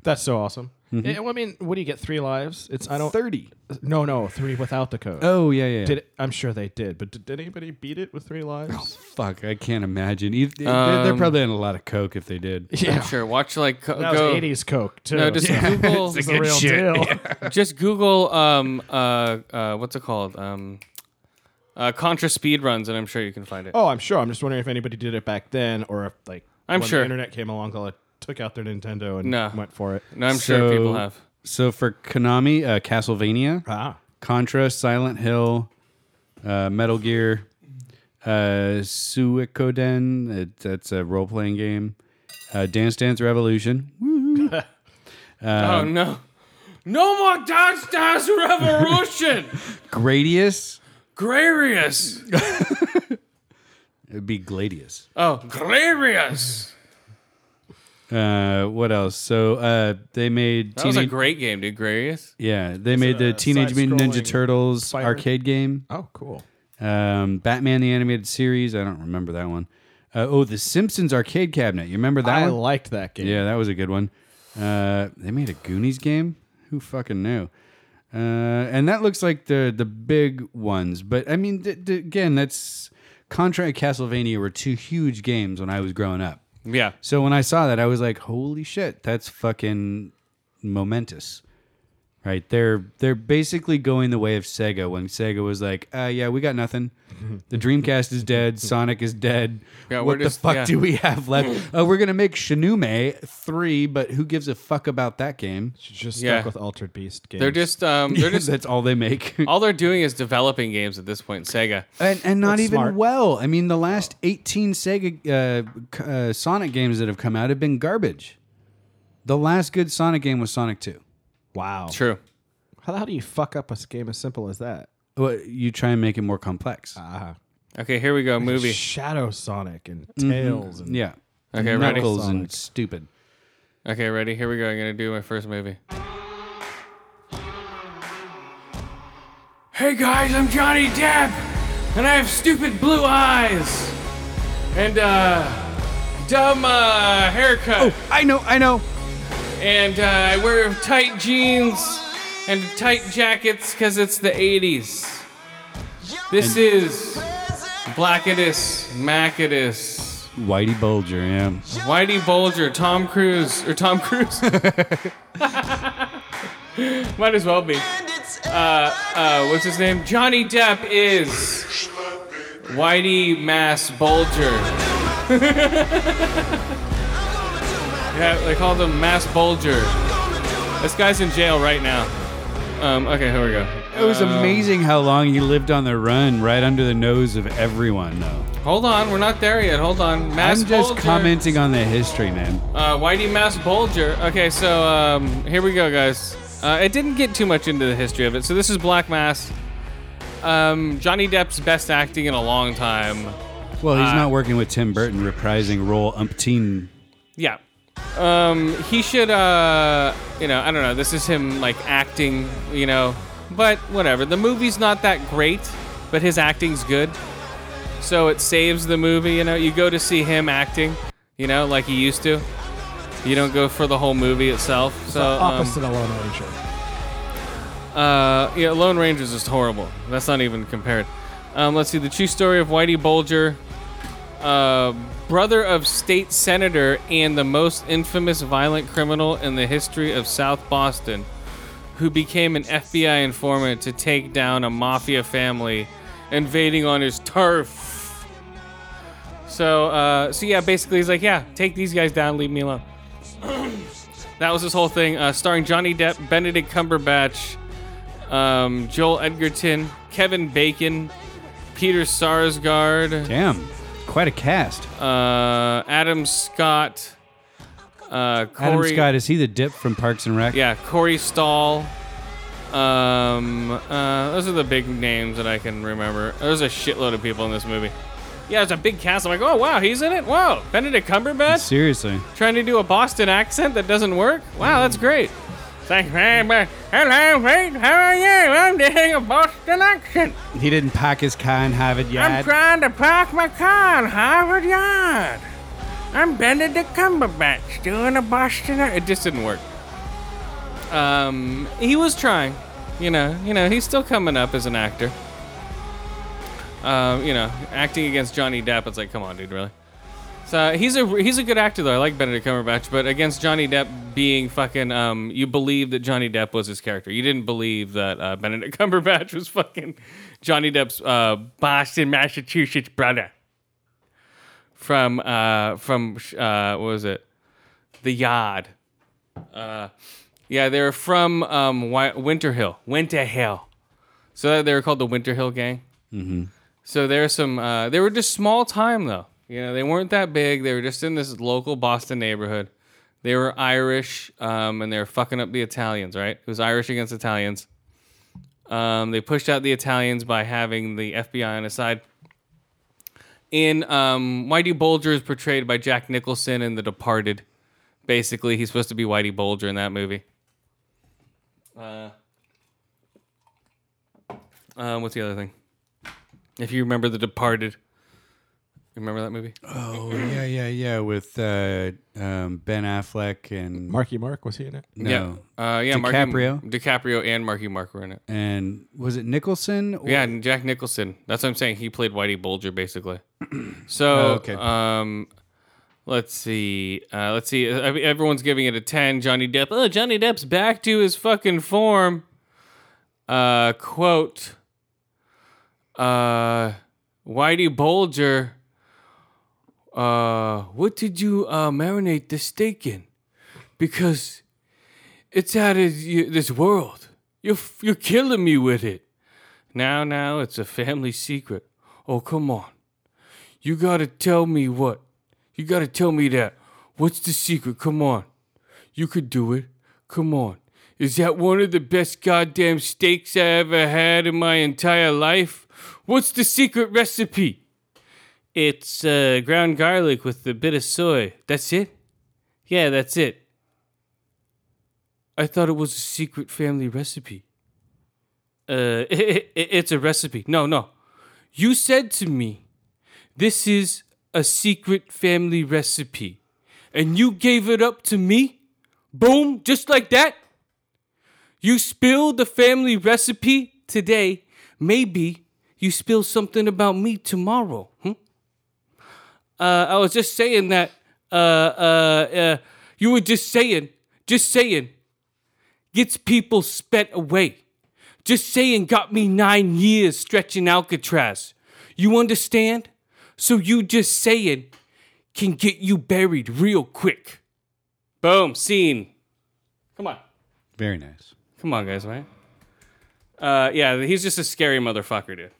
That's so awesome. Yeah, well, I mean, what do you get? Three lives? It's I don't
Thirty.
No, no, three without the code.
Oh yeah, yeah. yeah.
Did it, I'm sure they did, but did, did anybody beat it with three lives?
Fuck, I can't imagine. Eith- they- they're, they're
Um,
probably on a lot of coke if they did.
Yeah.
Sure. Watch like co-
That
go.
was 80s Coke too.
No, just Google.
It's the real deal.
just Google. Um. Uh. uh what's it called? Um. Uh, Contra speed runs, and I'm sure you can find it.
Oh, I'm sure. I'm just wondering if anybody did it back then, or if like
I'm
when
sure.
the internet came along, they took out their Nintendo and
No.
went for it.
no, I'm sure people
So-
have.
So for Konami, uh, Castlevania,
Ah,
Contra, Silent Hill, uh, Metal Gear, uh, Suikoden. It, that's a role playing game. Uh, Dance Dance Revolution.
oh no.
No more Dance Dance Revolution.
Gradius.
Grarius.
It'd be Gladius.
Oh,
Grarius.
Uh, what else? So uh, they made
that was a
teenage.
great game, dude. Gradius.
yeah, they made the
a
Teenage Mutant Ninja
side-scrolling
Turtles
fighter.
arcade game.
oh, cool.
Um, Batman the Animated Series. I don't remember that one. Uh, oh, the Simpsons arcade cabinet. You remember that
I
one?
liked that game.
Yeah, that was a good one. Uh, they made a Goonies game. Who fucking knew? Uh, and that looks like the the big ones. But I mean, th- th- again, that's Contra and Castlevania were two huge games when I was growing up.
Yeah.
So when I saw that, I was like, "Holy shit, that's fucking momentous." Right? They're they're basically going the way of Sega when Sega was like, "Uh yeah, we got nothing. The Dreamcast is dead, Sonic is dead.
Yeah, we're
what the
just-
fuck
yeah.
do we have left? Oh, we're going to make Shinume 3, but who gives a fuck about that game?"
Just stuck
Yeah.
with Altered Beast games.
They're just. Um. They're just.
that's all they make.
all they're doing is developing games at this point. Sega.
and, and not
That's
even
smart.
well. I mean, the last 18 Sega uh, c- uh, Sonic games that have come out have been garbage. The last good Sonic game was Sonic 2.
wow.
True.
How, how do you fuck up a s- game as simple as that?
Well, you try and make it more complex.
Um,
Ah,
Okay. Here we go. Movie.
Shadow Sonic and Tails and
yeah.
Okay, ready?
Knuckles and stupid.
Okay. Ready? Here we go. I'm gonna do my first movie.
Hey guys, I'm Johnny Depp, and I have stupid blue eyes, and uh, dumb uh, haircut,
I know, I know.
and uh, I wear tight jeans and tight jackets because it's the '80s. This is Blackadus, Macadus,
Whitey Bulger, yeah.
Whitey Bulger, Tom Cruise, or Tom Cruise. Might as well be. uh, what's his name? Johnny Depp is Whitey Mass Bulger.
Yeah, they call them Mass Bulger. This guy's in jail right now. Um, okay, here we go.
It was amazing how long he lived on the run, right under the nose of everyone, though.
Hold on, we're not there yet. Hold on. Mass
I'm just
Bulger.
commenting on the history, man.
Uh, Whitey Mass Bulger. Okay, so um, here we go, guys. Uh, it didn't get too much into the history of it. So this is Black Mass. Um, Johnny Depp's best acting in a long time.
Well,
Uh,
he's not working with Tim Burton, reprising role umpteen.
Yeah. Um, he should, uh, you know, I don't know. This is him, like, acting, you know. But whatever. The movie's not that great, but his acting's good. So it saves the movie, you know. You go to see him acting, you know, like he used to. You don't go for the whole movie itself. So, um,
opposite of Lone Ranger.
uh, yeah, Lone Ranger's just horrible. That's not even compared. Um, let's see. The true story of Whitey Bulger, uh, brother of state senator and the most infamous violent criminal in the history of South Boston, who became an FBI informant to take down a mafia family invading on his turf. So, uh, so yeah, basically he's like, yeah, take these guys down, leave me alone. that was his whole thing, uh, starring Johnny Depp, Benedict Cumberbatch, um, Joel Edgerton, Kevin Bacon, Peter Sarsgaard
Damn, quite a cast.
uh, Adam Scott, uh,
Adam
Corey,
Scott is he the dip from Parks and Rec?
yeah, Corey Stahl. Um, uh, those are the big names that I can remember. There's a shitload of people in this movie. Yeah, it's a big cast. I'm like, oh wow, he's in it. Wow, Benedict Cumberbatch
Seriously,
trying to do a Boston accent that doesn't work. Wow, that's great. It's like, hey, but- hello, mate, how are you? I'm doing a Boston accent.
he didn't pack his car and have it yet.
I'm trying to park my car in Harvard Yard. I'm Benedict Cumberbatch doing a Boston. ac- It just didn't work. Um, he was trying, you know. You know, he's still coming up as an actor. Um, you know, acting against Johnny Depp, it's like, come on, dude, really. So he's a he's a good actor though. I like Benedict Cumberbatch, but against Johnny Depp being fucking, um, you believed that Johnny Depp was his character. You didn't believe that uh, Benedict Cumberbatch was fucking Johnny Depp's uh, Boston, Massachusetts brother from uh, from uh, what was it? The Yard. Uh, yeah, they were from um, Wi- Winter Hill. Winter Hill. So they were called the Winter Hill Gang. So there's some. Uh, they were just small time though. You know, they weren't that big. They were just in this local Boston neighborhood. They were Irish, um, and they were fucking up the Italians. Right? It was Irish against Italians. Um, they pushed out the Italians by having the FBI on his side. In um, Whitey Bulger is portrayed by Jack Nicholson in The Departed. Basically, he's supposed to be Whitey Bulger in that movie. Uh, um, what's the other thing? If you remember The Departed, remember that movie?
Oh yeah, yeah, yeah, with uh, um, Ben Affleck and
Marky Mark was he in it?
no,
Yeah, uh, yeah. Marky-
DiCaprio?
DiCaprio and Marky Mark were in it.
and was it Nicholson? Or,
Yeah, and Jack Nicholson. That's what I'm saying. He played Whitey Bulger basically. So,
okay.
um, let's see. Uh, let's see. Uh, Everyone's giving it a ten. Johnny Depp. Oh, Johnny Depp's back to his fucking form. Uh, quote. Uh, Whitey Bulger. Uh, what did you uh, marinate the steak in? Because it's out of y- this world. You're f- you're killing me with it. Now, now, it's a family secret. Oh, come on. You gotta tell me what. You gotta tell me that. What's the secret? Come on. You could do it. Come on. Is that one of the best goddamn steaks I ever had in my entire life? What's the secret recipe? It's uh, ground garlic with a bit of soy. That's it? Yeah, that's it. I thought it was a secret family recipe. Uh, it's a recipe. No, no. You said to me, this is a secret family recipe. And you gave it up to me? Boom, just like that? You spilled the family recipe today. Maybe you spill something about me tomorrow. Hmm? Uh, I was just saying that. Uh, uh, uh, you were just saying, just saying, gets people spent away. Just saying got me nine years stretching Alcatraz. You understand? So you just saying can get you buried real quick. Boom, scene. Come on.
very nice.
Come on, guys, right? Uh, yeah, he's just a scary motherfucker, dude.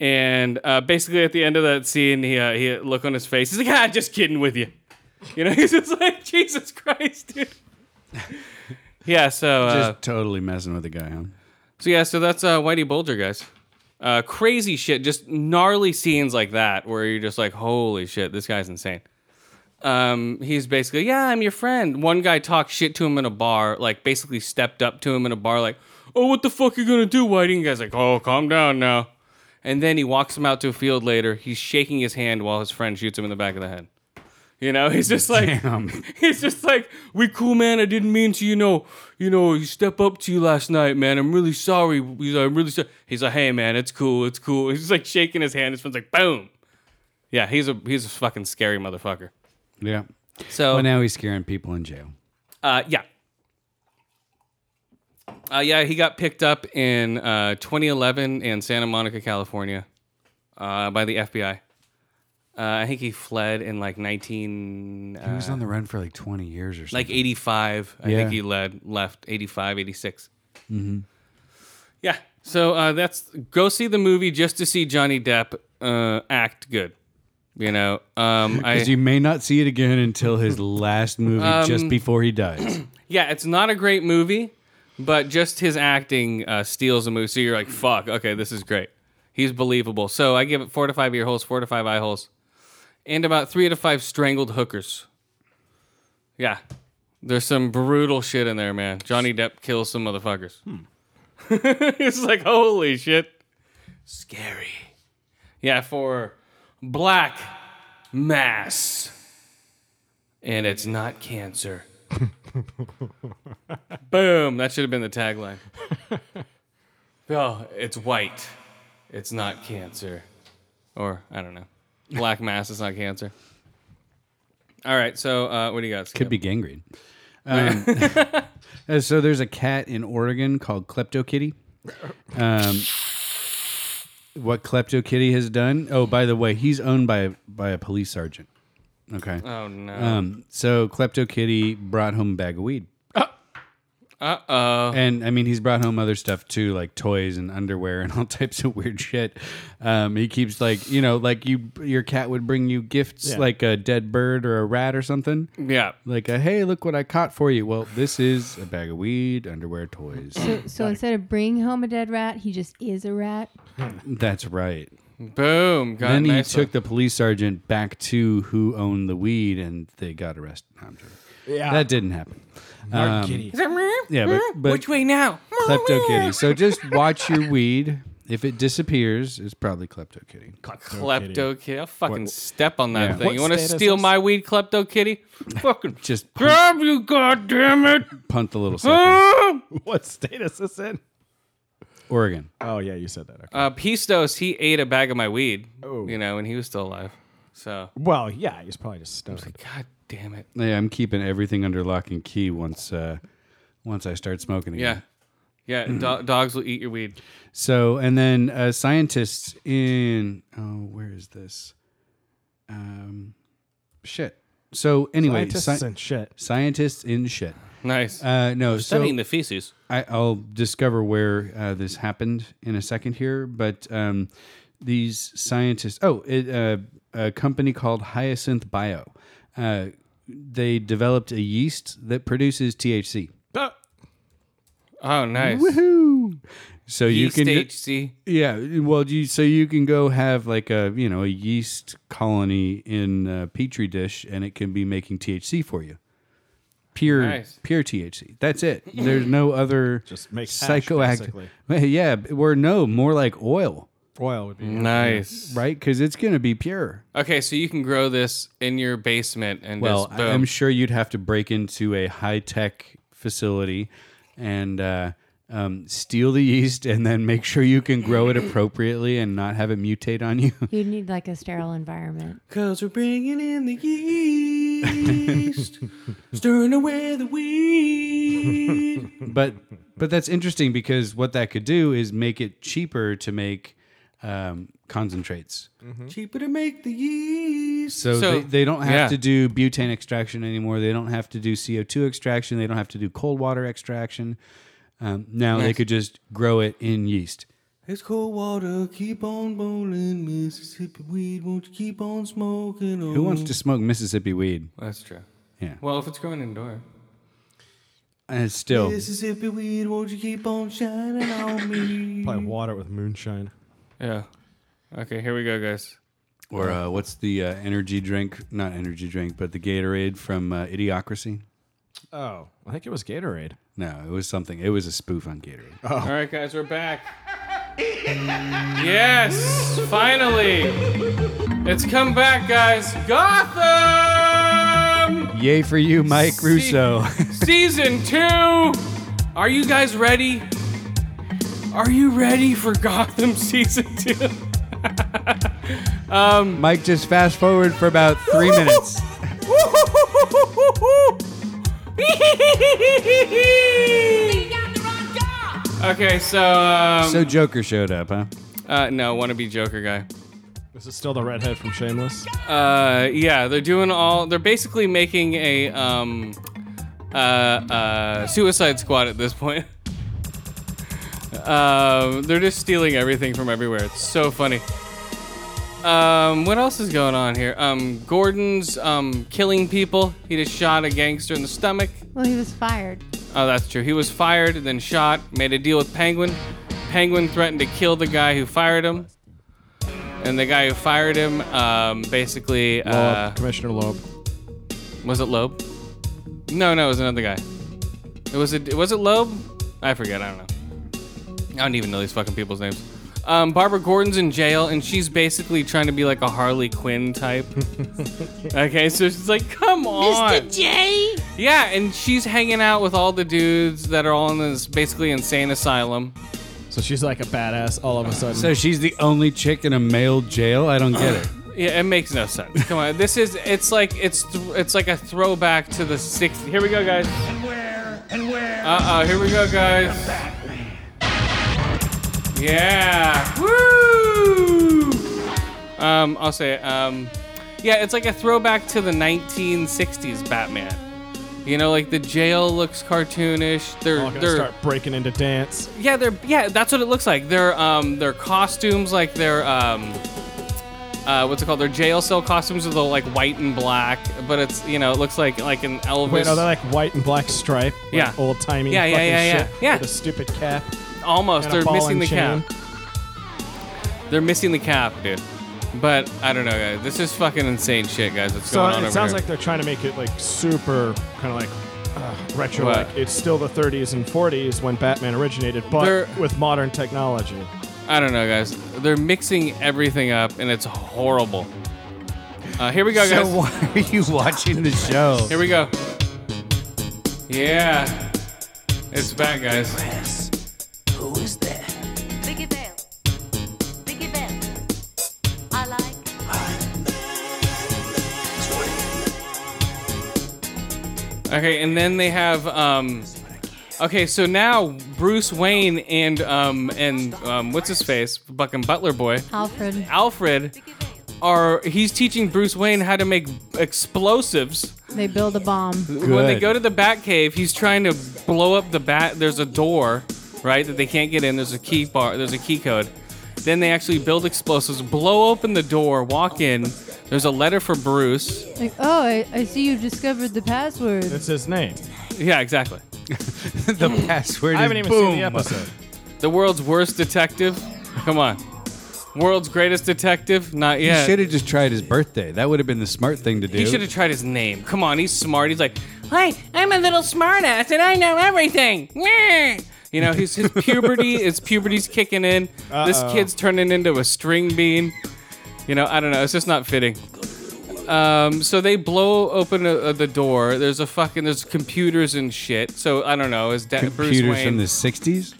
And uh, basically, at the end of that scene, he uh, he look on his face. He's like, "Ah, just kidding with you," you know. He's just like, "Jesus Christ, dude." yeah. So uh,
Just totally messing with the guy, huh?
so yeah, so that's uh, Whitey Bulger, guys. Uh, crazy shit, just gnarly scenes like that where you're just like, holy shit, this guy's insane. Um, he's basically, yeah, I'm your friend. One guy talked shit to him in a bar, like basically stepped up to him in a bar, like, oh, what the fuck you gonna do, Whitey? And the guy's like, oh, calm down now. And then he walks him out to a field later. He's shaking his hand while his friend shoots him in the back of the head. You know, he's just like,
Damn.
he's just like, we cool, man. I didn't mean to, you know, you know, you step up to you last night, man. I'm really sorry. He's like, I'm really sorry. He's like, hey, man, it's cool, it's cool. He's just like shaking his hand. His friend's like, boom. Yeah, he's a he's a fucking scary motherfucker.
Yeah.
So
Well, now he's scaring people in jail.
uh, yeah. Uh, yeah, he got picked up in uh, 2011 in Santa Monica, California, uh, by the FBI. Uh, I think he fled in like 19,
He
uh,
was on the run for like 20 years or something.
like 85. I
Yeah.
think he led left 85, 86. Mm-hmm. Yeah. So uh, that's go see the movie just to see Johnny Depp uh, act good. You know, um, I,
Because you may not see it again until his last movie,
Um,
just before he dies.
Yeah, it's not a great movie, but just his acting uh, steals the movie. So you're like, fuck, okay, this is great. He's believable. So I give it four to five ear holes, four to five eye holes, and about three to five strangled hookers. Yeah, there's some brutal shit in there, man. Johnny Depp kills some motherfuckers. it's like, holy shit. Scary. Yeah, for Black Mass. And it's not cancer. Boom. That should have been the tagline. oh, it's white. It's not cancer. Or, I don't know. Black mass is not cancer. All right. So, uh, what do you got?
Could be gangrene. Um, uh, so there's a cat in Oregon called Kleptokitty. Um, what Kleptokitty has done? Oh, by the way, he's owned by by a police sergeant. Okay.
Oh, no.
Um, so Kleptokitty brought home a bag of weed.
Uh oh.
And I mean, he's brought home other stuff too, like toys and underwear and all types of weird shit. Um, he keeps like, you know, like you, your cat would bring you gifts,
Yeah.
like a dead bird or a rat or something.
Yeah.
Like, a, hey, look what I caught for you. Well, this is a bag of weed, underwear, toys.
So, so instead of bringing home a dead rat, he just is a rat.
That's right.
Boom.
Uh,
Got
then he
nice
took the police sergeant back to who owned the weed, and they got arrested. No, I'm joking.
Yeah.
that didn't happen. Um,
kitty.
Yeah, but,
Hmm?
but
Which way now?
Klepto Kitty. So just watch your weed. If it disappears, it's probably Klepto Kitty.
Hmm? Klepto kitty. I'll fucking step on that
Yeah.
thing.
What
you want to
state is
steal
this?
my weed, Klepto kitty? fucking
Just punt,
grab you, goddamn it!
punt the little sucker.
what state is this in?
Oregon.
Oh yeah, you said that. Okay.
Uh, Pistos, he ate a bag of my weed,
Oh.
you know, and he was still alive. So,
well, yeah, he's probably just stoned.
god damn it.
Yeah, I'm keeping everything under lock and key once uh, once I start smoking again.
Yeah. Yeah,
Mm-hmm.
do- dogs will eat your weed.
So, and then uh, scientists in oh, where is this? Um, shit. So anyway,
Scientists
sci-
and shit.
scientists in shit.
Nice.
Uh, no, so
the feces.
I, I'll discover where uh, this happened in a second here, but um, these scientists. Oh, it, uh, a company called Hyacinth Bio. Uh, they developed a yeast that produces THC.
Ah,
Oh, nice.
So
You
you can
HC.
yeah, well, you so you can go have like a you know a yeast colony in a petri dish, and it can be making THC for you. Pure,
Nice.
pure THC. That's it. There's no other
Just make hash,
psychoactive.
basically.
yeah, or no, more like oil,
Oil would be.
Nice.
right? Because it's gonna be pure.
Okay, so you can grow this in your basement and
Well,
just
I-
boom.
I'm sure you'd have to break into a high tech facility and uh, um, steal the yeast, and then make sure you can grow it appropriately and not have it mutate on you.
You'd need like a sterile environment.
Cause we're bringing in the yeast, stirring away the weed.
but but that's interesting because what that could do is make it cheaper to make um, concentrates.
Cheaper to make the yeast.
So,
So-
they, they don't have
yeah.
to do butane extraction anymore. They don't have to do CO two extraction. They don't have to do cold water extraction. Um, now they
Nice.
could just grow it in yeast.
It's cold water, keep on rolling, Mississippi weed, won't you keep on smoking? Oh.
Who wants to smoke Mississippi weed?
That's true.
Yeah,
Well, if it's growing indoor.
and it's still
Mississippi weed, won't you keep on shining on
Mm.
me?
Probably water it with moonshine.
Yeah. Okay, here we go, guys.
or uh, what's the uh, energy drink? Not energy drink, but the Gatorade from uh, Idiocracy.
Oh, I think it was Gatorade.
No, it was something. It was a spoof on Gatorade.
All right, guys, we're back. yes, finally. It's come back, guys. Gotham!
Yay for you, Mike
Se-
Russo.
season two. Are you guys ready? Are you ready for Gotham season two?
Mike just fast forward for about three minutes.
Think I'm the wrong guy.
Okay, so um,
So Joker showed up, huh?
uh, no, wannabe Joker guy.
This is still the redhead from Shameless.
Uh, yeah, they're doing all. They're basically making a um, uh, uh, Suicide Squad at this point. um, they're just stealing everything from everywhere. It's so funny. Um, what else is going on here? Um, Gordon's um killing people. He just shot a gangster in the stomach.
Well, he was fired.
Oh, that's true. He was fired, then shot, made a deal with Penguin. Penguin threatened to kill the guy who fired him. And the guy who fired him um, basically. Uh,
Loeb, Commissioner Loeb.
was it Loeb? No, no, it was another guy. It was it was it Loeb? I forget. I don't know. I don't even know these fucking people's names. Um, Barbara Gordon's in jail, and she's basically trying to be like a Harley Quinn type. okay, so she's like, "Come on,
J.
yeah, and she's hanging out with all the dudes that are all in this basically insane asylum.
So she's like a badass all of a sudden.
So she's the only chick in a male jail. I don't get it.
Yeah, it makes no sense. Come on, this is it's like it's th- it's like a throwback to the 60s. Here we go, guys. And where? And where? Uh oh, here we go, guys. Yeah. Woo! Um, I'll say it. Um, yeah, it's like a throwback to the 1960s Batman. You know, like the jail looks cartoonish. They're
All gonna
they're
start breaking into dance.
Yeah, they're yeah, that's what it looks like. Their um their costumes, like their um uh what's it called? Their jail cell costumes are the like white and black, but it's you know, it looks like like an Elvis
Wait, no, they're like white and black stripe. like
Yeah.
Old timey.
Yeah, yeah,
fucking
yeah, yeah.
shit
Yeah.
With a stupid cap.
almost
And
they're
a ball
missing
and
the
chain.
cap. They're missing the cap, dude. But I don't know, guys. This is fucking insane shit, guys. What's
So
going on
it
over
sounds
here?
like they're trying to make it like super kind of like uh, retro.
What?
Like it's still the 30s and 40s when Batman originated, but
They're-
with modern technology.
I don't know, guys. They're mixing everything up and it's horrible. Uh, here we go, guys.
So why are you watching the show?
Here we go. Yeah. It's back, guys.
Who is that?
Biggie Bell. Biggie Bell. I like
Okay, and then they have um Okay, so now Bruce Wayne and um and um what's his face? Fucking Butler boy.
Alfred.
Alfred
Biggie Bell.
are he's teaching Bruce Wayne how to make explosives.
They build a bomb.
When they
Good.
go to the Batcave, he's trying to blow up the bat there's a door, right, that they can't get in. There's a key bar there's a key code. Then they actually build explosives, blow open the door, walk in. There's a letter for Bruce.
Like, oh, I, I see you discovered the password.
It's his name.
Yeah, exactly.
the password.
I haven't
is
even
boom.
seen the episode.
The world's worst detective? Come on. World's greatest detective? Not
He
yet.
should have just tried his birthday. That would have been the smart thing to do.
He should have tried his name. Come on, he's smart. He's like, hi, I'm a little smartass and I know everything. Meh." You know, his, his puberty, his puberty's kicking in. This kid's turning into a string bean. You know, I don't know. It's just not fitting. Um, so they blow open uh uh the door. There's a fucking there's computers and shit. So I don't know. Is that Bruce
computers
Wayne?
from the '60s,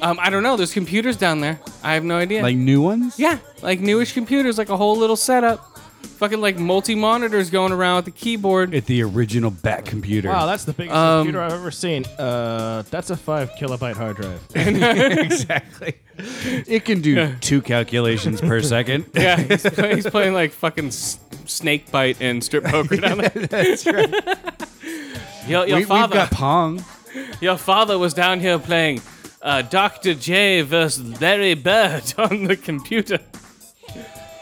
um, I don't know. There's computers down there. I have no idea.
like new ones.
Yeah, like newish computers, like a whole little setup. Fucking like multi monitors going around with the keyboard.
At the original Bat computer.
Wow, that's the biggest
Um,
computer I've ever seen. Uh, that's a five kilobyte hard drive.
exactly. It can do two calculations per second.
yeah, he's, play- he's playing like fucking s- snake bite and strip poker down there. That's right. Your, your
we, have
father,
got Pong.
your father was down here playing uh, Dr. J versus Larry Bird on the computer.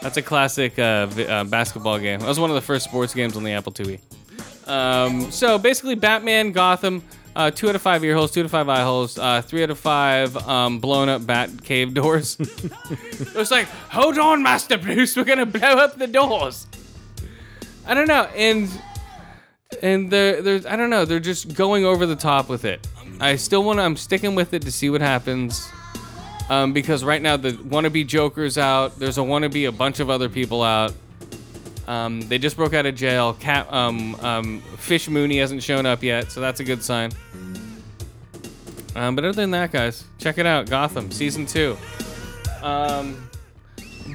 That's a classic uh, vi- uh, basketball game. That was one of the first sports games on the Apple IIe. Um, so basically, Batman, Gotham, uh, two out of five ear holes, two out of five eye holes, uh, three out of five um, blown up bat cave doors. it was like, hold on, Master Bruce, we're gonna blow up the doors. I don't know, and and they're, they're I don't know, they're just going over the top with it. I still want to, I'm sticking with it to see what happens. Um, because right now the wannabe Joker's out. There's a wannabe, a bunch of other people out. Um, they just broke out of jail. Cat, um, um, Fish Mooney hasn't shown up yet, so that's a good sign. Um, but other than that, guys, check it out. Gotham season two. Um,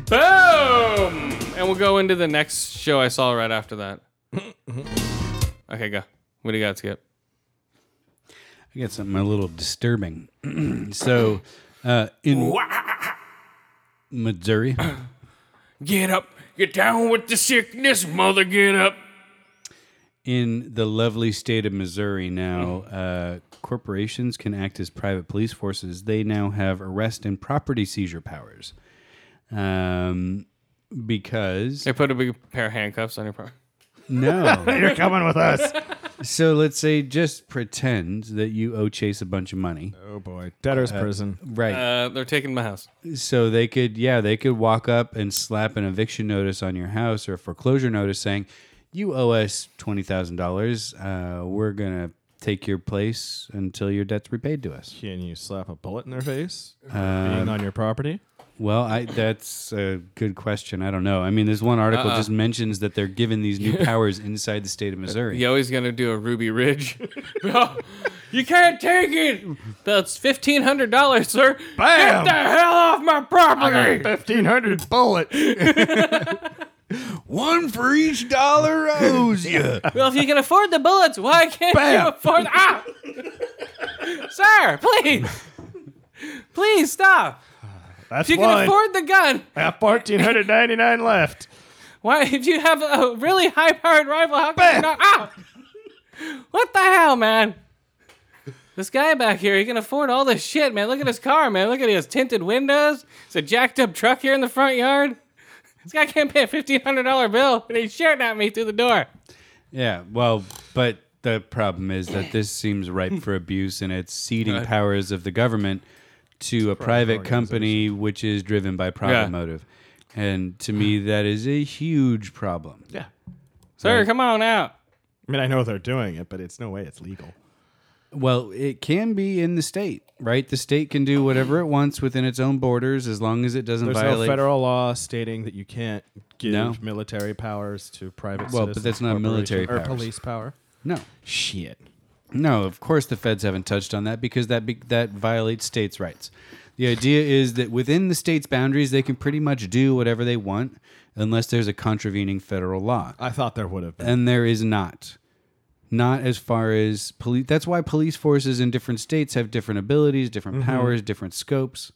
boom, and we'll go into the next show I saw right after that. okay, go. What do you got, Skip?
I got something a little disturbing. so, uh, in Missouri,
Get up. Get down with the sickness, mother. Get up.
in the lovely state of Missouri now, uh, corporations can act as private police forces. They now have arrest and property seizure powers. Um, because
They put a big pair of handcuffs on your part.
no.
You're coming with us.
so let's say just pretend that you owe Chase a bunch of money.
oh boy, debtor's prison.
Right.
Uh, they're taking my house.
so they could yeah they could walk up and slap an eviction notice on your house or a foreclosure notice saying you owe us $20000 uh, we're gonna take your place until your debt's repaid to us
Can you slap a bullet in their face?
Uh,
being on your property.
well I, that's a good question i don't know i mean this one article just mentions that they're given these new powers inside the state of missouri
You always gonna do a Ruby Ridge. no, you can't take it. That's fifteen hundred dollars, sir.
Bam!
Get the hell off my property.
Fifteen hundred bullet.
one for each dollar owes you
Well, if you can afford the bullets, why can't
Bam.
you afford? Ah, sir, please, please stop.
That's
If you can afford the gun,
have fourteen hundred ninety nine left.
why? If you have a really high-powered rifle, how can you
Bam.
not? Ah, what the hell, man? This guy back here, he can afford all this shit, man. Look at his car, man. Look at his tinted windows. It's a jacked-up truck here in the front yard. This guy can't pay a fifteen hundred dollar bill, and he's shouting at me through the door.
Yeah, well, but the problem is that this seems ripe for abuse, and it's ceding powers of the government to a private company which is driven by profit
Yeah.
motive. And to me, that is a huge problem.
Yeah.
Sir, come on out.
I mean, I know they're doing it, but it's no way it's legal.
Well, it can be in the state, right? The state can do whatever it wants within its own borders as long as it doesn't
There's
violate
no federal law stating that you can't give
No.
military powers to private.
Well, but
citizens,
that's not military
corporations, or
powers.
police power.
No.
Shit.
No, of course the feds haven't touched on that because that be- that violates states' rights. The idea is that within the state's boundaries, they can pretty much do whatever they want unless there's a contravening federal law,
I thought there would have been.
and there is not. Not as far as police. That's why police forces in different states have different abilities, different
Mm-hmm.
powers, different scopes,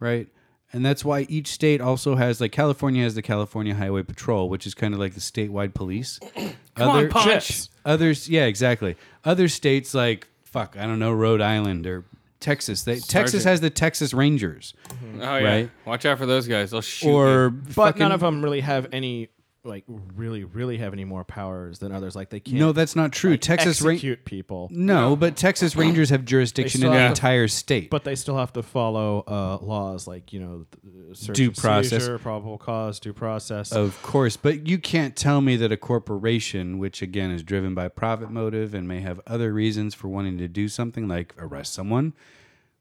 right? And that's why each state also has, like California has the California Highway Patrol, which is kind of like the statewide police.
Come on,
Other-
punch.
Chips.
Others, yeah, exactly. Other states like fuck, I don't know, Rhode Island or Texas. They, Texas has the Texas Rangers,
Oh yeah.
Right?
Watch out for those guys. They'll shoot.
or
But
fucking,
none of them really have any, like, really, really have any more powers than others. Like, they can't
No, that's not true. Texas Rangers.
execute people,
No, but Texas Rangers have jurisdiction
They
in
still
the
have to-
entire state.
but they still have to follow uh, laws like, you know, th- search
Due
and
process. Oh,
seizure, probable cause, due process.
of course, but you can't tell me that a corporation, which again is driven by profit motive and may have other reasons for wanting to do something like arrest someone,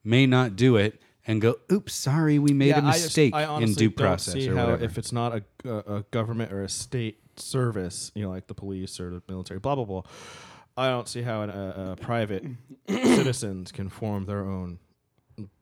may not do it and go, "Oops, sorry, we made a
I just-
mistake
I
in
honestly
due
don't
process
see
or
how
whatever."
If it's not a, a, a government or a state service, you know, like the police or the military, blah blah blah, I don't see how an, a, a private citizens can form their own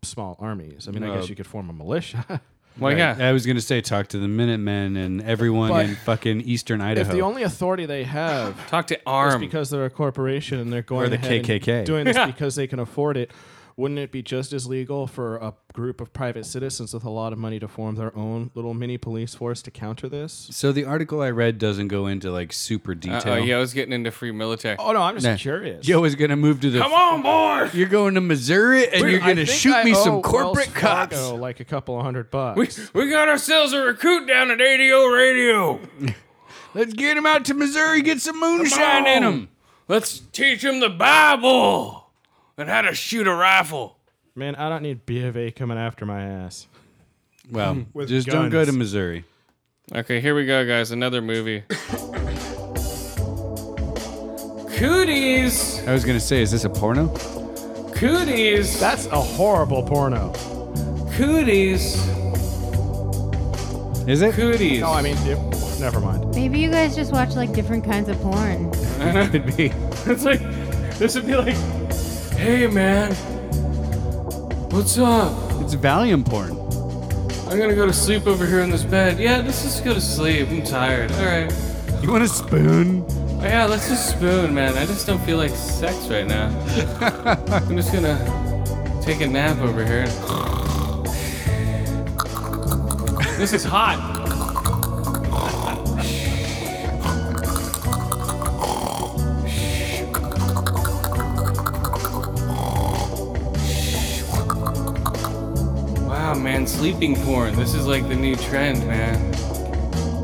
small armies. I mean, I guess you could form a militia.
Well, yeah.
I was gonna say talk to the Minutemen and everyone
But-
in fucking Eastern
if
Idaho.
the only authority they have
Talk to
is
arm.
because they're a corporation and they're going
the
ahead and
KKK.
doing this because they can afford it. Wouldn't it be just as legal for a group of private citizens with a lot of money to form their own little mini police force to counter this?
so the article I read doesn't go into like super
Uh-oh,
detail.
yeah, I was getting into free military.
Oh no, I'm just
Nah.
curious.
Joe is gonna move to the.
Come on, boy.
You're going to Missouri and you're
I
gonna
think
shoot
I
me
owe
some
Wells
corporate
Fargo,
cops.
like a couple of hundred bucks.
We, we got ourselves a recruit down at
oh
ADO Radio.
Let's get him out to Missouri, get some moonshine in him.
Let's teach him the Bible and how to shoot a rifle.
Man, I don't need B of A coming after my ass.
Well,
With
just don't go
guns.
to Missouri.
Okay, here we go, guys. Another movie. Cooties,
I was gonna say, is this a porno?
cooties,
That's a horrible porno.
cooties,
Is it?
cooties.
No, Oh, I mean, it, never mind.
Maybe you guys just watch like different kinds of porn.
Could be.
it's like this would be like,
Hey, man. What's up?
It's Valium porn.
I'm gonna go to sleep over here in this bed. Yeah, let's just go to sleep. I'm tired. All right.
You want a spoon?
Oh, yeah, let's just spoon, man. I just don't feel like sex right now. I'm just gonna take a nap over here. This is hot. Wow, man, sleeping porn. This is like the new trend, man.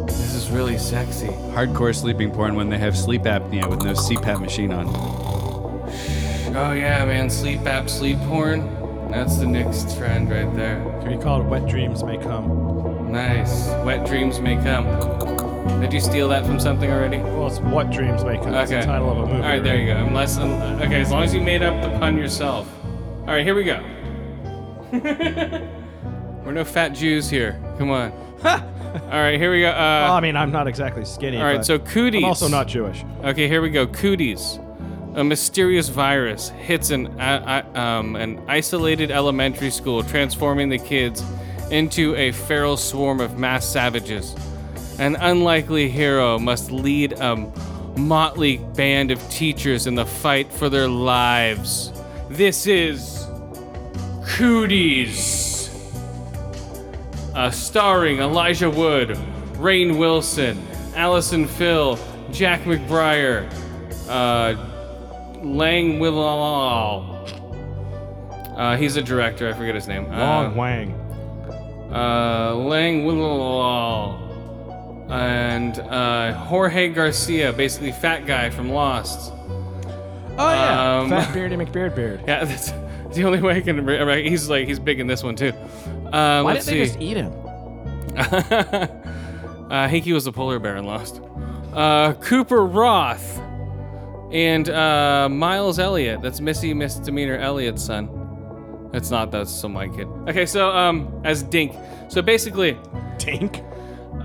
This is really sexy.
Hardcore sleeping porn when they have sleep apnea with no CPAP machine on.
Oh yeah, man, sleep app, sleep porn. That's the next trend right there.
Can we call it Wet Dreams May Come?
Nice. Wet dreams may come. Did you steal that from something already?
Well, it's What Dreams May Come. It's the
Okay.
title of a movie.
All right, there you go. Unless, um, okay, as long as you made up the pun yourself. All right, here we go. We're no fat Jews here. Come on. All right, here we go.
Well, I
Uh,
mean, I'm not exactly skinny.
all right,
but
so cooties.
I'm also not Jewish.
Okay, here we go. Cooties. A mysterious virus hits an, uh, uh, um, an isolated elementary school, transforming the kids into a feral swarm of mass savages. An unlikely hero must lead a motley band of teachers in the fight for their lives. This is Cooties. Uh, starring Elijah Wood, Rain Wilson, Allison Phil, Jack McBriar, uh, Lang Willal. Uh, he's a director. I forget his name.
Long
uh,
Wang.
uh, Lang Willal and uh, Jorge Garcia, basically fat guy from Lost.
Oh yeah,
um,
fat beardy McBeard beard.
Yeah, that's the only way I can. Re- re- he's like he's big in this one too. Uh,
Why
let's
didn't they
see.
just eat him?
uh, Hinky was a polar bear and lost. Uh, Cooper Roth and uh, Miles Elliott. That's Missy Misdemeanor Elliott's son. That's not. That's some white kid. Okay, so um, as Dink. So basically,
Tink.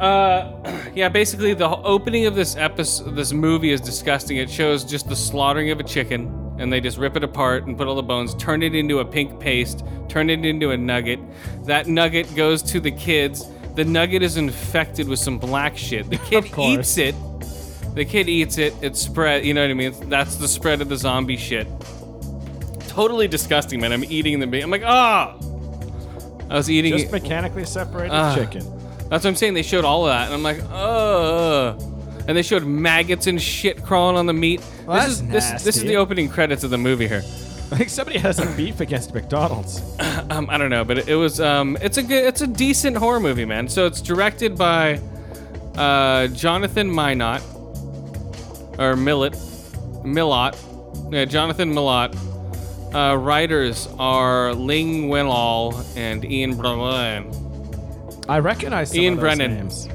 uh, yeah, basically the whole opening of this episode, this movie is disgusting. It shows just the slaughtering of a chicken, and they just rip it apart and put all the bones, turn it into a pink paste, turn it into a nugget. That nugget goes to the kids. The nugget is infected with some black shit. The kid
Of course.
eats it. The kid eats it. It spread. You know what I mean? It's- That's the spread of the zombie shit. Totally disgusting, man. I'm eating the meat. I'm like, ah. I was eating it.
Just mechanically separated
Ah.
chicken.
That's what I'm saying. They showed all of that, and I'm like, ugh. And they showed maggots and shit crawling on the meat.
Well,
this is
that's
this, this is
nasty.
the opening credits of the movie here.
Like somebody has a beef against McDonald's.
Um, I don't know, but it, it was um, it's a good, it's a decent horror movie, man. So it's directed by uh, Jonathan Minot or Millet, Millot, yeah, Jonathan Millot. Uh, writers are Ling Wenlal and Ian Brennan.
I recognize some
Ian
of those
Brennan.
names.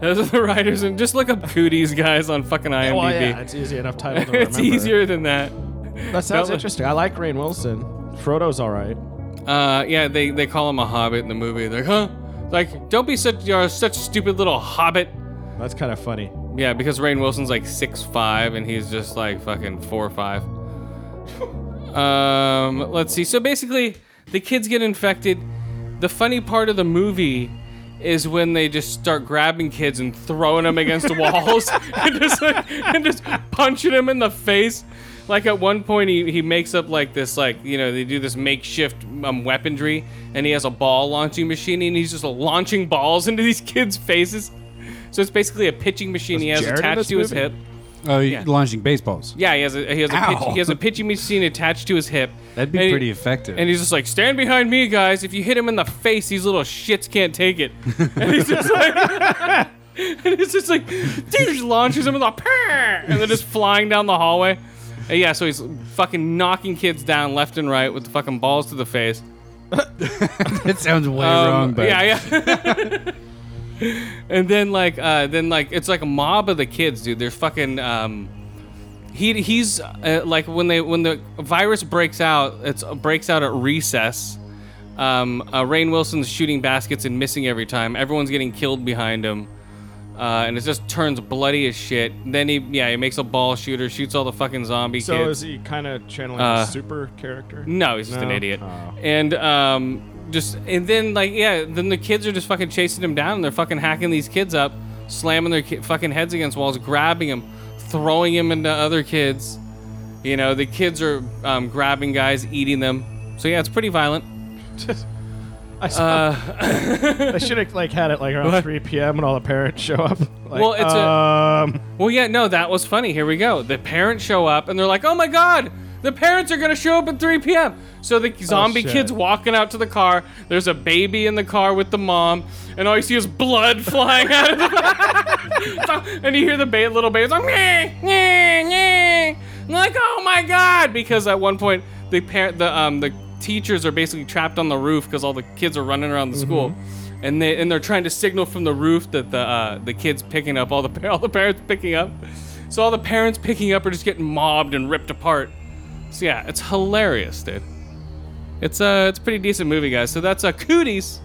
Those are the writers, and just look up cooties guys on fucking IMDb.
Well, Oh, yeah, it's easy enough title to remember.
it's easier than that.
That sounds
Don't-
interesting. I like Rain Wilson. Frodo's all right.
Uh, yeah, they, they call him a hobbit in the movie. They're like, huh? Like, don't be such you're such a stupid little hobbit.
That's kind of funny.
Yeah, because Rain Wilson's like six five, and he's just like fucking four or five. Um, let's see. So basically, the kids get infected. The funny part of the movie is when they just start grabbing kids and throwing them against the walls and just like, and just punching them in the face. Like at one point, he, he makes up like this like you know they do this makeshift um, weaponry, and he has a ball launching machine, and he's just launching balls into these kids' faces. So it's basically a pitching machine he has
Jared in
attached
this
to his
movie?
hip.
Oh, you're launching baseballs.
Yeah, he has a he has a,
Ow.
pitch, he has a pitching machine attached to his hip.
That'd be
And he-
pretty effective.
And he's just like, stand behind me, guys. If you hit him in the face, these little shits can't take it. And he's just like, and it's just like, dude, launches him in the, and they're just flying down the hallway. And yeah, so he's fucking knocking kids down left and right with the fucking balls to the face.
That sounds way
Um,
wrong, but
yeah, yeah. and then like, uh, then like, it's like a mob of the kids, dude. They're fucking. Um, he he's uh, like when they when the virus breaks out, it's breaks out at recess. Um, uh, Rain Wilson's shooting baskets and missing every time. Everyone's getting killed behind him. Uh, and it just turns bloody as shit. Then he, yeah, he makes a ball shooter, shoots all the fucking zombie
So
kids.
is he kind of channeling
Uh,
a super character?
No, he's just an
No?
idiot.
Oh.
And um, just and then like yeah, then the kids are just fucking chasing him down and they're fucking hacking these kids up, slamming their ki- fucking heads against walls, grabbing them, throwing them into other kids. You know, the kids are um, grabbing guys, eating them. So yeah, it's pretty violent.
I, saw- I should have like had it like around 3 p.m. when all the parents show up. Like,
Well, it's a-
um,
Well, yeah, no, that was funny. Here we go. The parents show up and they're like, "Oh my god, the parents are gonna show up at 3 p.m." So the zombie
Oh, shit.
kid's walking out to the car. There's a baby in the car with the mom, and all you see is blood flying out of the. and you hear the ba- little baby like, "Nyeh, nyeh, nyeh." And they're like, "Oh my god!" Because at one point the parent, the um, the teachers are basically trapped on the roof because all the kids are running around the school. And, they, and they're trying to signal from the roof that the uh, the kids picking up all the par- all the parents picking up, so all the parents picking up are just getting mobbed and ripped apart. So yeah, it's hilarious, dude. It's a it's a pretty decent movie, guys. So that's uh, Cooties.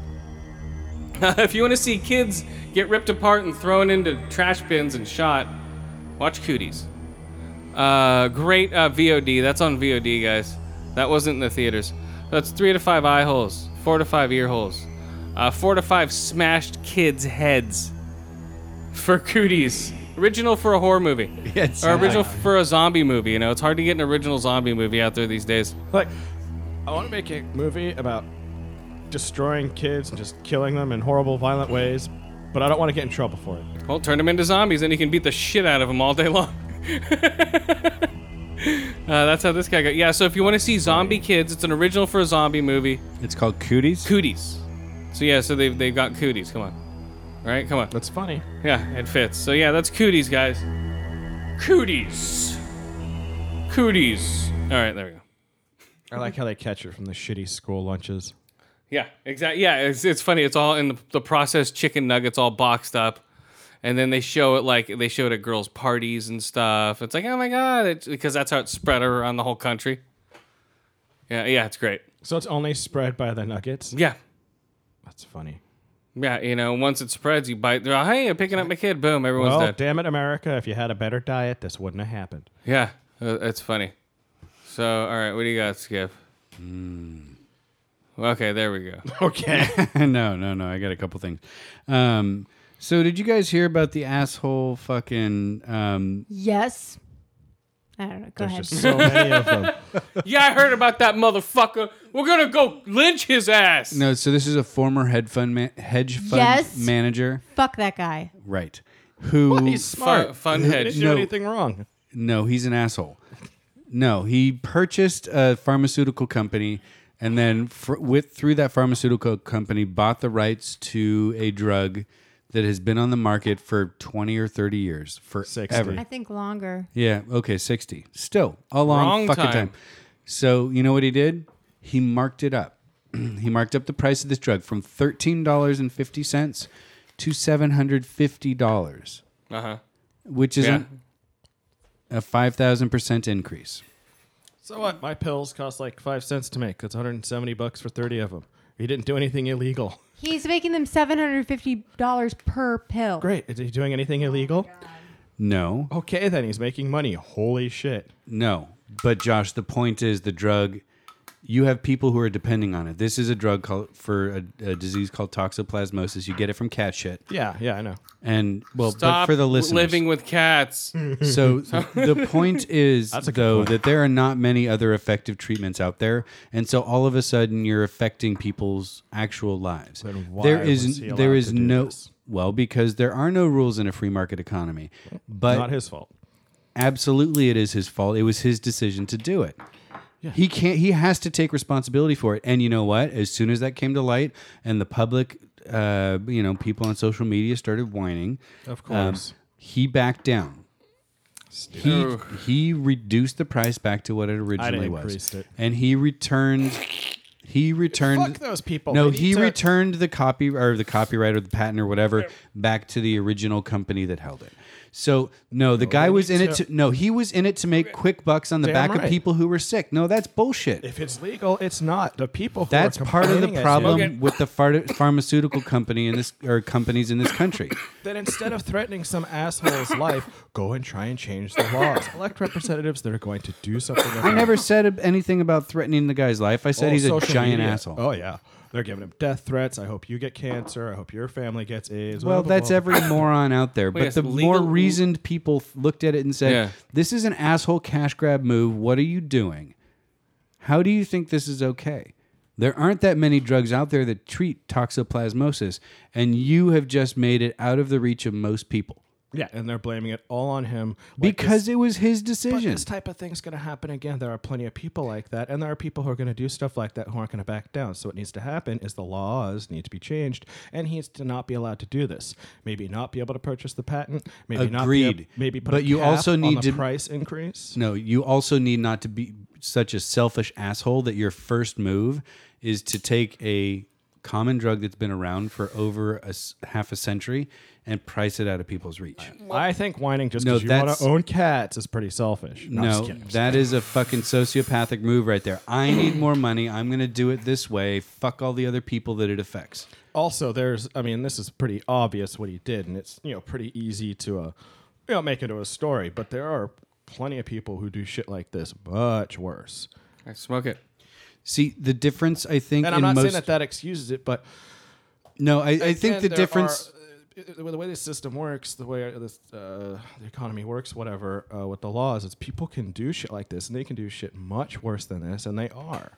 if you want to see kids get ripped apart and thrown into trash bins and shot, watch Cooties. Uh, great uh, VOD. That's on VOD, guys. That wasn't in the theaters. That's three to five eye holes, four to five ear holes, uh, four to five smashed kids' heads for Cooties. Original for a horror movie.
It's
Or original for a zombie movie, you know. It's hard to get an original zombie movie out there these days.
like I want to make a movie about destroying kids and just killing them in horrible, violent ways, but I don't want to get in trouble for it.
Well, turn them into zombies, and you can beat the shit out of them all day long. uh, that's how this guy got. Yeah, so if you want to see zombie kids, it's an original for a zombie movie.
It's called Cooties.
Cooties. So yeah, so they've, they've got cooties. Come on. All right, come on.
That's funny.
Yeah, it fits. So yeah, that's cooties, guys. Cooties. Cooties. All right, there we go.
I like how they catch it from the shitty school lunches.
Yeah, exactly. Yeah, it's, it's funny. It's all in the, the processed chicken nuggets, all boxed up, and then they show it like they show it at girls' parties and stuff. It's like, oh my god, it's, because that's how it spread around the whole country. Yeah, yeah, it's great.
So it's only spread by the nuggets.
Yeah,
That's funny.
yeah, you know, once it spreads, you bite. They're like, hey, I'm picking up my kid. Boom, everyone's
Well,
dead.
Oh, damn it, America! If you had a better diet, this wouldn't have happened.
Yeah, uh, it's funny. So, all right, what do you got, Skip? Okay, there we go.
Okay.
no, no, no. I got a couple things. Um, so did you guys hear about the asshole fucking um,
Yes. I don't know. Go ahead.
There's just so many of them.
yeah, I heard about that motherfucker. We're gonna go lynch his ass.
No, so this is a former hedge fund ma- hedge fund
Yes.
manager,
Fuck that guy.
right? Who
Fun, fun head.
Didn't do
No.
anything wrong.
No, he's an asshole. No, he purchased a pharmaceutical company and then fr- with through that pharmaceutical company bought the rights to a drug that has been on the market for 20 or 30 years forever.
I think longer.
Yeah, okay, 60. Still a long
Wrong
fucking
time.
time. So, you know what he did? He marked it up. he marked up the price of this drug from $13.50 to $750
Uh huh.
which is
Yeah.
an- a 5,000% increase.
So what? My pills cost like five cents to make. That's 170 bucks for 30 of them. He didn't do anything illegal.
He's making them seven hundred and fifty dollars per pill.
Great. Is he doing anything illegal?
No,
Okay, then he's making money. Holy shit.
no. But Josh, the point is the drug, you have people who are depending on it. This is a drug called, for a, a disease called toxoplasmosis. You get it from cat shit.
Yeah, yeah, I know.
And, well,
Stop
but for the listeners.
living with cats.
Hmm.
So the point is,
That's a good
though,
point.
that there are not many other effective treatments out there, and so all of a sudden you're affecting people's actual lives.
Then why
there
was he
is
allowed
there
to
is
do
no
this?
well because there are no rules in a free market economy, but
Not his fault.
absolutely it is his fault. It was his decision to do it. He can't. He has to take responsibility for it. And you know what? As soon as that came to light, and the public, uh, you know, people on social media started whining.
Of
um,
course.
he backed down. He, he reduced the price back to what it originally was,
increased it.
and he returned. He returned.
Fuck those people.
No,
They need
he
to-
returned the copy or the copyright or the patent or whatever back to the original company that held it. So no, the guy was in it. To, no, he was in it to make quick bucks on the
Damn
back of
right.
people who were sick. No, that's bullshit.
If it's legal, it's not. The people who
That's
are
part of
complaining
the
at
problem
him-
with the phar- pharmaceutical company in this or companies in this country.
Then instead of threatening some asshole's life, go and try and change the laws. Elect representatives that are going to do something.
I never said ab- anything about threatening the guy's life. I said he's a giant asshole.
Oh yeah, They're giving him death threats. I hope you get cancer. I hope your family gets AIDS.
Well,
blah, blah,
that's
blah.
every moron out there.
Wait,
but the
it's
more
legal-
reasoned people th- looked at it and said,
Yeah.
"This is an asshole cash grab move. What are you doing? How do you think this is okay?" There aren't that many drugs out there that treat toxoplasmosis, and you have just made it out of the reach of most people
Yeah, and they're blaming it all on him like
because
this-
it was his
but
decision.
this type of thing's going to happen again. There are plenty of people like that, and there are people who are going to do stuff like that who aren't going to back down. So what needs to happen is the laws need to be changed, and he needs to not be allowed to do this. Maybe not be able to purchase the patent. Maybe not. Be
Agreed.
ab- maybe put. a
But you
cap
also
on
need to-
the price increase.
No, you also need not to be such a selfish asshole that your first move is to take a common drug that's been around for over a s- half a century and price it out of people's reach.
I think whining just
No,
because you want
that's-
to own cats is pretty selfish. No, I'm just
No,
kidding.
that is a fucking sociopathic move right there. I need more money. I'm going to do it this way. Fuck all the other people that it affects.
also there's i mean this is pretty obvious what he did and it's you know pretty easy to uh you know make into a story but there are plenty of people who do shit like this much worse
I smoke it.
See, the difference I think in
and i'm not
most
saying that that excuses it but
No, I, I think
again,
the
there
difference
are, uh, uh, the way this system works, the way this, uh, the economy works, whatever, uh, with the laws, is people can do shit like this, and they can do shit much worse than this, and they are.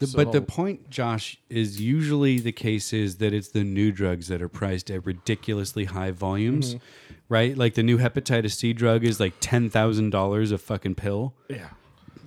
The, but the
So-
point, Josh, is usually the case is that it's the new drugs that are priced at ridiculously high volumes, right? Like the new hepatitis C drug is like ten thousand dollars a fucking pill
Yeah.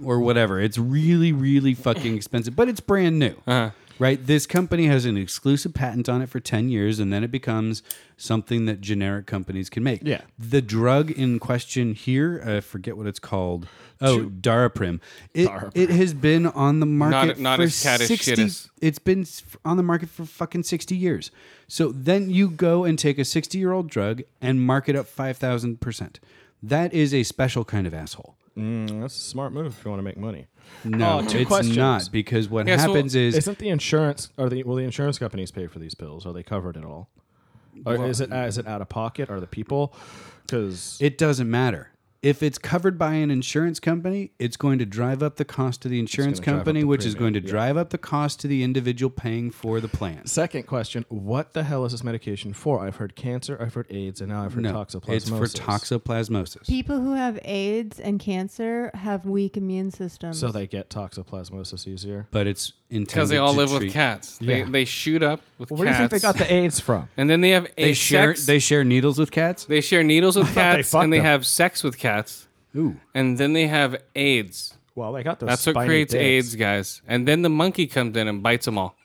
or whatever. It's really, really fucking expensive, but it's brand new,
Uh-huh.
right? This company has an exclusive patent on it for ten years, and then it becomes something that generic companies can make.
Yeah.
The drug in question here, I forget what it's called. Oh, Daraprim. It, it has been on the market
not
for
as cat as shit
60
as-
It's been s- on the market for fucking 60 years. So then you go and take a 60 year old drug and mark it up 5,000%. That is a special kind of asshole.
Mm, that's a smart move if you want to make money.
No,
Uh, two
it's
questions.
not because what
Yeah, so
happens is
Isn't the insurance or the will the insurance companies pay for these pills? Are they covered at all? Or is it is it out of pocket? Are the people? Because
it doesn't matter. If it's covered by an insurance company, it's going to drive up the cost to the insurance
gonna drive up
company,
the
which is going
premium,
to
yeah.
drive up the cost to the individual paying for the plan.
second question: What the hell is this medication for? I've heard cancer, I've heard AIDS, and now I've heard
No,
toxoplasmosis.
it's for toxoplasmosis.
People who have AIDS and cancer have weak immune systems.
So they get toxoplasmosis easier.
But it's intended
Because they all
to
live
treat-
with cats. They,
Yeah.
they shoot up with
Where do you
cats.
think they got the AIDS from?
and then they have
They
a
share
sex.
they share needles with cats.
They share needles with
thought they
cats
fucked
and they
them.
have sex with cats.
Ooh.
And then they have AIDS.
Well, they got those.
That's what
spiny
creates
dicks.
AIDS, guys. And then the monkey comes in and bites them all.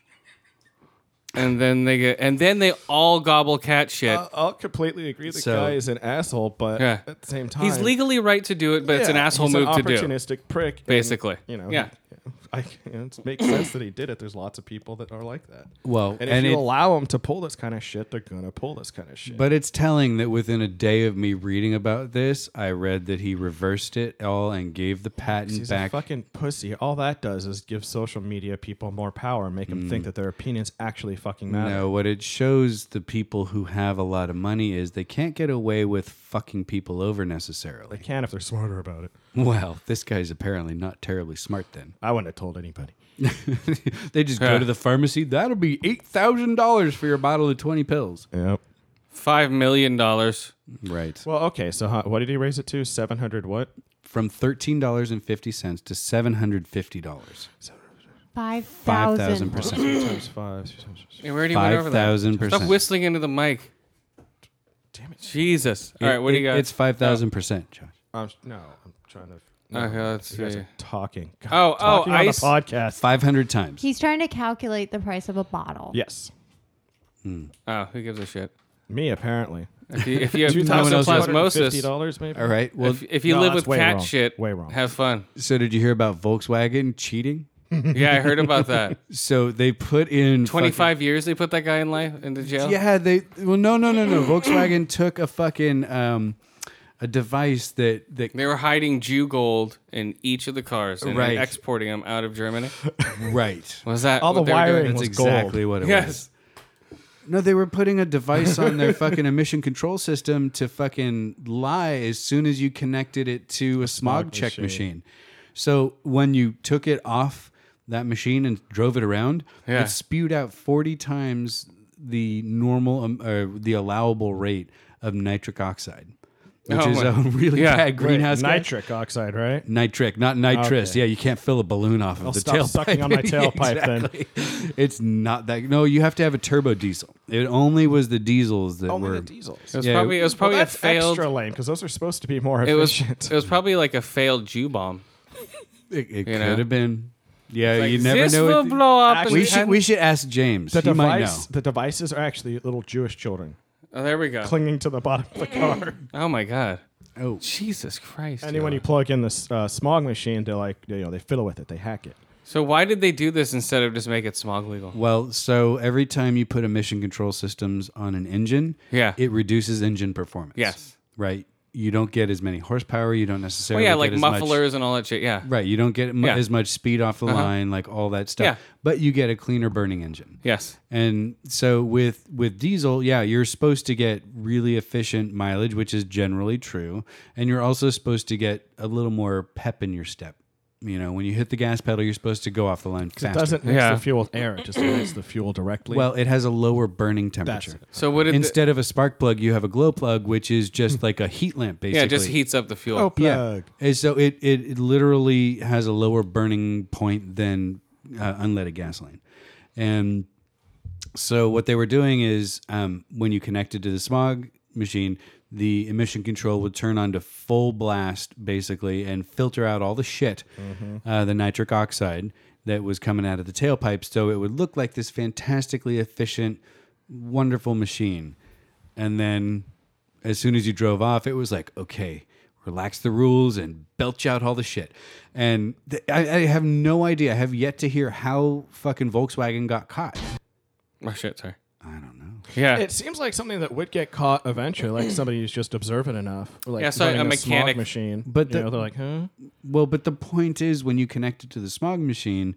And then they get and then they all gobble cat shit.
I- Uh, I'll completely agree. The
So-
guy is an asshole, but
Yeah.
at the same time,
He's legally right to do it, but it's an
Yeah,
asshole
he's
move
an
to do.
Opportunistic prick. and,
Basically.
you know.
Yeah.
he- I, you know, it makes sense that he did it. There's lots of people that are like that.
Well,
and if
and
you
it-
allow them to pull this kind of shit, they're gonna pull this kind of shit.
But it's telling that within a day of me reading about this, I read that he reversed it all and gave the patent
He's
back.
a fucking pussy. All that does is give social media people more power and make them think that their opinions actually fucking matter.
Mm. no, what it shows the people who have a lot of money is they can't get away with fucking people over
They
necessarily.
can if they're smarter about it.
Well, this guy's apparently not terribly smart then.
I wouldn't have told anybody.
they just go
Yeah.
to the pharmacy. That'll be $8,000 for your bottle of 20 pills.
Yep.
Five million dollars.
Right.
Well, okay. So how, what did he raise it to? Seven hundred what?
From $13.50 to $750.
Five
5,000%.
Two times five. two times-
Hey, we already went over that.
5,000%.
Stop whistling into the mic.
Damn it.
Jesus. All right, what do you got?
It's 5,000%, Josh.
I'm, no, I'm trying to. No,
Okay, let's
you guys
see.
are talking. God,
Oh, oh,
talking on the
ice.
podcast.
500 times.
He's trying to calculate the price of a bottle.
Yes,
Oh, who gives a shit?
me apparently.
If you, if you have
No one else would.
toxoplasmosis,
dollars maybe.
All right. Well,
if, if you
No,
live
that's
with
way
cat
wrong.
shit,
Way wrong.
have fun.
so did you hear about Volkswagen cheating?
Yeah, I heard about that.
So they put in fucking-
25 years they put that guy in life into jail?
Yeah, they. Well, no, no, no, no. Volkswagen took a fucking um, a device that that
They were hiding Jew gold in each of the cars and
Right.
exporting them out of Germany.
right.
Was that
All
what
the
they were doing?
wiring
That's
was
exactly
gold.
what it was.
Yes.
No, they were putting a device on their fucking emission control system to fucking lie as soon as you connected it to a smog, check machine. So when you took it off that machine and drove it around,
Yeah.
it spewed out 40 times the normal, um, uh, the allowable rate of nitric oxide, which
Oh
is
my-
a really
yeah,
bad greenhouse gas.
nitric oxide, right?
Nitric, not nitrous.
Okay.
Yeah, you can't fill a balloon off of
I'll
the
stop
tailpipe.
sucking on my tailpipe then.
then. It's not that. No, you have to have a turbo diesel. It only was the diesels that were.
diesels.
It was
Yeah,
probably it was probably
well,
a
that's
failed.
extra lame because those are supposed to be more
It was
efficient.
it was probably like a failed Jew bomb.
It, it
You
could
know?
have been. Yeah,
Like,
you never
this
know.
will
it-
blow up.
Actually,
and
we should
then-
we should ask James.
the
he might know.
device, the devices are actually little Jewish children
oh, there we go.
clinging to the bottom of the car.
Oh my god.
Oh,
Jesus Christ.
and then when
yo.
you plug in this uh, smog machine, they like you know they fiddle with it, they hack it.
so why did they do this instead of just make it smog legal?
well, so every time you put emission control systems on an engine,
Yeah.
it reduces engine performance.
Yes.
right. You don't get as many horsepower. You don't
Well,
necessarily.
yeah,
get
like
as much-
mufflers and all that shit. Yeah.
Right, you don't get mu-
Yeah. Uh-huh.
as much speed off the line, like all that stuff.
Yeah.
But you get a cleaner burning engine.
Yes.
And so with with diesel, yeah, you're supposed to get really efficient mileage, which is generally true, and you're also supposed to get a little more pep in your step. You know, when you hit the gas pedal, you're supposed to go off the line
It
faster.
doesn't mix
Yeah.
the fuel with air; it just mixes the fuel directly.
well, it has a lower burning temperature.
it.
So what did the-
Instead of a spark plug, you have a glow plug, which is just
Hmm.
like a heat lamp, basically.
yeah, it just heats up the fuel.
oh,
Yeah. And so it, it, it literally has a lower burning point than uh, unleaded gasoline. And so what they were doing is um, when you connected to the smog machine, the emission control would turn on to full blast basically and filter out all the shit, uh, the nitric oxide that was coming out of the tailpipe. So it would look like this fantastically efficient, wonderful machine. And then as soon as you drove off, it was like, okay, relax the rules and belch out all the shit. And th- I, I have no idea. I have yet to hear how fucking Volkswagen got caught.
Oh shit, sorry.
I don't know.
Yeah.
It seems like something that would get caught eventually, like somebody who's just observant enough. or, Like
Yeah, so a
running smog
mechanic-
machine.
But
But
the-
you know, they're like, huh?
Well, but the point is, when you connected to the smog machine,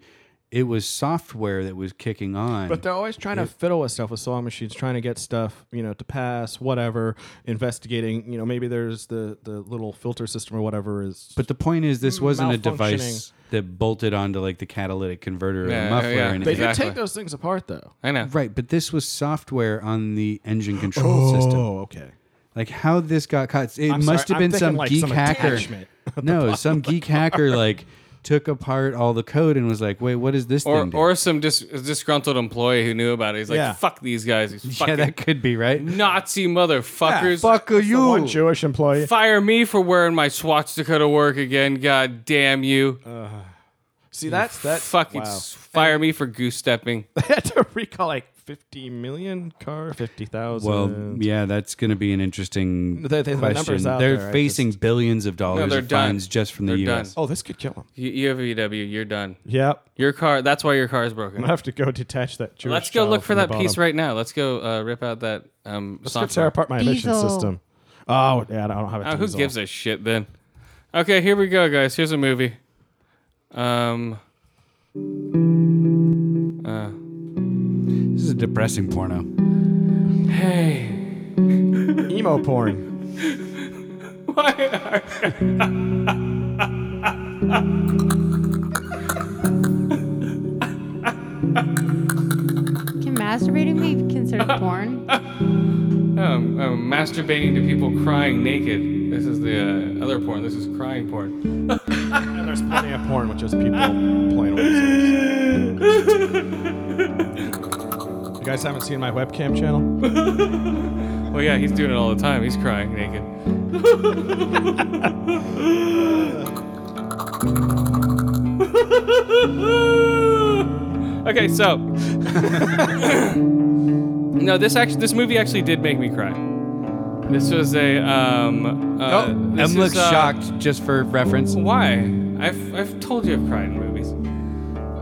it was software that was kicking on.
But they're always trying to fiddle with stuff with song machines, trying to get stuff, you know, to pass, whatever, investigating, you know, maybe there's the, the little filter system or whatever is
But the point is, this wasn't a
malfunctioning.
device that bolted onto like the catalytic converter or
Yeah,
the muffler.
yeah.
And
they
Exactly.
do take those things apart though.
I know.
right, but this was software on the engine control system.
Oh, okay.
Like how this got caught? It
I'm
must
sorry,
have
I'm
been some
thinking, like,
geek
some
hacker.
attachment
No, some geek hacker like took apart all the code and was like, "Wait, what is this
Or
thing?" do?"
or some dis- disgruntled employee who knew about it. He's like,
Yeah.
fuck these guys. These
yeah,
fucking
that could be right.
Nazi motherfuckers.
Fuck
The
you!
one Jewish employee.
Fire me for wearing my swastika to work again. God damn you.
See, that's Uh, that.
Fucking
wow.
s- fire me for goose stepping.
They had to recall like 50 million car, 50,000.
Well, yeah, that's going to be an interesting
They- they- the
question.
numbers out
they're
there, I
facing billions of dollars
they're
of
done.
fines just from the
They're done.
U.S.
Oh, this could kill him.
You, UVW, you're done.
Yep.
Your car. That's why your car is
I'm
broken.
gonna have to go detach that. Jewish
Let's go
child
look for
from the
that piece
bottom.
right now. Let's go uh, rip out that um,
Let's go tear
software.
apart my emission
Diesel.
system. Oh, yeah, I don't have a
Uh, who
diesel.
gives a shit then? Okay, here we go, guys. Here's a movie. Um,
This is a depressing porno.
hey,
emo porn?
Can masturbating be considered porn?
um, I'm masturbating to people crying naked. This is the uh, other porn. This is crying porn.
And there's plenty of porn with just people playing with themselves. You guys haven't seen my webcam channel?
Well, yeah, he's doing it all the time. He's crying naked. okay, so no, this actually, this movie actually did make me cry. This was a um. Uh,
oh,
this
Em looks
is, uh,
shocked just for reference.
Why? I've I've told you I've cried in movies.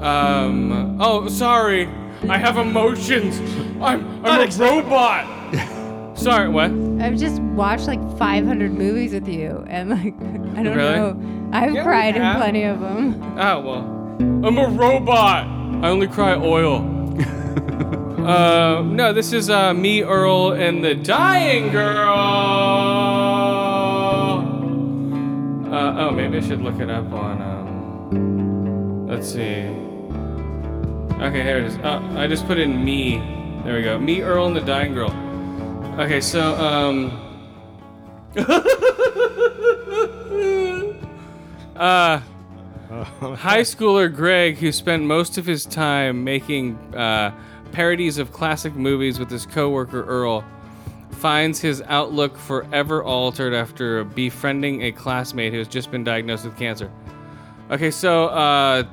Um. Oh, sorry. I have emotions. I'm I'm a robot. sorry. What?
I've just watched like 500 movies with you, and like I don't
Really?
know. I've
Yeah, we
cried in
have.
plenty of them.
Oh well. I'm a robot. I only cry oil. uh, no, this is uh, me, Earl, and the dying girl. Uh, oh, maybe I should look it up on. Um, let's see. Okay, here it is. Uh, I just put in me. There we go. Me, Earl, and the Dying Girl. Okay, so, um. uh, high schooler Greg, who spent most of his time making uh, parodies of classic movies with his coworker Earl, finds his outlook forever altered after befriending a classmate who has just been diagnosed with cancer. Okay, so uh,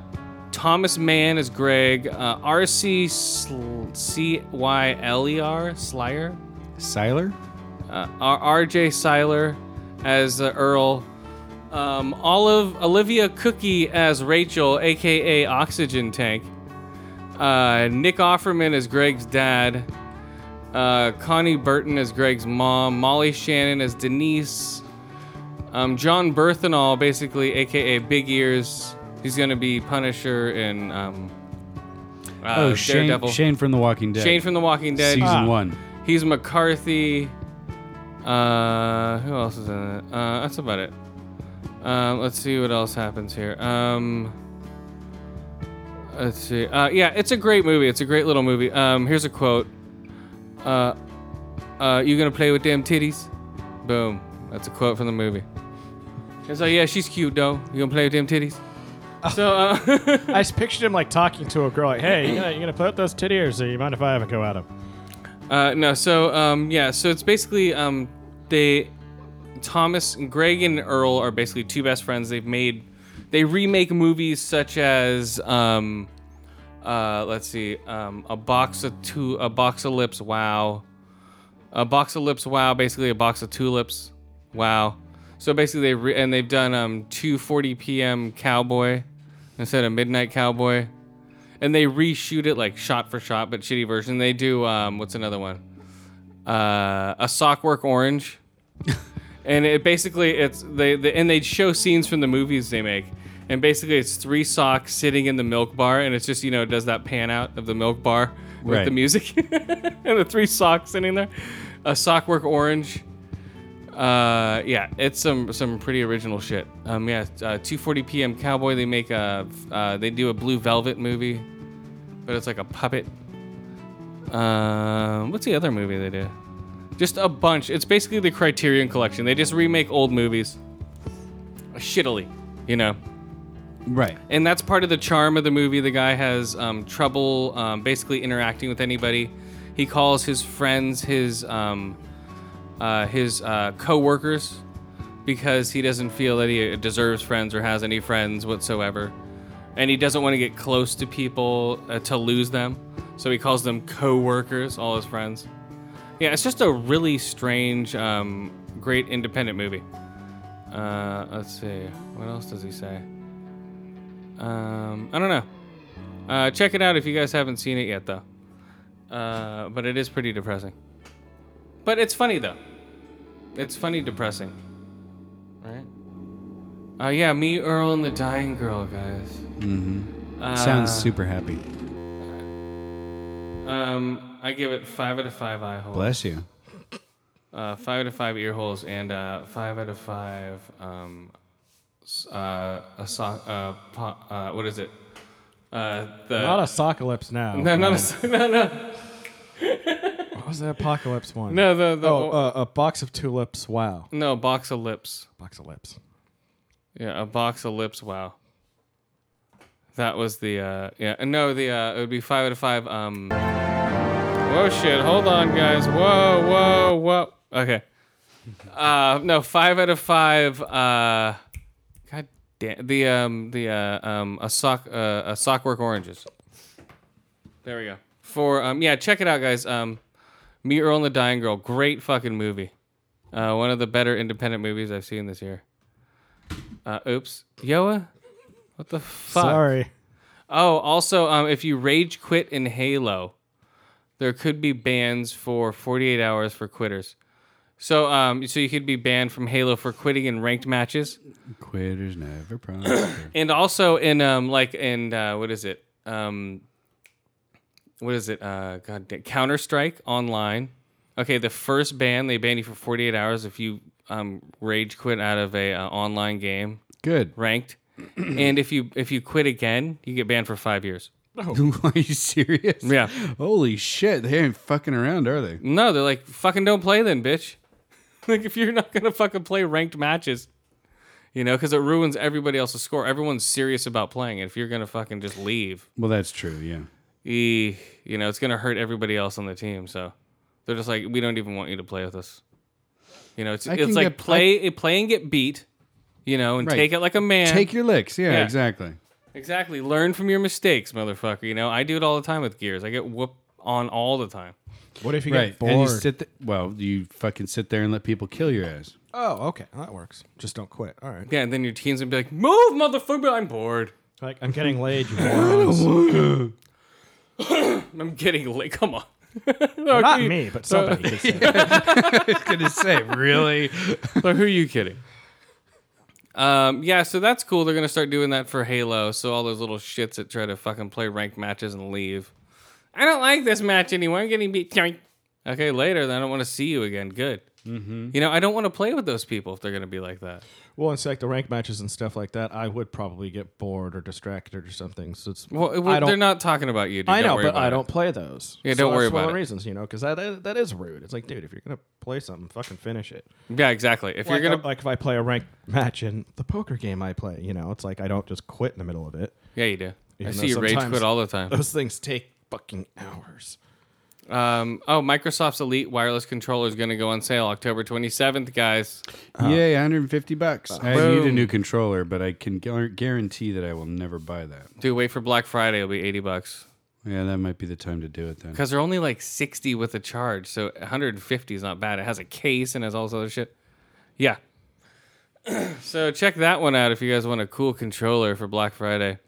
Thomas Mann is Greg. Uh, R C C Y L E R Slyer.
Siler?
Uh, R R J Siler as uh, Earl. Um, Olive Olivia Cookie as Rachel, aka Oxygen Tank. Uh, Nick Offerman is Greg's dad. Uh, Connie Burton as Greg's mom. Molly Shannon as Denise. Um, John Berthenol, basically, aka Big Ears, he's gonna be Punisher in um, uh,
oh, Shane,
Daredevil.
Shane from The Walking Dead.
Shane from The Walking Dead.
Season
Ah.
one.
He's McCarthy. Uh, who else is in it? Uh, that's about it. Um, let's see what else happens here. Um, let's see. Uh, yeah, it's a great movie. It's a great little movie. Um, here's a quote. Uh, uh, you gonna play with them titties? Boom. That's a quote from the movie. It's like, yeah, she's cute though. You gonna play with them titties? So, uh,
I just pictured him like talking to a girl, like, "Hey, you gonna, you gonna put up those titty, or so you mind if I have a go at him?"
Uh, no, so um, yeah, so it's basically um, they Thomas, Greg, and Earl are basically two best friends. They've made they remake movies such as um, uh, let's see, um, a box of two, a box of lips. Wow, a box of lips. Wow, basically a box of tulips. Wow. So basically, they re- and they've done um 2:40 p.m. Cowboy instead of Midnight Cowboy and they reshoot it like shot for shot, but shitty version. They do um, what's another one? Uh, a Sockwork Orange, and it basically it's they, they and they show scenes from the movies they make, and basically it's three socks sitting in the milk bar, and it's just you know does that pan out of the milk bar with
Right.
the music and the three socks sitting there, a Sockwork Orange. Uh, yeah, it's some some pretty original shit. Um, yeah, uh, 2:40 p.m. Cowboy. They make a uh, they do a Blue Velvet movie, but it's like a puppet. Um, what's the other movie they do? Just a bunch. It's basically the Criterion Collection. They just remake old movies, shittily, you know
Right.
and that's part of the charm of the movie. The guy has um, trouble um, basically interacting with anybody. He calls his friends his um, uh, his uh, coworkers because he doesn't feel that he deserves friends or has any friends whatsoever, and he doesn't want to get close to people uh, to lose them. So he calls them coworkers, all his friends. Yeah, it's just a really strange, um, great independent movie. Uh, let's see, what else does he say? Um, I don't know. Uh, check it out if you guys haven't seen it yet, though. Uh, but it is pretty depressing. But it's funny though. It's funny, depressing. Right? Uh, yeah, me, Earl, and the dying girl, guys. Mm-hmm. Uh,
Sounds super happy.
Um, I give it five out of five eye holes.
Bless you.
Uh, five out of five ear holes and uh, five out of five um, s- uh, a so- uh, po- uh, what is it? Uh, the
Not a sockalypse now.
no, not a so- no, no,
What was the apocalypse one?
no, the the
Oh, uh, a box of tulips. Wow.
No, box of lips.
Box of lips.
Yeah, a box of lips. Wow. That was the uh yeah. and No, the uh it would be five out of five. Um Whoa shit, hold on guys. Whoa, whoa, whoa. Okay. Uh no, five out of five uh God damn the um the uh um a sock uh, a sockwork oranges. There we go. For um yeah, check it out guys. Um Me Earl and the Dying Girl, great fucking movie. Uh one of the better independent movies I've seen this year. Uh, oops. Yoa? What the fuck?
Sorry.
Oh, also, um, if you rage quit in Halo, there could be bans for 48 hours for quitters. So, um, so you could be banned from Halo for quitting in ranked matches,
Quitters never prosper.
and also in um, like in uh, what is it? Um, what is it? Uh, God damn, Counter Strike Online. Okay, the first ban they ban you for 48 hours if you um, rage quit out of a uh, online game
Good.
ranked. and if you if you quit again, you get banned for five years.
Are you serious?
Yeah.
Holy shit, they ain't fucking around, are they?
No, they're like, fucking don't play then, bitch. like, if you're not going to fucking play ranked matches, you know, because it ruins everybody else's score. Everyone's serious about playing it. If you're going to fucking just leave,
Well, that's true. Yeah.
eh, you know, it's going to hurt everybody else on the team. So they're just like, we don't even want you to play with us. You know, it's,
I
it's
can
like
get-
play, play and get beat, you know, and
Right.
take it like a man.
Take your licks. Yeah,
Yeah.
exactly.
Exactly. Learn from your mistakes, motherfucker. You know, I do it all the time with gears. I get whooped on all the time.
What if you
Right.
get bored?
And you sit. Th- well, you fucking sit there and let people kill your ass.
oh, okay, that works. Just don't quit. All right.
Yeah, and then your team's gonna be like, move, motherfucker, I'm bored.
Like I'm getting laid. You morons.
I'm getting late. Come on.
Not me, but somebody. could say it.
Gonna say really?
But who are you kidding? Um, yeah, so that's cool. They're gonna start doing that for Halo. So all those little shits that try to fucking play ranked matches and leave. I don't like this match anymore. I'm getting beat. Yoink. Okay, later. Then I don't want to see you again. Good. Mm-hmm. You know, I don't want to play with those people if they're gonna be like that.
Well, in fact, the rank matches and stuff like that, I would probably get bored or distracted or something. So it's
Well, they're
I don't-
not talking about you. Dude.
I
Don't
know,
worry
but
about
I
it.
don't play those.
Yeah,
So
don't worry
that's one
about
of the
it.
reasons, you know, because that, that that is rude. It's like, dude, if you're gonna play something, fucking finish it.
Yeah, exactly. If
Like,
you're gonna,
like if I play a ranked match in the poker game I play, you know, it's like I don't just quit in the middle of it.
yeah, you do. I
Even
see
though
you rage
sometimes
quit all the time.
Those things take fucking hours.
Um, oh, Microsoft's Elite wireless controller is going to go on sale October 27th, guys.
Yay, 150 bucks. Uh, I need a
Boom.
new controller, but I can gu- guarantee that I will never buy that.
Do wait for Black Friday; it'll be 80 bucks.
Yeah, that might be the time to do it then.
Because they're only like 60 with a charge, so 150 is not bad. It has a case and has all this other shit. Yeah. so check that one out if you guys want a cool controller for Black Friday.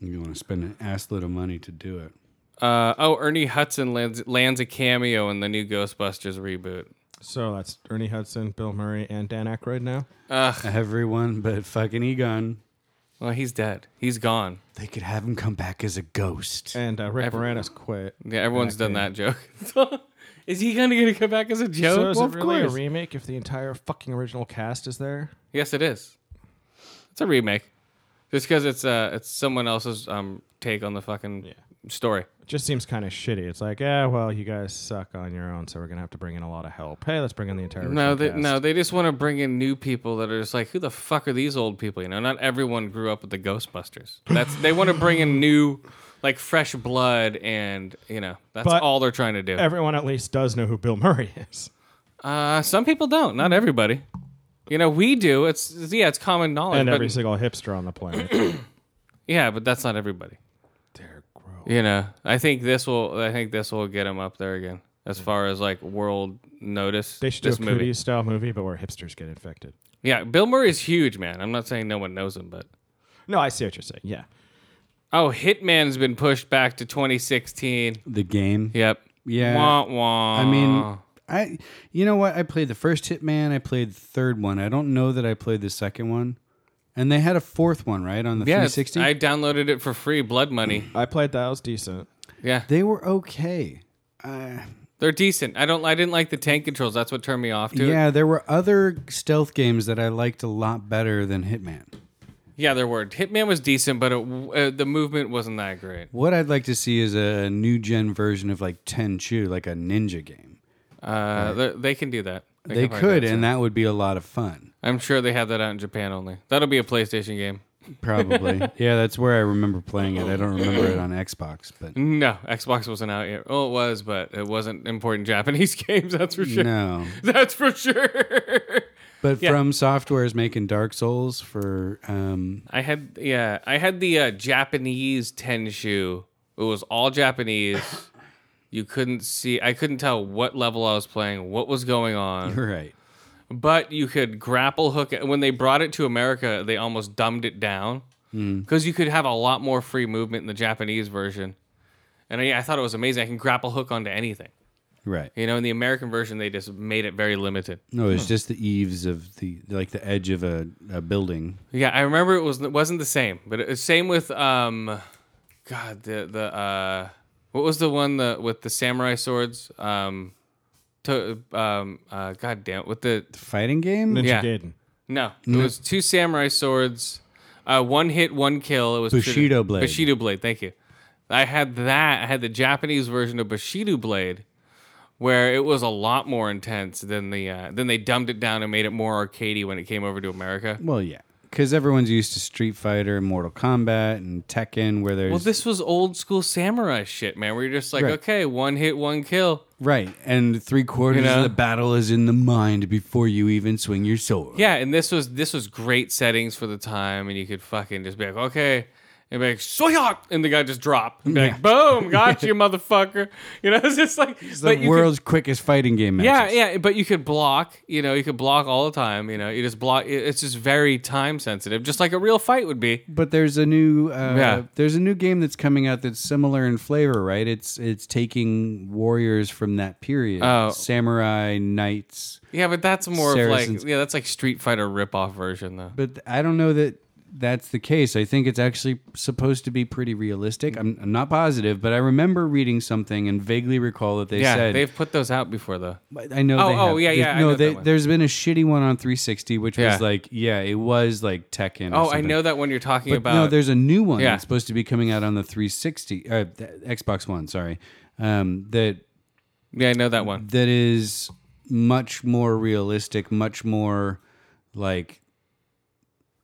You want to spend an ass load of money to do it.
Uh, oh, Ernie Hudson lands, lands a cameo in the new Ghostbusters reboot.
So that's Ernie Hudson, Bill Murray, and Dan Aykroyd now.
Everyone but fucking Egon.
Well, he's dead. He's gone.
They could have him come back as a ghost.
And uh, Rick Moranis quit.
Yeah, everyone's done that joke. is he kind of going to come back as a joke?
So is
well,
it
of
really
course.
a remake if the entire fucking original cast is there?
Yes, it is. It's a remake, just because it's uh it's someone else's um take on the fucking story.
It just seems kind of shitty. It's like, yeah, well, you guys suck on your own, so we're gonna have to bring in a lot of help. Hey, let's bring in the entire
No,
original
they,
cast.
no, they just want to bring in new people that are just like, who the fuck are these old people? You know, not everyone grew up with the Ghostbusters. That's they want to bring in new, like fresh blood, and you know that's
But-
all they're trying to do.
Everyone at least does know who Bill Murray is.
uh, some people don't, not everybody. You know, we do. It's yeah, it's common knowledge.
And
but,
every single hipster on the planet.
yeah, but that's not everybody.
They're gross.
You know, I think this will. I think this will get him up there again, as far as like world notice.
They should
this
do a
movie.
cooties style movie, but where hipsters get infected.
Yeah, Bill Murray's huge, man. I'm not saying no one knows him, but
No, I see what you're saying. Yeah.
oh, Hitman's been pushed back to 2016.
The game.
Yep.
Yeah.
Wah wah.
I mean, I you know what? I played the first Hitman. I played the third one. I don't know that I played the second one. And they had a fourth one, right, on the
yeah,
360.
I downloaded it for free. Blood Money.
I played that. It was decent.
Yeah,
they were okay. Uh,
they're decent. I don't. I didn't like the tank controls. That's what turned me off to it.
Yeah, there were other stealth games that I liked a lot better than Hitman.
Yeah, there were. Hitman was decent, but it, w- uh, the movement wasn't that great.
What I'd like to see is a new gen version of like Tenchu, like a ninja game.
Uh, they- They can do that.
They
can find
could,
that, so.
and that would be a lot of fun,
I'm sure they have that out in Japan only. That'll be a PlayStation game.
probably. yeah, that's where I remember playing it. I don't remember it on Xbox, but
No, Xbox wasn't out yet. Oh, it was, but it wasn't important Japanese games. That's for sure.
no.
That's for sure.
But From Software is making Dark Souls for um,
I had yeah, I had the uh, Japanese Tenshu. It was all Japanese. You couldn't see. I couldn't tell what level I was playing, what was going on.
right.
but you could grapple hook it. When they brought it to America, they almost dumbed it down because you could have a lot more free movement in the Japanese version. And I, I thought it was amazing. I can grapple hook onto anything.
Right.
You know, in the American version, they just made it very limited.
No, it's just the eaves of the like the edge of a, a building.
Yeah, I remember it was it wasn't the same, but it was same with um, God, the the uh, what was the one the with the samurai swords um, to um, uh, God damn, with the
Fighting game?
Ninja
Yeah.
Gaiden.
No, it was two samurai swords, uh, one hit, one kill. It was
Bushido
Trinity-
blade.
Bushido blade. Thank you. I had that. I had the Japanese version of Bushido Blade, where it was a lot more intense than the. Uh, then they dumbed it down and made it more arcadey when it came over to America.
Well, yeah, because everyone's used to Street Fighter, and Mortal Kombat, and Tekken, where there's
Well, this was old school samurai shit, man. Where you're just like,
Right.
okay, one hit, one kill.
right, and three quarters
You know?
of the battle is in the mind before you even swing your sword.
Yeah, and this was this was great settings for the time, and you could fucking just be like, okay, and be like, soyok, and the guy just dropped, and be like, boom, got you, motherfucker. You know, it's just like
It's the world's quickest fighting game.
yeah,
Matches.
yeah, but you could block. You know, you could block all the time. You know, you just block. it- It's just very time sensitive, just like a real fight would be.
But there's a new uh,
Yeah.
there's a new game that's coming out that's similar in flavor, right? It's it's taking warriors from that period,
Oh.
samurai knights.
Yeah, but that's more
Saracens.
of like yeah, that's like Street Fighter ripoff version though.
But I don't know that that's the case. I think it's actually supposed to be pretty realistic. I'm, I'm not positive, but I remember reading something and vaguely recall that they
yeah,
said
they've put those out before though.
But I know.
Oh,
they
oh,
have.
yeah,
There's-
yeah, I
No,
know
they,
that one.
there's been a shitty one on 360, which
Yeah.
was like, yeah, it was like Tekken. or
Oh, I
something.
know that one you're talking
But
about.
no, there's a new one
Yeah.
that's supposed to be coming out on the 360, uh, the Xbox One. Sorry, um, that
yeah, I know that one.
that is much more realistic, much more like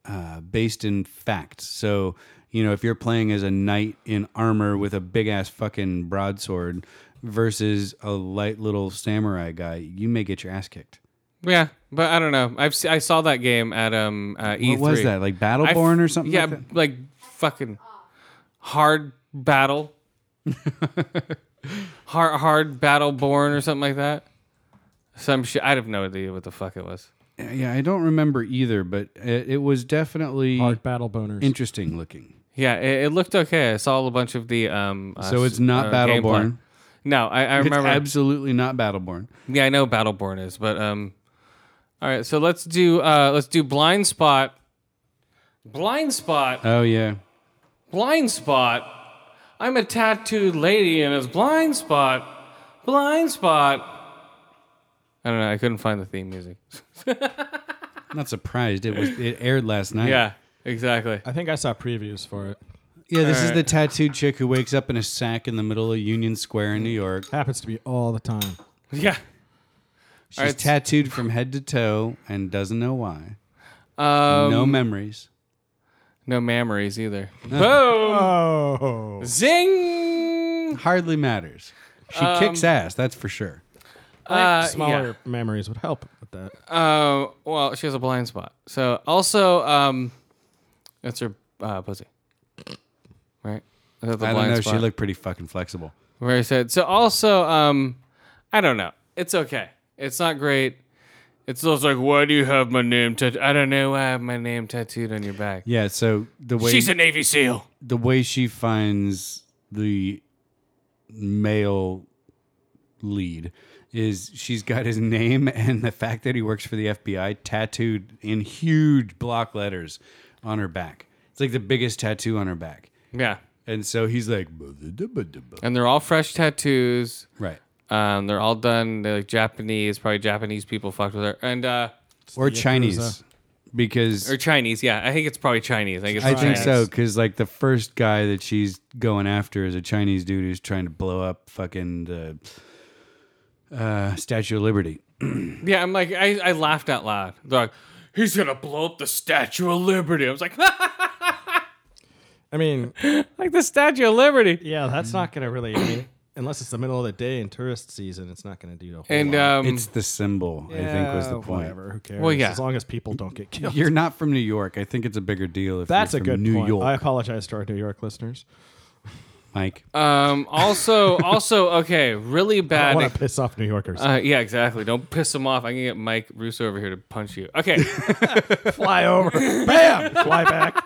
uh, based in fact. So you know, if you're playing as a knight in armor with a big ass fucking broadsword versus a light little samurai guy, you may get your ass kicked.
Yeah, but I don't know. I've se- I saw that game at um uh, E3.
What was that like
I f-
Battleborn or something?
Yeah,
like that?
like fucking hard battle, hard hard battleborn or something like that. Some shit. I have no idea what the fuck it was.
yeah. I don't remember either, but it, it was definitely
Hard battle boners.
interesting looking.
Yeah, it, it looked okay. I saw a bunch of the um. uh,
So it's not
uh,
Battleborn.
gameplay. No, I, I remember.
It's absolutely not Battleborn.
yeah, I know Battleborn is, but um. All right, so let's do uh let's do Blind Spot. Blind Spot.
Oh yeah.
Blind spot. I'm a tattooed lady and it's blind spot. Blind spot. I don't know. I couldn't find the theme music.
Not surprised. It was it aired last night.
Yeah, exactly.
I think I saw previews for it.
Yeah, this is the tattooed chick who wakes up in a sack in the middle of Union Square in New York.
Happens to be all the time.
Yeah.
She's
right, s-
tattooed from head to toe and doesn't know why.
Um,
no
no,
memories.
mammaries either. Boom.
Oh.
Zing.
Hardly matters. She kicks
um,
ass, that's for sure.
Uh, yeah.
Smaller memories would help with that.
Uh, well, she has a blind spot. So also, um, that's her uh, pussy. Right. Is that the
I don't
blind
know. She
spot?
looked pretty fucking flexible.
Very sad. So also, um, I don't know. It's okay. It's not great. It's just like, why do you have my name tattooed? I don't know why I have my name tattooed on your back.
Yeah, so the way
She's a Navy SEAL.
the way she finds the male lead is she's got his name and the fact that he works for the FBI tattooed in huge block letters on her back. It's like the biggest tattoo on her back.
Yeah.
And so he's like, "Ba-da-da-ba-da-ba."
And they're all fresh tattoos.
right.
Um, they're all done. They're like Japanese, probably Japanese people fucked with her. And, uh,
Or
the
Chinese.
Yakuza.
Because
or Chinese. Yeah. I think it's probably Chinese. I, think it's
I think
Chinese.
so. Because like the first guy that she's going after is a Chinese dude who's trying to blow up fucking the uh, Statue of Liberty.
Yeah. I'm like, I, I laughed out loud. They're like, he's going to blow up the Statue of Liberty. I was like,
I mean,
like the Statue of Liberty.
yeah, that's not going to really, I mean, unless it's the middle of the day in tourist season, it's not going to do a whole
And,
lot.
um,
It's the symbol, I think, was
Yeah,
the point.
Whatever, who cares?
Well, yeah.
As long as people don't get killed.
You're not from New York. I think it's a bigger deal if
That's
you're
a
from
good
New
point.
York,
I apologize to our New York listeners.
Mike.
Uh,
Um, also, also, okay, really
I
bad.
want to piss off New Yorkers.
uh, yeah, exactly. Don't piss him off. I can get Mike Russo over here to punch you. Okay.
fly over, bam, fly back.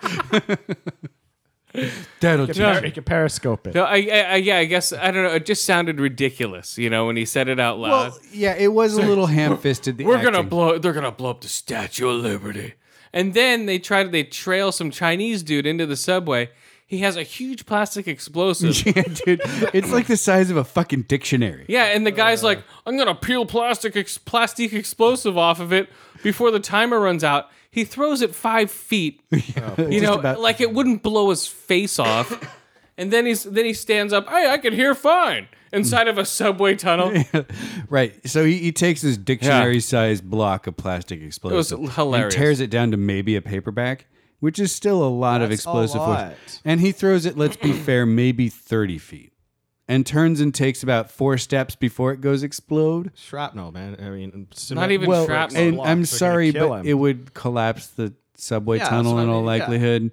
That'll
You
teach
can,
you.
par- you can periscope it.
No, I, I, I, yeah, I guess I don't know. It just sounded ridiculous, you know, when he said it out loud.
uh,
Well, yeah, it was a little ham-fisted. The
We're gonna
acting.
blow. They're gonna blow up the Statue of Liberty. And then they try to they trail some Chinese dude into the subway. He has a huge plastic explosive.
yeah, dude. It's like the size of a fucking dictionary.
Yeah, and the guy's like, "I'm gonna peel plastic ex- plastic explosive off of it before the timer runs out." He throws it five feet, you know,
about.
like it wouldn't blow his face off. And then he's then he stands up. Hey, I can hear fine inside of a subway tunnel. It
Right. So he, he takes this dictionary sized block of plastic explosive.
hilarious.
And tears it down to maybe a paperback, which is still a lot of
That's a
explosive
lot.
force. And he throws it, let's be fair, maybe 30 feet and turns and takes about four steps before it goes explode.
Shrapnel, man. I mean,
Not even
well,
shrapnel.
and
Blocks are
I'm
gonna
sorry,
kill
but
him.
it would collapse the subway
Yeah, that's
tunnel
what
in
I
all
mean, yeah.
likelihood.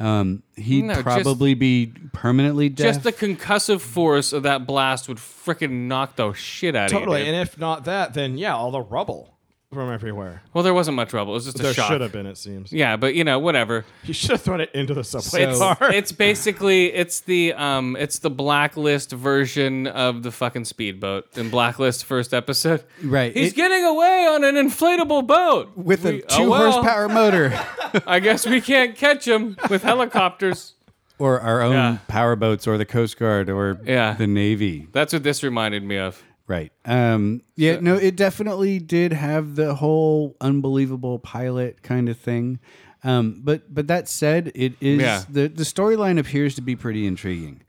Um, he'd
No, just-
probably be permanently deaf.
Just the concussive force of that blast would freaking knock the shit out of
totally.
you. dude.
And if not that, then yeah, all the rubble from everywhere.
well, there wasn't much rubble. It was just a
There
shock.
should have been, it seems.
Yeah, but you know, whatever.
You should have thrown it into the subway
It's,
car.
it's basically it's the um it's the blacklist version of the fucking speedboat in Blacklist first episode.
Right.
He's
It-
getting away on an inflatable boat
with a
We-
two
oh, well,
horsepower motor
I guess we can't catch him with helicopters.
or our own
Yeah.
power boats or the Coast Guard or
Yeah.
the Navy.
That's what this reminded me of.
Right. Um, yeah, no, it definitely did have the whole unbelievable pilot kind of thing. Um, but but that said, it is
Yeah.
the the storyline appears to be pretty intriguing.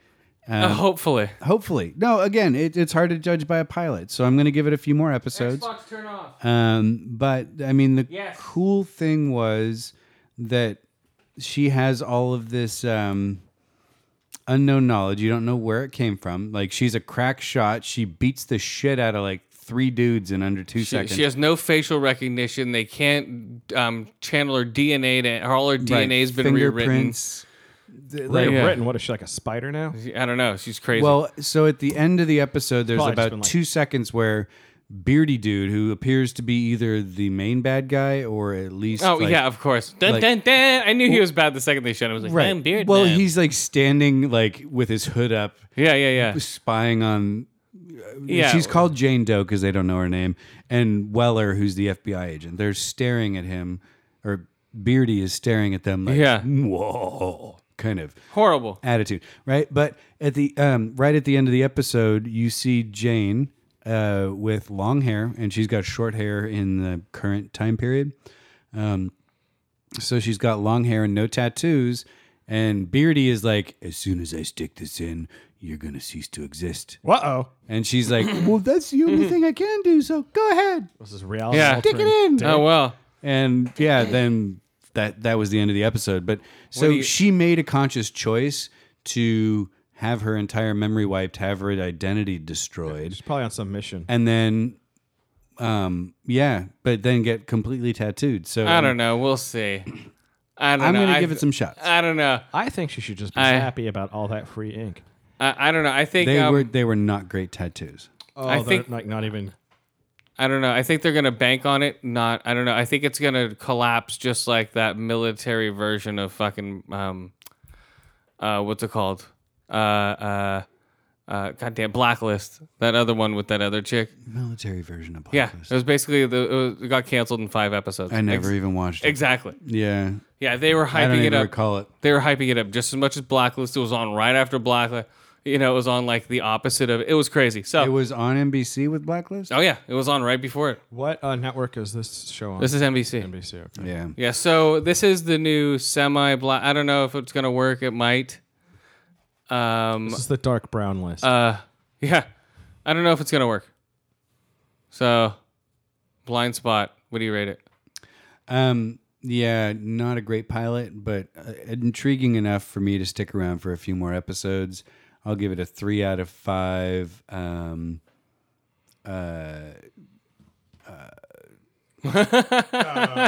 Uh, hopefully.
Hopefully, no. Again, it, it's hard to judge by a pilot, so I'm going to give it a few more episodes.
turn off.
Um, but I mean, the
Yes.
cool thing was that she has all of this um, unknown knowledge. You don't know where it came from. Like she's a crack shot. She beats the shit out of like three dudes in under two
She,
seconds.
she has no facial recognition. They can't um, channel her DNA. To, all her
Right,
DNA's been rewritten.
fingerprints.
Like,
Yeah.
written, what is she, like a spider now?
I don't know. She's crazy.
Well, so at the end of the episode, there's
probably just
about
been, like-
two seconds where Beardy Dude, who appears to be either the main bad guy or at least
oh
like,
yeah, of course. Dun,
like-
dun, dun. I knew he was bad the second they showed him. I was like, damn beard.
well,
man."
he's like standing like with his hood up,
yeah, yeah, yeah.
spying on.
yeah.
She's called Jane Doe because they don't know her name, and Weller, who's the FBI agent, they're staring at him, or Beardy is staring at them like,
Yeah.
whoa, kind of
horrible.
attitude, right? But at the um, right at the end of the episode, you see Jane uh, with long hair, and she's got short hair in the current time period. Um, so she's got long hair and no tattoos. And Beardy is like, as soon as I stick this in, you're gonna cease to exist.
Uh oh.
And she's like, well, that's the only thing I can do. So go ahead,
This is reality.
Yeah.
stick it in.
Oh well.
And yeah, then that that was the end of the episode. But so
do you-
she made a conscious choice to have her entire memory wiped, have her identity destroyed,
She's probably on some mission.
and then um yeah, but then get completely tattooed. So
I don't know. We'll see. I don't
Um, I'm
know.
gonna
I-
give it some shots.
I don't know.
I think she should just be
I-
happy about all that free ink.
I, I don't know. I think
they
um,
were they were not great tattoos.
Oh,
I
they're,
think-
like not even.
I don't know. I think they're gonna bank on it. Not. I don't know. I think it's gonna collapse just like that military version of fucking um, uh, what's it called? Uh, uh, uh, goddamn blacklist. That other one with that other chick.
Military version of
Yeah,
Blacklist.
it was basically the it, was, it got canceled in five episodes.
I never
Ex-
even watched it.
exactly.
Yeah.
Yeah, they were hyping
I don't
it
even
up.
recall it.
They were hyping it up just as much as Blacklist. It was on right after Blacklist. You know, it was on like the opposite of. It was crazy. So.
It was on NBC with Blacklist?
Oh yeah, it was on right before it.
What uh, network is this show on?
This is NBC.
NBC. Okay.
Yeah.
Yeah, so this is the new semi black. I don't know if it's gonna work. It might. Um.
This is the dark brown list.
Uh. Yeah. I don't know if it's gonna work. So, blind spot. What do you rate it?
Um, yeah, not a great pilot, but uh, intriguing enough for me to stick around for a few more episodes. I'll give it a three out of five. Um, uh, uh,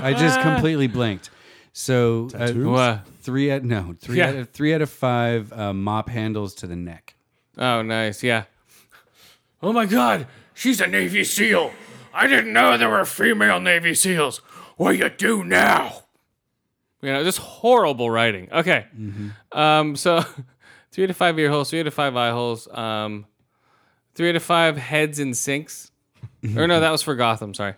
I just completely blanked. So uh,
Wha-
three out no three
Yeah.
out of three out of five uh, mop handles to the neck.
Oh, nice. Yeah.
Oh my god, she's a Navy SEAL. I didn't know there were female Navy SEALs. What you do now?
You know, just horrible writing. Okay.
Mm-hmm.
Um. So, three to five ear holes. Three to five eye holes. Um. Three to five heads in sinks.
Mm-hmm.
or no, that was for Gotham. Sorry.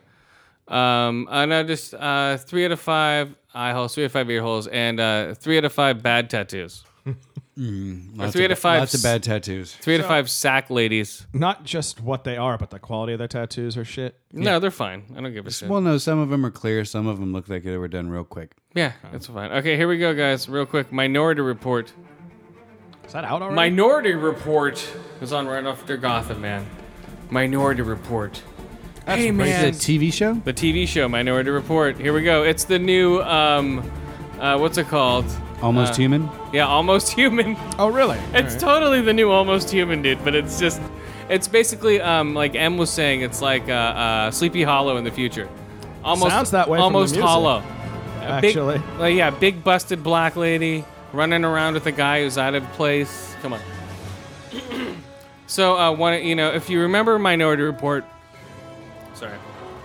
Um, uh, no, just uh, three out of five eye holes, three out of five ear holes, and uh, three out of five bad tattoos.
Hmm,
Lots
three out
of
of
ba-
five
Lots of
s-
bad tattoos.
Three out of five sack ladies.
Not just what they are, but the quality of their tattoos or shit.
No, they're fine. I don't give a shit.
Well, no, some of them are clear. Some of them look like they were done real quick.
yeah, that's fine. Okay, here we go, guys. Real quick, Minority Report.
Is that out already?
Minority Report was on right after Gotham, man. Minority Report. hey, man.
Is it a TV show?
the TV show Minority Report. Here we go. It's the new, um, uh, what's it called?
Almost
Uh,
Human?
Yeah, Almost Human.
oh, really?
It's totally the new Almost Human, dude. But it's just, it's basically um, like Em was saying. It's like uh, uh, Sleepy Hollow in the future. Almost
Sounds that way from the
Almost
music,
Hollow. A big-
actually.
like, yeah, big busted black lady running around with a guy who's out of place. Come on. so, uh, one, you know, if you remember Minority Report. Sorry.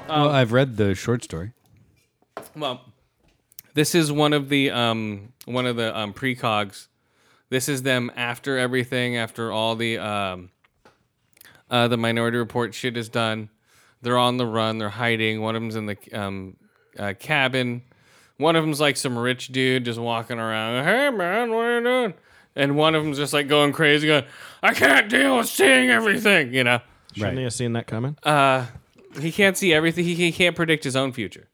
um,
well, I've read the short story.
Well, this is one of the um, one of the um, precogs. This is them after everything, after all the um, uh, the Minority Report shit is done. They're on the run. They're hiding. One of them's in the um, uh, cabin. One of them's like some rich dude just walking around. Hey man, what are you doing? And one of them's just like going crazy, going, "I can't deal with seeing everything," you know.
Shouldn't you have seen that coming?
Uh, He can't see everything. He, he can't predict his own future.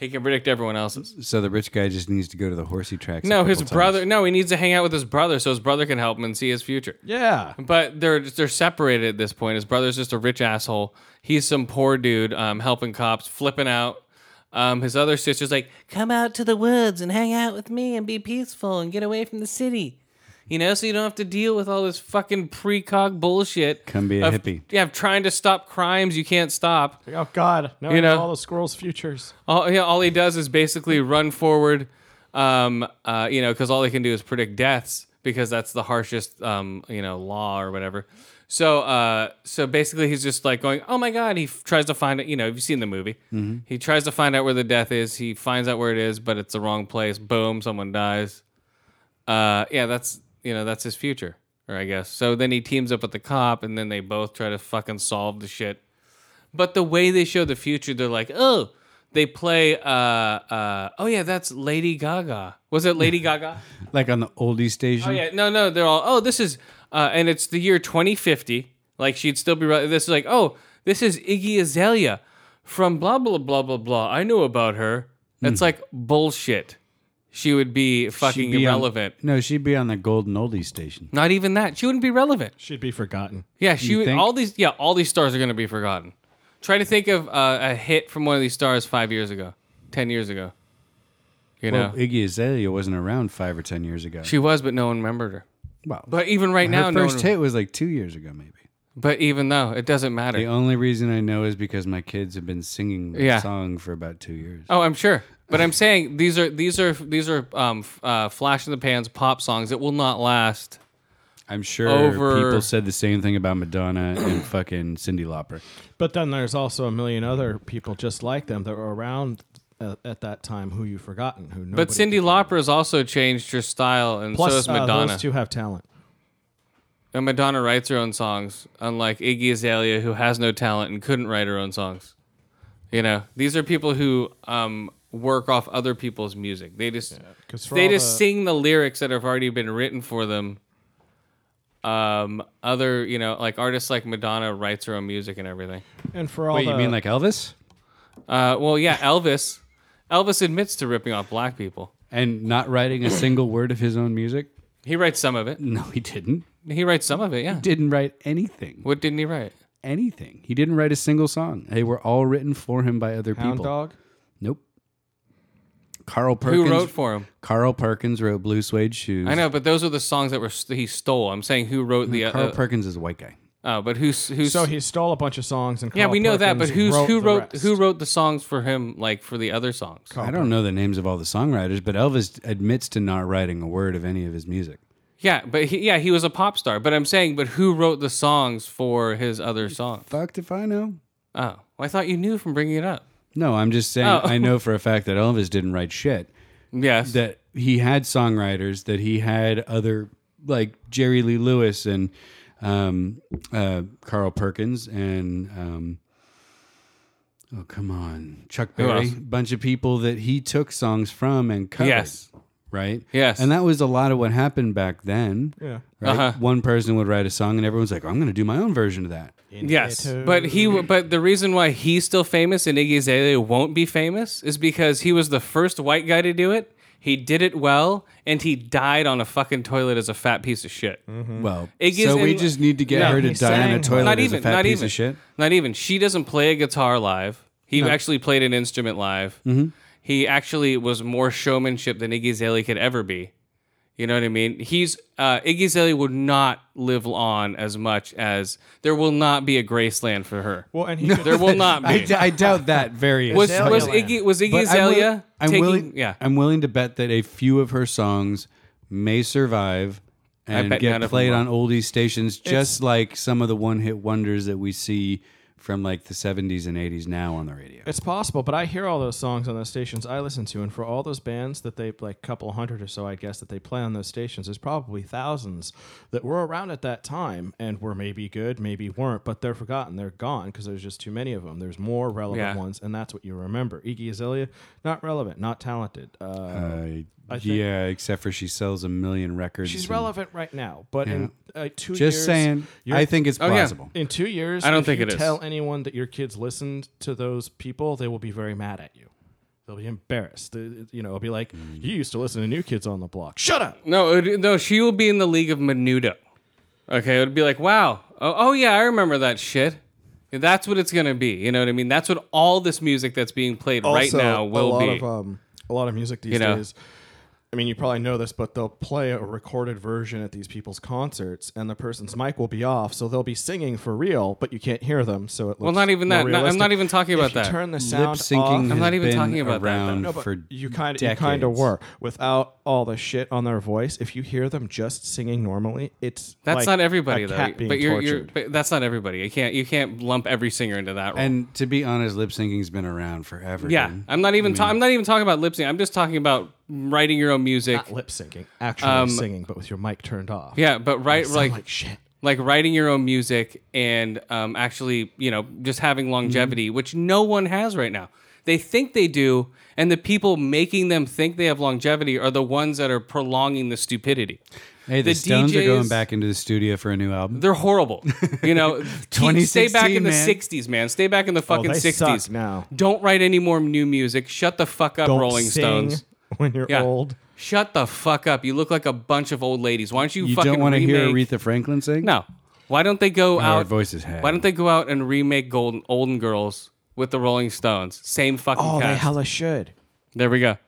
He can predict everyone else's.
So the rich guy just needs to go to the horsey tracks. a
No,
couple
his
times.
brother. No, he needs to hang out with his brother so his brother can help him and see his future.
yeah.
But they're they're separated at this point. His brother's just a rich asshole. He's some poor dude um, helping cops, flipping out. Um, his other sister's like, "Come out to the woods and hang out with me and be peaceful and get away from the city." You know, so you don't have to deal with all this fucking precog bullshit.
Come be a
of-
hippie.
Yeah, of trying to stop crimes you can't stop.
Oh God! Now
You
you know
know.
all the squirrels' futures.
All, yeah, all he does is basically run forward, um, uh, you know, because all he can do is predict deaths because that's the harshest, um, you know, law or whatever. So, uh, so basically, he's just like going, "Oh my god!" He f- tries to find it. You know, if you've seen the movie, he tries to find out where the death is. He finds out where it is, but it's the wrong place. Boom! Someone dies. Uh, yeah, that's you know, that's his future, or I guess. So then he teams up with the cop, and then they both try to fucking solve the shit. But the way they show the future, they're like, oh, they play. Uh, uh, oh yeah, that's Lady Gaga. Was it Lady Gaga?
Like on the oldie station.
Oh yeah, no, no, they're all. Oh, this is, uh, and it's the year 2050. Like she'd still be. re- This is like, oh, this is Iggy Azalea from blah blah blah blah blah. I knew about her. That's like bullshit. She would be fucking
Hmm. She'd be um, on-
irrelevant.
no, she'd be on the golden oldie station.
Not even that. She wouldn't be relevant.
Should be forgotten.
Yeah, she
You
would-
think?
all these yeah all these stars are gonna be forgotten. Try to think of uh, a hit from one of these stars five years ago, ten years ago. You
Well,
know,
Iggy Azalea wasn't around five or ten years ago.
she was, but no one remembered her.
well,
But even right
her
now, no
first
one,
hit was like two years ago, maybe.
But even though it doesn't matter.
The only reason I know is because my kids have been singing that
Yeah.
song for about two years.
oh, I'm sure. But I'm saying these are these are these are um, f- uh, flash in the pans pop songs that will not last.
I'm sure
Over-
people said the same thing about Madonna and fucking Cindy Lauper.
But then there's also a million other people just like them that were around at, at that time who you've forgotten. Who nobody
But Cindy Lauper has also changed her style, and
Plus,
so has
uh,
Madonna.
those two have talent.
And Madonna writes her own songs, unlike Iggy Azalea, who has no talent and couldn't write her own songs. You know, these are people who um, work off other people's music. They just
'cause for
they
all
just
the-
sing the lyrics that have already been written for them. Um, other you know, like artists like Madonna writes her own music and everything.
And for all
Wait,
the,
you mean like Elvis?
Uh, well, yeah, Elvis, Elvis admits to ripping off black people.
And not writing a single word of his own music?
He writes some of it.
No, he didn't.
He writes some of it. Yeah.
Didn't write anything.
What didn't he write?
Anything. He didn't write a single song. They were all written for him by other
Hound
people.
Dog,
Nope. Carl Perkins.
Who wrote for him?
Carl Perkins wrote Blue Suede Shoes.
I know, but those are the songs that were st- he stole. I'm saying who wrote the uh,
Carl
uh,
Perkins is a white guy.
oh, but who's who's
Mm, so he stole a bunch of songs and
yeah
Carl
we know that, but
Perkins
who's who
the
wrote
rest.
who wrote the songs for him like for the other songs?
I don't know the names of all the songwriters, but Elvis admits to not writing a word of any of his music.
Yeah, but he, yeah he was a pop star. But I'm saying, but who wrote the songs for his other songs? Oh,
Fucked if I know.
well, I thought you knew from bringing it up.
No, I'm just saying
Oh.
I know for a fact that Elvis didn't write shit.
Yes,
That he had songwriters, that he had other like Jerry Lee Lewis and um, uh, Carl Perkins and um, oh come on Chuck Berry,
else?
bunch of people that he took songs from and covered.
yes,
right?
Yes.
And that was a lot of what happened back then.
Yeah.
Right?
Uh-huh.
One person would write a song and everyone's like, "Oh, I'm going to do my own version of that.
yes. But he w- but the reason why he's still famous and Iggy Azalea won't be famous is because he was the first white guy to do it. He did it well, and he died on a fucking toilet as a fat piece of
Mm.
shit.
Well,
Iggy's
so we
in-
just need to get
No,
her to
he
die on a
sang.
toilet
not
as
even,
a fat
not
piece
even,
of shit.
not even. She doesn't play a guitar live. He actually played an instrument live.
Mm-hmm.
He actually was more showmanship than Iggy Azalea could ever be. You know what I mean? He's uh, Iggy Azalea would not live on as much as there will not be a Graceland for her.
Well, and he could-
there will not be.
I, d- I doubt that very.
was
much.
was
Azalea.
Iggy was Iggy
But I'm wi-
Azalea
I'm,
taking?
willing.
yeah,
I'm willing to bet that a few of her songs may survive and
bet none
get
of them
played
will.
on oldie stations, just like some of the one-hit wonders that we see from like the '70s and '80s now on the radio.
It's possible, but I hear all those songs on those stations I listen to, and for all those bands that they like, couple hundred or so, I guess that they play on those stations, there's probably thousands that were around at that time and were maybe good, maybe weren't, but they're forgotten, they're gone because there's just too many of them. There's more relevant
Yeah.
ones, and that's what you remember. Iggy Azalea, not relevant, not talented. Uh,
Uh,
think-
yeah, except for she sells a million records.
she's
and-
relevant right now, but in uh, two years,
Just saying,
you're-
I think it's
Oh, yeah.
plausible.
in two years,
I don't
if
think
you
it is.
Tell anyone that your kids listened to those people, they will be very mad at you. They'll be embarrassed. They- you know, it'll be like
Mm.
you used to listen to New Kids on the Block. Shut up.
no, it- no. She will be in the league of Menudo. Okay, it would be like, wow, oh, oh yeah, I remember that shit. That's what it's gonna be. You know what I mean? That's what all this music that's being played right now
a
will
lot
be.
of um, a lot of music these
You know?
days. I mean, you probably know this, but they'll play a recorded version at these people's concerts, and the person's mic will be off, so they'll be singing for real, but you can't hear them. So it looks
Well, not even that.
more
Not- I'm
realistic.
not even talking
If
about
you
that.
Turn the sound
Lip syncing.
off.
I'm not
has
even
been
talking about that, though.
around
No,
but
for
you kind of you kind of
decades.
were without all the shit on their voice. If you hear them just singing normally, it's
That's
like
not everybody
a
though.
cat being
But you're, you're
tortured.
but that's not everybody. You can't you can't lump every singer into that role.
And to be honest, lip syncing's been around forever.
yeah,
dude.
I'm not even ta- I'm not even talking about lip sync. I'm just talking about writing your own music.
not lip syncing, actually singing, but with your mic turned off.
Um, yeah, but
You
right
sound
like
like, shit.
like writing your own music and um, actually you know just having longevity, which no one has right now. They think they do, and the people making them think they have longevity are the ones that are prolonging the stupidity.
Hey, the,
the
Stones are going
DJs
back into the studio for a new album.
They're horrible. You know, Te- stay back in the
2016,
60s,
man.
man. Stay back in the fucking
they
60s.
suck now.
Don't write any more new music. Shut the fuck up,
Don't
Rolling
sing
Stones.
when you're
Yeah.
old.
Shut the fuck up. You look like a bunch of old ladies. Why don't you,
You
fucking
don't want to hear
remake-
Aretha Franklin sing?
No. Why don't they go
Our
out
voices have.
Why don't they go out and remake Golden Olden Girls with the Rolling Stones? Same fucking
Oh, they
cast.
hella should.
there we go.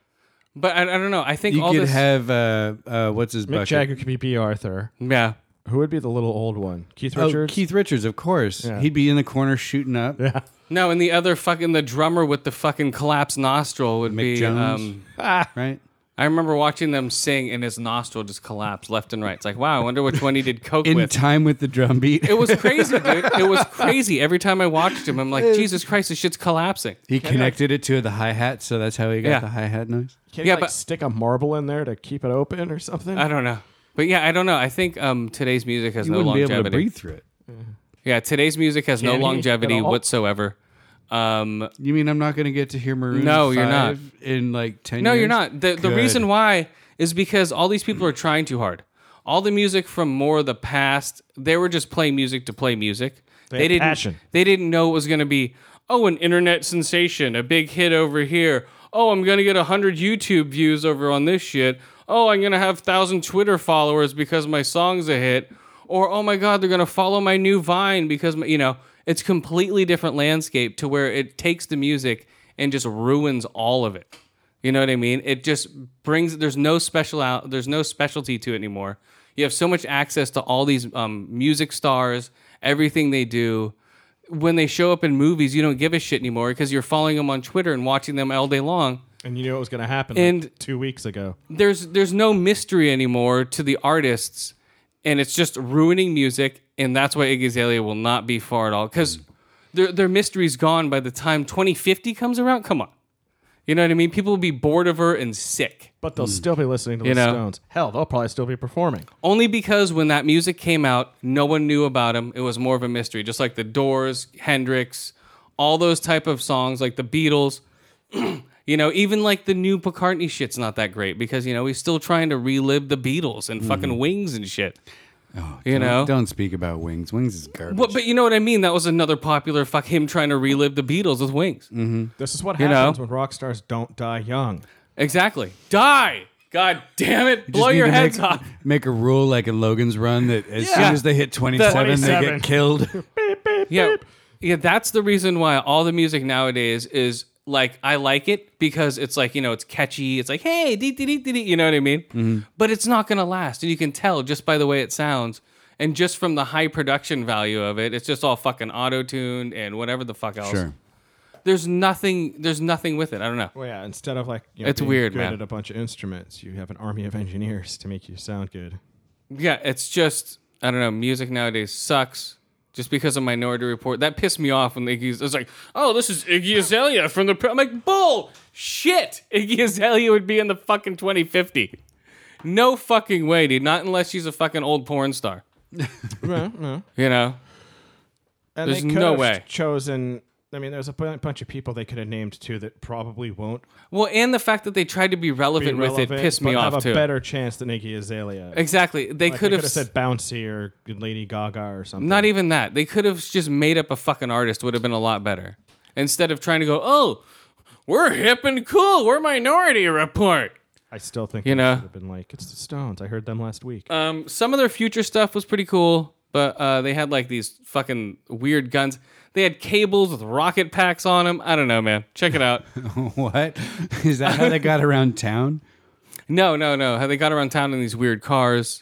But I, I don't know. I think
You
all
could
this
have uh, uh, what's his
Mick
bucket?
Jagger could be B. Arthur.
Yeah.
Who would be the little old one? Keith
Oh,
Richards.
Keith Richards, of course. He'd be in the corner shooting up. Yeah.
No, and the other fucking the drummer with the fucking collapsed nostril would be
Jones.
um
Right.
I remember watching them sing, and his nostril just collapsed left and right. It's like, wow, I wonder which one he did coke
In
with.
time with the drum beat.
it was crazy, dude. It was crazy. Every time I watched him, I'm like, Jesus Christ, this shit's collapsing.
he connected it to the hi hat, so that's how he got
Yeah.
the hi hat noise.
Can
yeah,
you like,
but-
stick a marble in there to keep it open or something?
I don't know, but yeah, I don't know. I think um, today's music has
You
no
wouldn't be
longevity.
able to breathe through it.
Yeah, today's music has
Can
no
he
longevity
at all?
whatsoever. Um,
You mean I'm not going to get to hear Maroon?
No, you're not.
5 In like ten.
no, you're
years?
not. The, the
Good.
reason why is because all these people are trying too hard. All the music from more of the past, they were just playing music to play music. They,
had
didn't.
passion.
They didn't know it was going to be oh an internet sensation, a big hit over here. Oh, I'm going to get hundred YouTube views over on this shit. Oh, I'm going to have thousand Twitter followers because my song's a hit. Or oh my God, they're going to follow my new Vine because my, you know it's completely different landscape to where it takes the music and just ruins all of it. You know what I mean? It just brings there's no special out there's no specialty to it anymore. You have so much access to all these um, music stars, everything they do. When they show up in movies, you don't give a shit anymore because you're following them on Twitter and watching them all day long.
And you knew it was going to happen like,
And-
two weeks ago.
There's there's no mystery anymore to the artists, and it's just ruining music. And that's why Iggy Azalea will not be far at all because their their mystery's gone by the time 2050 comes around. Come on, you know what I mean? People will be bored of her and sick.
But they'll still be listening to
Hmm. You
the
know? Oh.
Stones. Hell, they'll probably still be performing.
Only because when that music came out, no one knew about him. It was more of a mystery, just like the Doors, Hendrix, all those type of songs, like the Beatles. you know, even like the new McCartney shit's not that great because you know he's still trying to relive the Beatles and fucking Wings and shit. you
Mm-hmm. Oh, Don't-
know,
Don't speak about Wings. Wings is garbage.
But, but you know what I mean. That was another popular fuck
Mm-hmm.
him trying to relive the Beatles with Wings.
This is what
You know?
happens when rock stars don't die young.
Exactly. Die. God damn it. Blow
Just need
your
to
heads
make,
off.
Make a rule like in Logan's Run that as
Yeah.
soon as they hit 27, they
27.
get killed.
Yeah. Yeah, that's the reason why all the music nowadays is like I like it because it's like, you know, it's catchy. It's like, hey, dee dee dee dee dee, you know what I mean? But it's not going to last. And you can tell just by the way it sounds and just from the high production value of it. It's just all fucking auto-tuned and whatever the fuck else.
Sure.
There's nothing there's nothing with it. I don't know.
Well, yeah. Instead of like you know,
Oh, It's
being
weird,
good
man.
at a bunch of instruments, you have an army of engineers to make you sound good.
Yeah, it's just I don't know. Music nowadays sucks. Just because of Minority Report, that pissed me off when they used. It's like, oh, this is Iggy Azalea from the. Pro-" I'm like, bull shit. Iggy Azalea would be in the fucking 2050. No fucking way, dude. Not unless she's a fucking old porn star. You know,
And
There's
they could
no
have
way.
Chosen. I mean, there's a bu- bunch of people they could have named too that probably won't
well, and the fact that they tried to be
be
relevant, with it
relevant,
pissed me
but
off
have
too.
a better chance than Iggy Azalea.
exactly, they
Like,
could
they
have
said Bouncy or Lady Gaga or something.
Not e- even that. They could have just made up a fucking artist would have been a lot better. Instead of trying to go, "Oh, we're hip and cool. We're minority report."
I still think
You
you
know?
know should have been like it's the Stones. I heard them last week.
Um some of their future stuff was pretty cool, but uh they had like these fucking weird guns. They had cables with rocket packs on them. I don't know, man. Check it out.
what? Is that how they got around town?
no, no, no. How they got around town in these weird cars.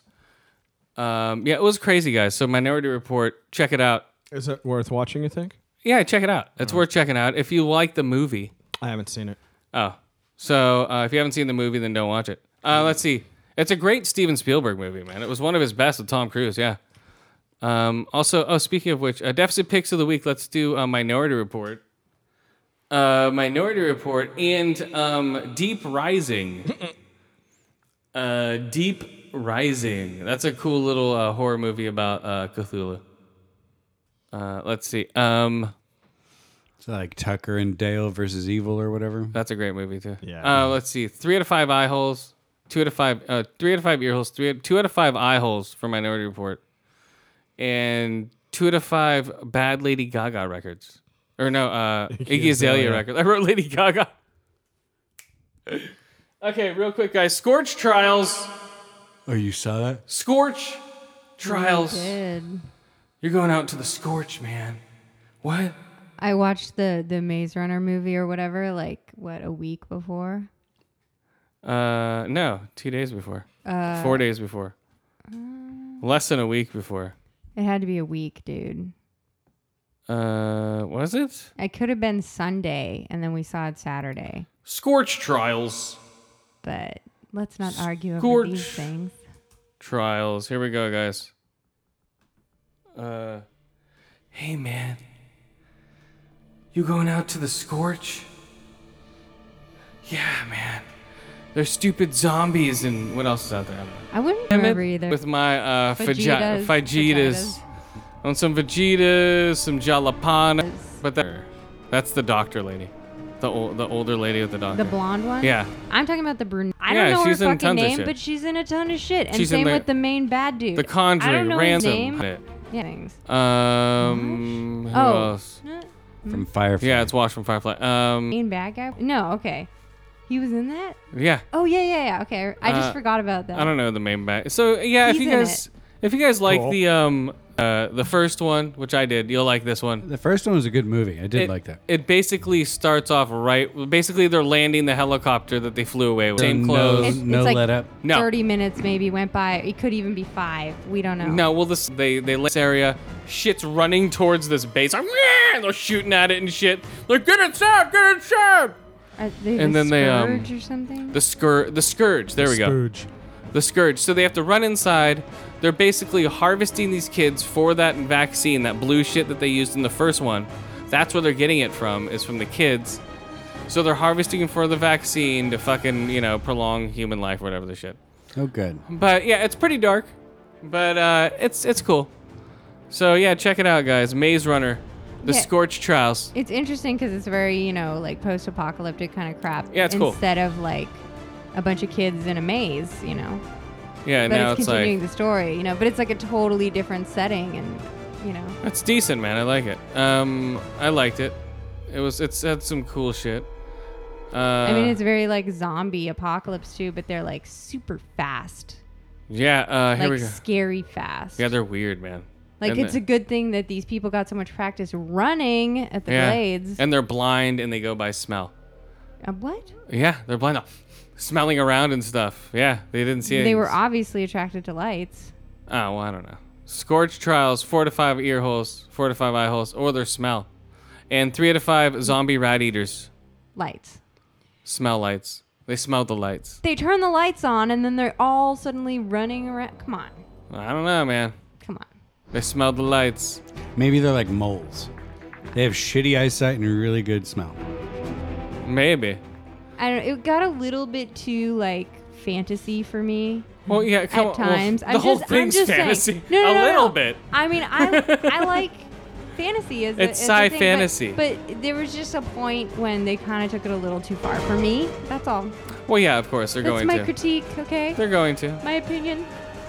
Um, yeah, it was crazy, guys. So Minority Report, check it out.
Is it worth watching? You think?
Yeah, check it out. It's worth checking out if you like the movie.
I haven't seen it.
Oh, so uh, if you haven't seen the movie, then don't watch it. Uh, let's see. It's a great Steven Spielberg movie, man. It was one of his best with Tom Cruise. Yeah. Um, also, oh, speaking of which, uh, deficit picks of the week. Let's do uh, Minority Report. Uh, Minority Report and um, Deep Rising. uh, Deep Rising. That's a cool little uh, horror movie about uh, Cthulhu. Uh, let's see. Um,
It's like Tucker and Dale versus Evil or whatever.
That's a great movie too.
Yeah.
Uh, let's see. Three out of five eye holes. Two out of five. Uh, three out of five ear holes. Three. Two out of five eye holes for Minority Report. And two out of five bad Lady Gaga records. Or no, uh, Iggy Azalea
Azalea.
records. I wrote Lady Gaga. okay, real quick, guys. Scorch Trials.
Oh, you saw that?
Scorch Trials.
Good.
You're going out to the scorch, man. What?
I watched the the Maze Runner movie or whatever like what a week before.
Uh, no, two days before. Four days before. Less than a week before.
It had to be a week, dude.
Uh, was it?
It could have been Sunday and then we saw it Saturday.
Scorch Trials.
But let's not argue
Scorch.
over these things.
Trials. Here we go, guys. Uh, hey man, you going out to the Scorch? Yeah, man. There's stupid zombies and what else is out there? I don't know.
I wouldn't
Damn it.
remember either.
With my uh, Fajitas. Fajitas.
Fajitas, fajitas.
On some Vegetas, some Jalapana. But that, that's the doctor lady. The, old, the older lady with the doctor.
the blonde one?
Yeah.
I'm talking about the brunette. I
Yeah,
don't know
she's in
her fucking
tons of
name,
shit.
but she's in a ton of shit. And
She's in
same
the-
with the main bad dude.
The Conjuring,
I don't know
Ransom.
His name.
It.
Yeah, things.
Um, who
Oh.
else?
From Firefly.
Yeah, it's Wash from Firefly. Um,
Main bad guy? No, okay. He was in that?
yeah,
Oh, yeah, yeah, yeah. Okay. I just
Uh,
forgot about that.
I don't know the main back. So yeah, if
He's
you
in
guys,
it.
if you guys like
Cool.
the um, uh, the first one, which I did, you'll like this one.
The first one was a good movie. I did like that.
It basically starts off right. Basically, they're landing the helicopter that they flew away with. Same
No-
clothes.
It's-
no
it's like
let up.
No.
30 minutes maybe went by. It could even be five. We don't know.
No, well, this they they land this area. Shit's running towards this base. I'm, and they're shooting at it and shit. They're get inside, get inside.
Are they
And
the
then they, um,
Scourge or something?
The scourge. The scourge. There we go.
Scrooge.
the scourge. So they have to run inside. They're basically harvesting these kids for that vaccine, that blue shit that they used in the first one. That's where they're getting it from, is from the kids. So they're harvesting for the vaccine to fucking, you know, prolong human life or whatever the shit.
Oh, good.
But yeah, it's pretty dark, but uh, it's it's cool. So yeah, check it out, guys. Maze Runner, The
Yeah.
Scorch Trials.
it's interesting because it's very, you know, like post apocalyptic kind of crap.
Yeah, it's cool.
Instead of like a bunch of kids in a maze, you know.
Yeah,
But
now
it's
it's,
continuing
like
the story, you know. But it's like a totally different setting and, you know.
it's decent, man. I like it. Um, I liked it. It was it's had some cool shit. Uh,
I mean, it's very like zombie apocalypse too, but they're like super fast,
yeah. Uh, here
like
we go.
scary fast.
Yeah, they're weird, man.
like
And
it's
the-
a good thing that these people got so much practice running at the
yeah.
blades.
and they're blind and they go by smell.
Uh, what?
Yeah, they're blind, smelling around and stuff. Yeah, they didn't see.
They
anything.
were obviously attracted to lights.
Oh, well, I don't know. Scorch trials, four to five ear holes, four to five eye holes, or their smell. And three out of five zombie rat eaters
Lights.
smell lights. They smell the lights.
They turn the lights on and then they're all suddenly running around. Come on.
I don't know, man.
Come on.
They smell the lights.
Maybe they're like moles. They have shitty eyesight and really good smell.
Maybe.
I don't It got a little bit too like fantasy for me
Well, yeah, come
at
on. well,
times.
the
I'm
whole
just, I'm
thing's
just
fantasy.
Saying. No, no,
a
no, no.
little bit.
I mean, I I like fantasy as a-
It's
as a thing, but-
sci-fantasy.
But, there was just a point when they kind of took it a little too far for me. That's all.
Well, yeah, of course they're
That's
going
my
to.
critique. Okay,
They're going to.
my opinion.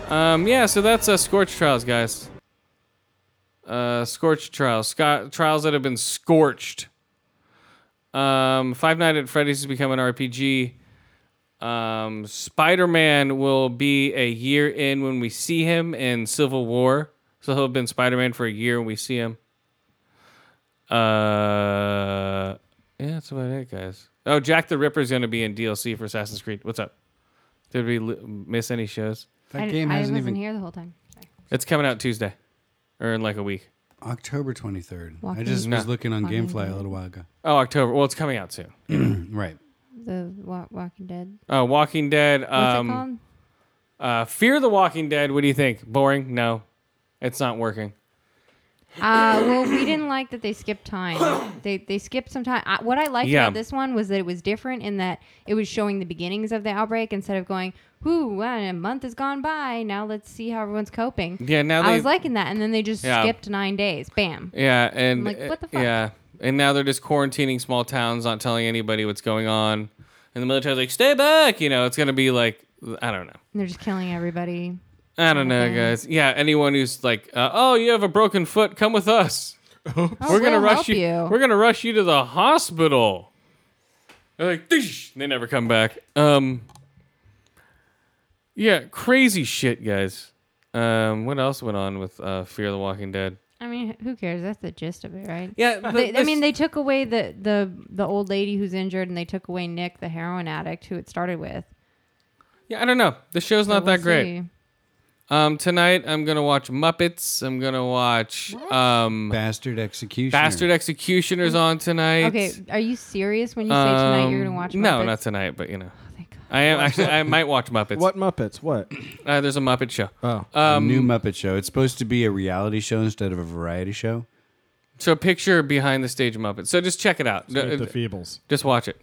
Um, yeah, so that's uh, scorch trials, guys. Uh, scorch trials, sco- trials that have been scorched. Um, Five Nights at Freddy's has become an RPG. Um, Spider Man will be a year in when we see him in Civil War, so he'll have been Spider Man for a year when we see him. Uh, yeah, that's about it, guys. Oh, Jack the Ripper's gonna be in DLC for Assassin's Creed. What's up? Did we l- miss any shows?
That
I,
game
I
hasn't
wasn't
even
here the whole time. Sorry.
It's coming out Tuesday, or in like a week.
October 23rd. I
Walking-
just was
No.
looking on
Walking
GameFly a
Dead.
little while ago.
Oh, October. Well, it's coming out soon.
Right.
The wa- Walking Dead.
Uh, Walking Dead.
What's
Um,
it called?
Uh, Fear the Walking Dead. What do you think? Boring? No, it's not working.
Uh, well, we didn't like that they skipped time. They they skipped some time. I, what I liked
Yeah.
about this one was that it was different in that it was showing the beginnings of the outbreak instead of going, "Whoo, well, a month has gone by. Now let's see how everyone's coping."
Yeah, now
I
they-
was liking that, and then they just
Yeah.
skipped nine days. Bam.
Yeah, and uh,
like, what the fuck?
yeah, and now they're just quarantining small towns, not telling anybody what's going on. And the military's like, "Stay back!" You know, it's gonna be like, I don't know.
And they're just killing everybody.
I don't know,
Okay.
guys. Yeah, anyone who's like, uh, "Oh, you have a broken foot. Come with us."
Oh,
we're gonna
we'll
rush
help
you. We're gonna rush you to the hospital. They're like, "Dish," and they never come back. Um, yeah, crazy shit, guys. Um, what else went on with uh, Fear the Walking Dead?
I mean, who cares? That's the gist of it, right?
Yeah,
They, I mean, they took away the, the the old lady who's injured, and they took away Nick, the heroin addict, who it started with.
yeah, I don't know. The show's
So
not that
we'll
great.
see.
Um, tonight I'm gonna watch Muppets. I'm gonna watch um,
Bastard Executioner.
Bastard Executioners on tonight.
Okay, are you serious when you say tonight you're
Um,
gonna watch? Muppets?
No, not tonight, but you know,
Oh, thank God.
I am actually. I might watch Muppets.
What Muppets? What?
Uh, there's a Muppet show.
Oh.
A
Um,
new Muppet Show. It's supposed to be a reality show instead of a variety show.
So picture behind the stage Muppet. So just check it out.
With
Uh,
the Feebles.
just watch it.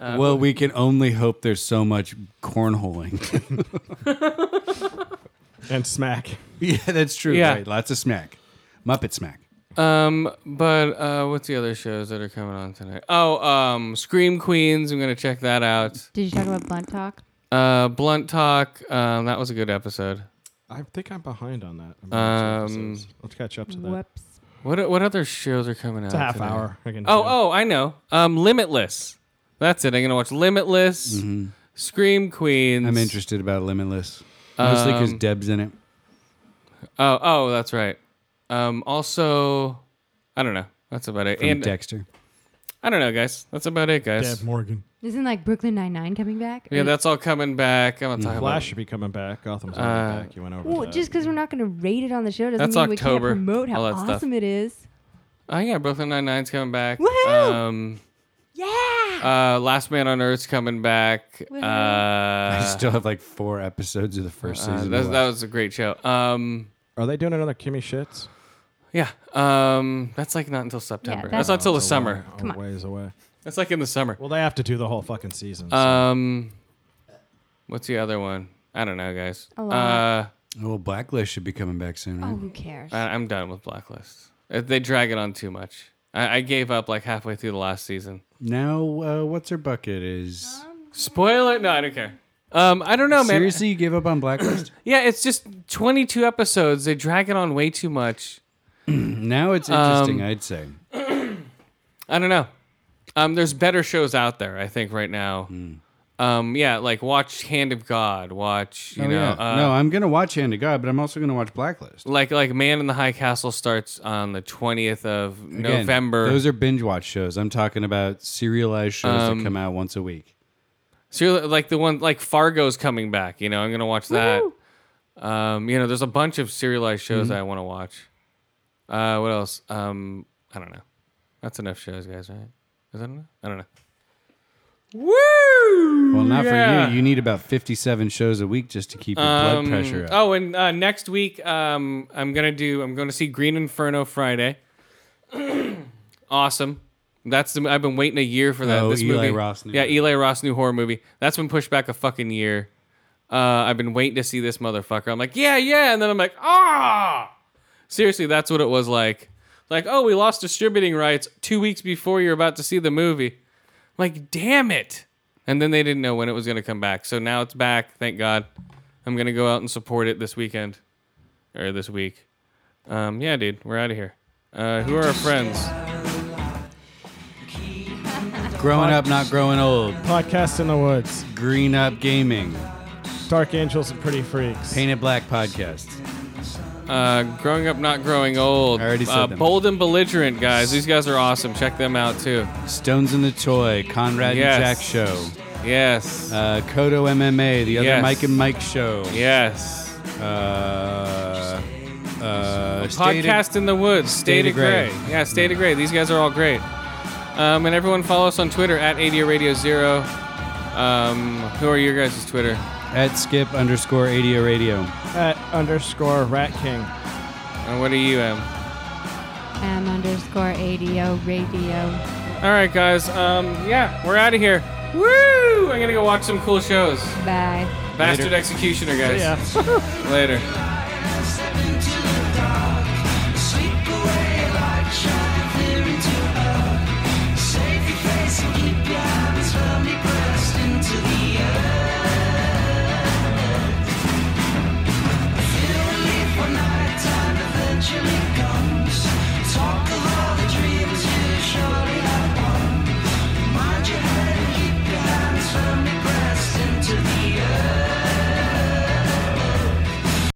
Uh,
well, we can only hope there's so much cornholing.
And Smack.
yeah, that's true.
Yeah.
Right. Lots of smack. Muppet smack.
Um, but uh, what's the other shows that are coming on tonight? Oh, um, Scream Queens. I'm gonna check that out.
Did you talk about blunt talk?
Uh, Blunt Talk. Um, that was a good episode.
I think I'm behind on that.
Um,
I'm behind on episodes. I'll catch up to that.
Whoops.
What what other shows are coming out?
It's a half
tonight?
hour. I can
Oh
do.
oh, I know. Um, Limitless. That's it. I'm gonna watch Limitless.
Mm-hmm.
Scream Queens.
I'm interested about Limitless. Mostly because
Um,
Deb's in it.
Oh oh, that's right. Um, also, I don't know. That's about it.
From
and
Dexter.
I don't know, guys. That's about it, guys.
Deb Morgan.
Isn't like Brooklyn Nine Nine coming back?
Yeah, that's all coming back. I'm not talking
Flash
about.
should be coming back. Gotham's coming back. You went over.
Well,
that.
just because we're not going to rate it on the show doesn't
That's
mean
October,
we can't promote how
all that
awesome
stuff.
it is.
Oh yeah, Brooklyn Nine Nine's coming back.
Woohoo!
Um,
Yeah.
uh, Last Man on Earth's coming back. Uh,
Woohoo.
I
uh,
still have like four episodes of the first season.
that,
left.
that was a great show. Um,
Are they doing another Kimmy Shits?
yeah. Um, that's like not until September. that's,
that's-
not until the
It's a
summer.
long-
Come
a
on.
ways away.
That's like in the summer.
Well, they have to do the whole fucking season. so-
Um, what's the other one? I don't know, guys.
A
Uh,
lot.
Oh, well, Blacklist should be coming back soon,
Oh,
right?
who cares?
I, I'm done with Blacklist. Uh, They drag it on too much. I, I gave up like halfway through the last season.
Now, uh, what's her bucket is.
Spoiler? No, I don't care. Um, I don't know, man.
Seriously, you gave up on Blacklist?
Yeah, it's just 22 episodes. They drag it on way too much.
now it's interesting,
Um,
I'd say.
I don't know. Um, there's better shows out there, I think, right now.
Hmm.
Um, yeah, like watch Hand of God, watch you
Oh,
know,
yeah.
uh,
no, I'm gonna watch Hand of God, but I'm also gonna watch Blacklist.
like like Man in the High Castle starts on the twentieth of
Again,
November.
Those are binge watch shows. I'm talking about serialized shows
Um,
that come out once a week.
So you're like the one like Fargo's coming back. You know, I'm gonna watch that. Um, you know, there's a bunch of serialized shows I want to watch. Uh, what else? Um, I don't know. That's enough shows, guys. Right? Is that enough? I don't know. Woo!
Well, not
Yeah.
for you. You need about 57 shows a week just to keep your blood pressure up.
Um, Oh, and uh, next week, um, I'm gonna do. I'm gonna see Green Inferno Friday. awesome. That's the. I've been waiting a year for that.
Oh,
this
Eli
movie.
Roth's new
yeah,
movie.
Eli Ross new horror movie. That's been pushed back a fucking year. Uh, I've been waiting to see this motherfucker. I'm like, yeah, yeah, and then I'm like, ah. Seriously, that's what it was like. Like, oh, we lost distributing rights two weeks before you're about to see the movie. I'm like, damn it. And then they didn't know when it was going to come back. So now it's back. Thank God. I'm going to go out and support it this weekend or this week. Um, yeah, dude, we're out of here. Uh, who are our friends?
Growing up, not growing old.
Podcast in the Woods,
Green Up Gaming.
Dark Angels and Pretty Freaks.
Painted Black Podcast.
Uh, growing up, not growing old.
I already said
uh,
them.
Bold and belligerent guys. These guys are awesome. Check them out too.
Stones in the Toy. Conrad
Yes.
and Jack Show.
Yes.
Uh, Kodo MMA. The other
Yes.
Mike and Mike Show.
yes.
Uh, uh, State of-
Podcast in the Woods, State,
State
of
of
Gray.
Gray.
Yeah, State of Gray. These guys are all great. Um, and everyone follow us on Twitter at ADO Radio Zero. Um, who are your guys' Twitter?
at skip underscore ADO radio.
At underscore Rat King.
And what are you, Em?
M underscore ADO radio.
All right, guys. Um, yeah, we're out of here. Woo! I'm going to go watch some cool shows.
Bye.
Bastard Executioner, guys.
Yeah.
Later.
Say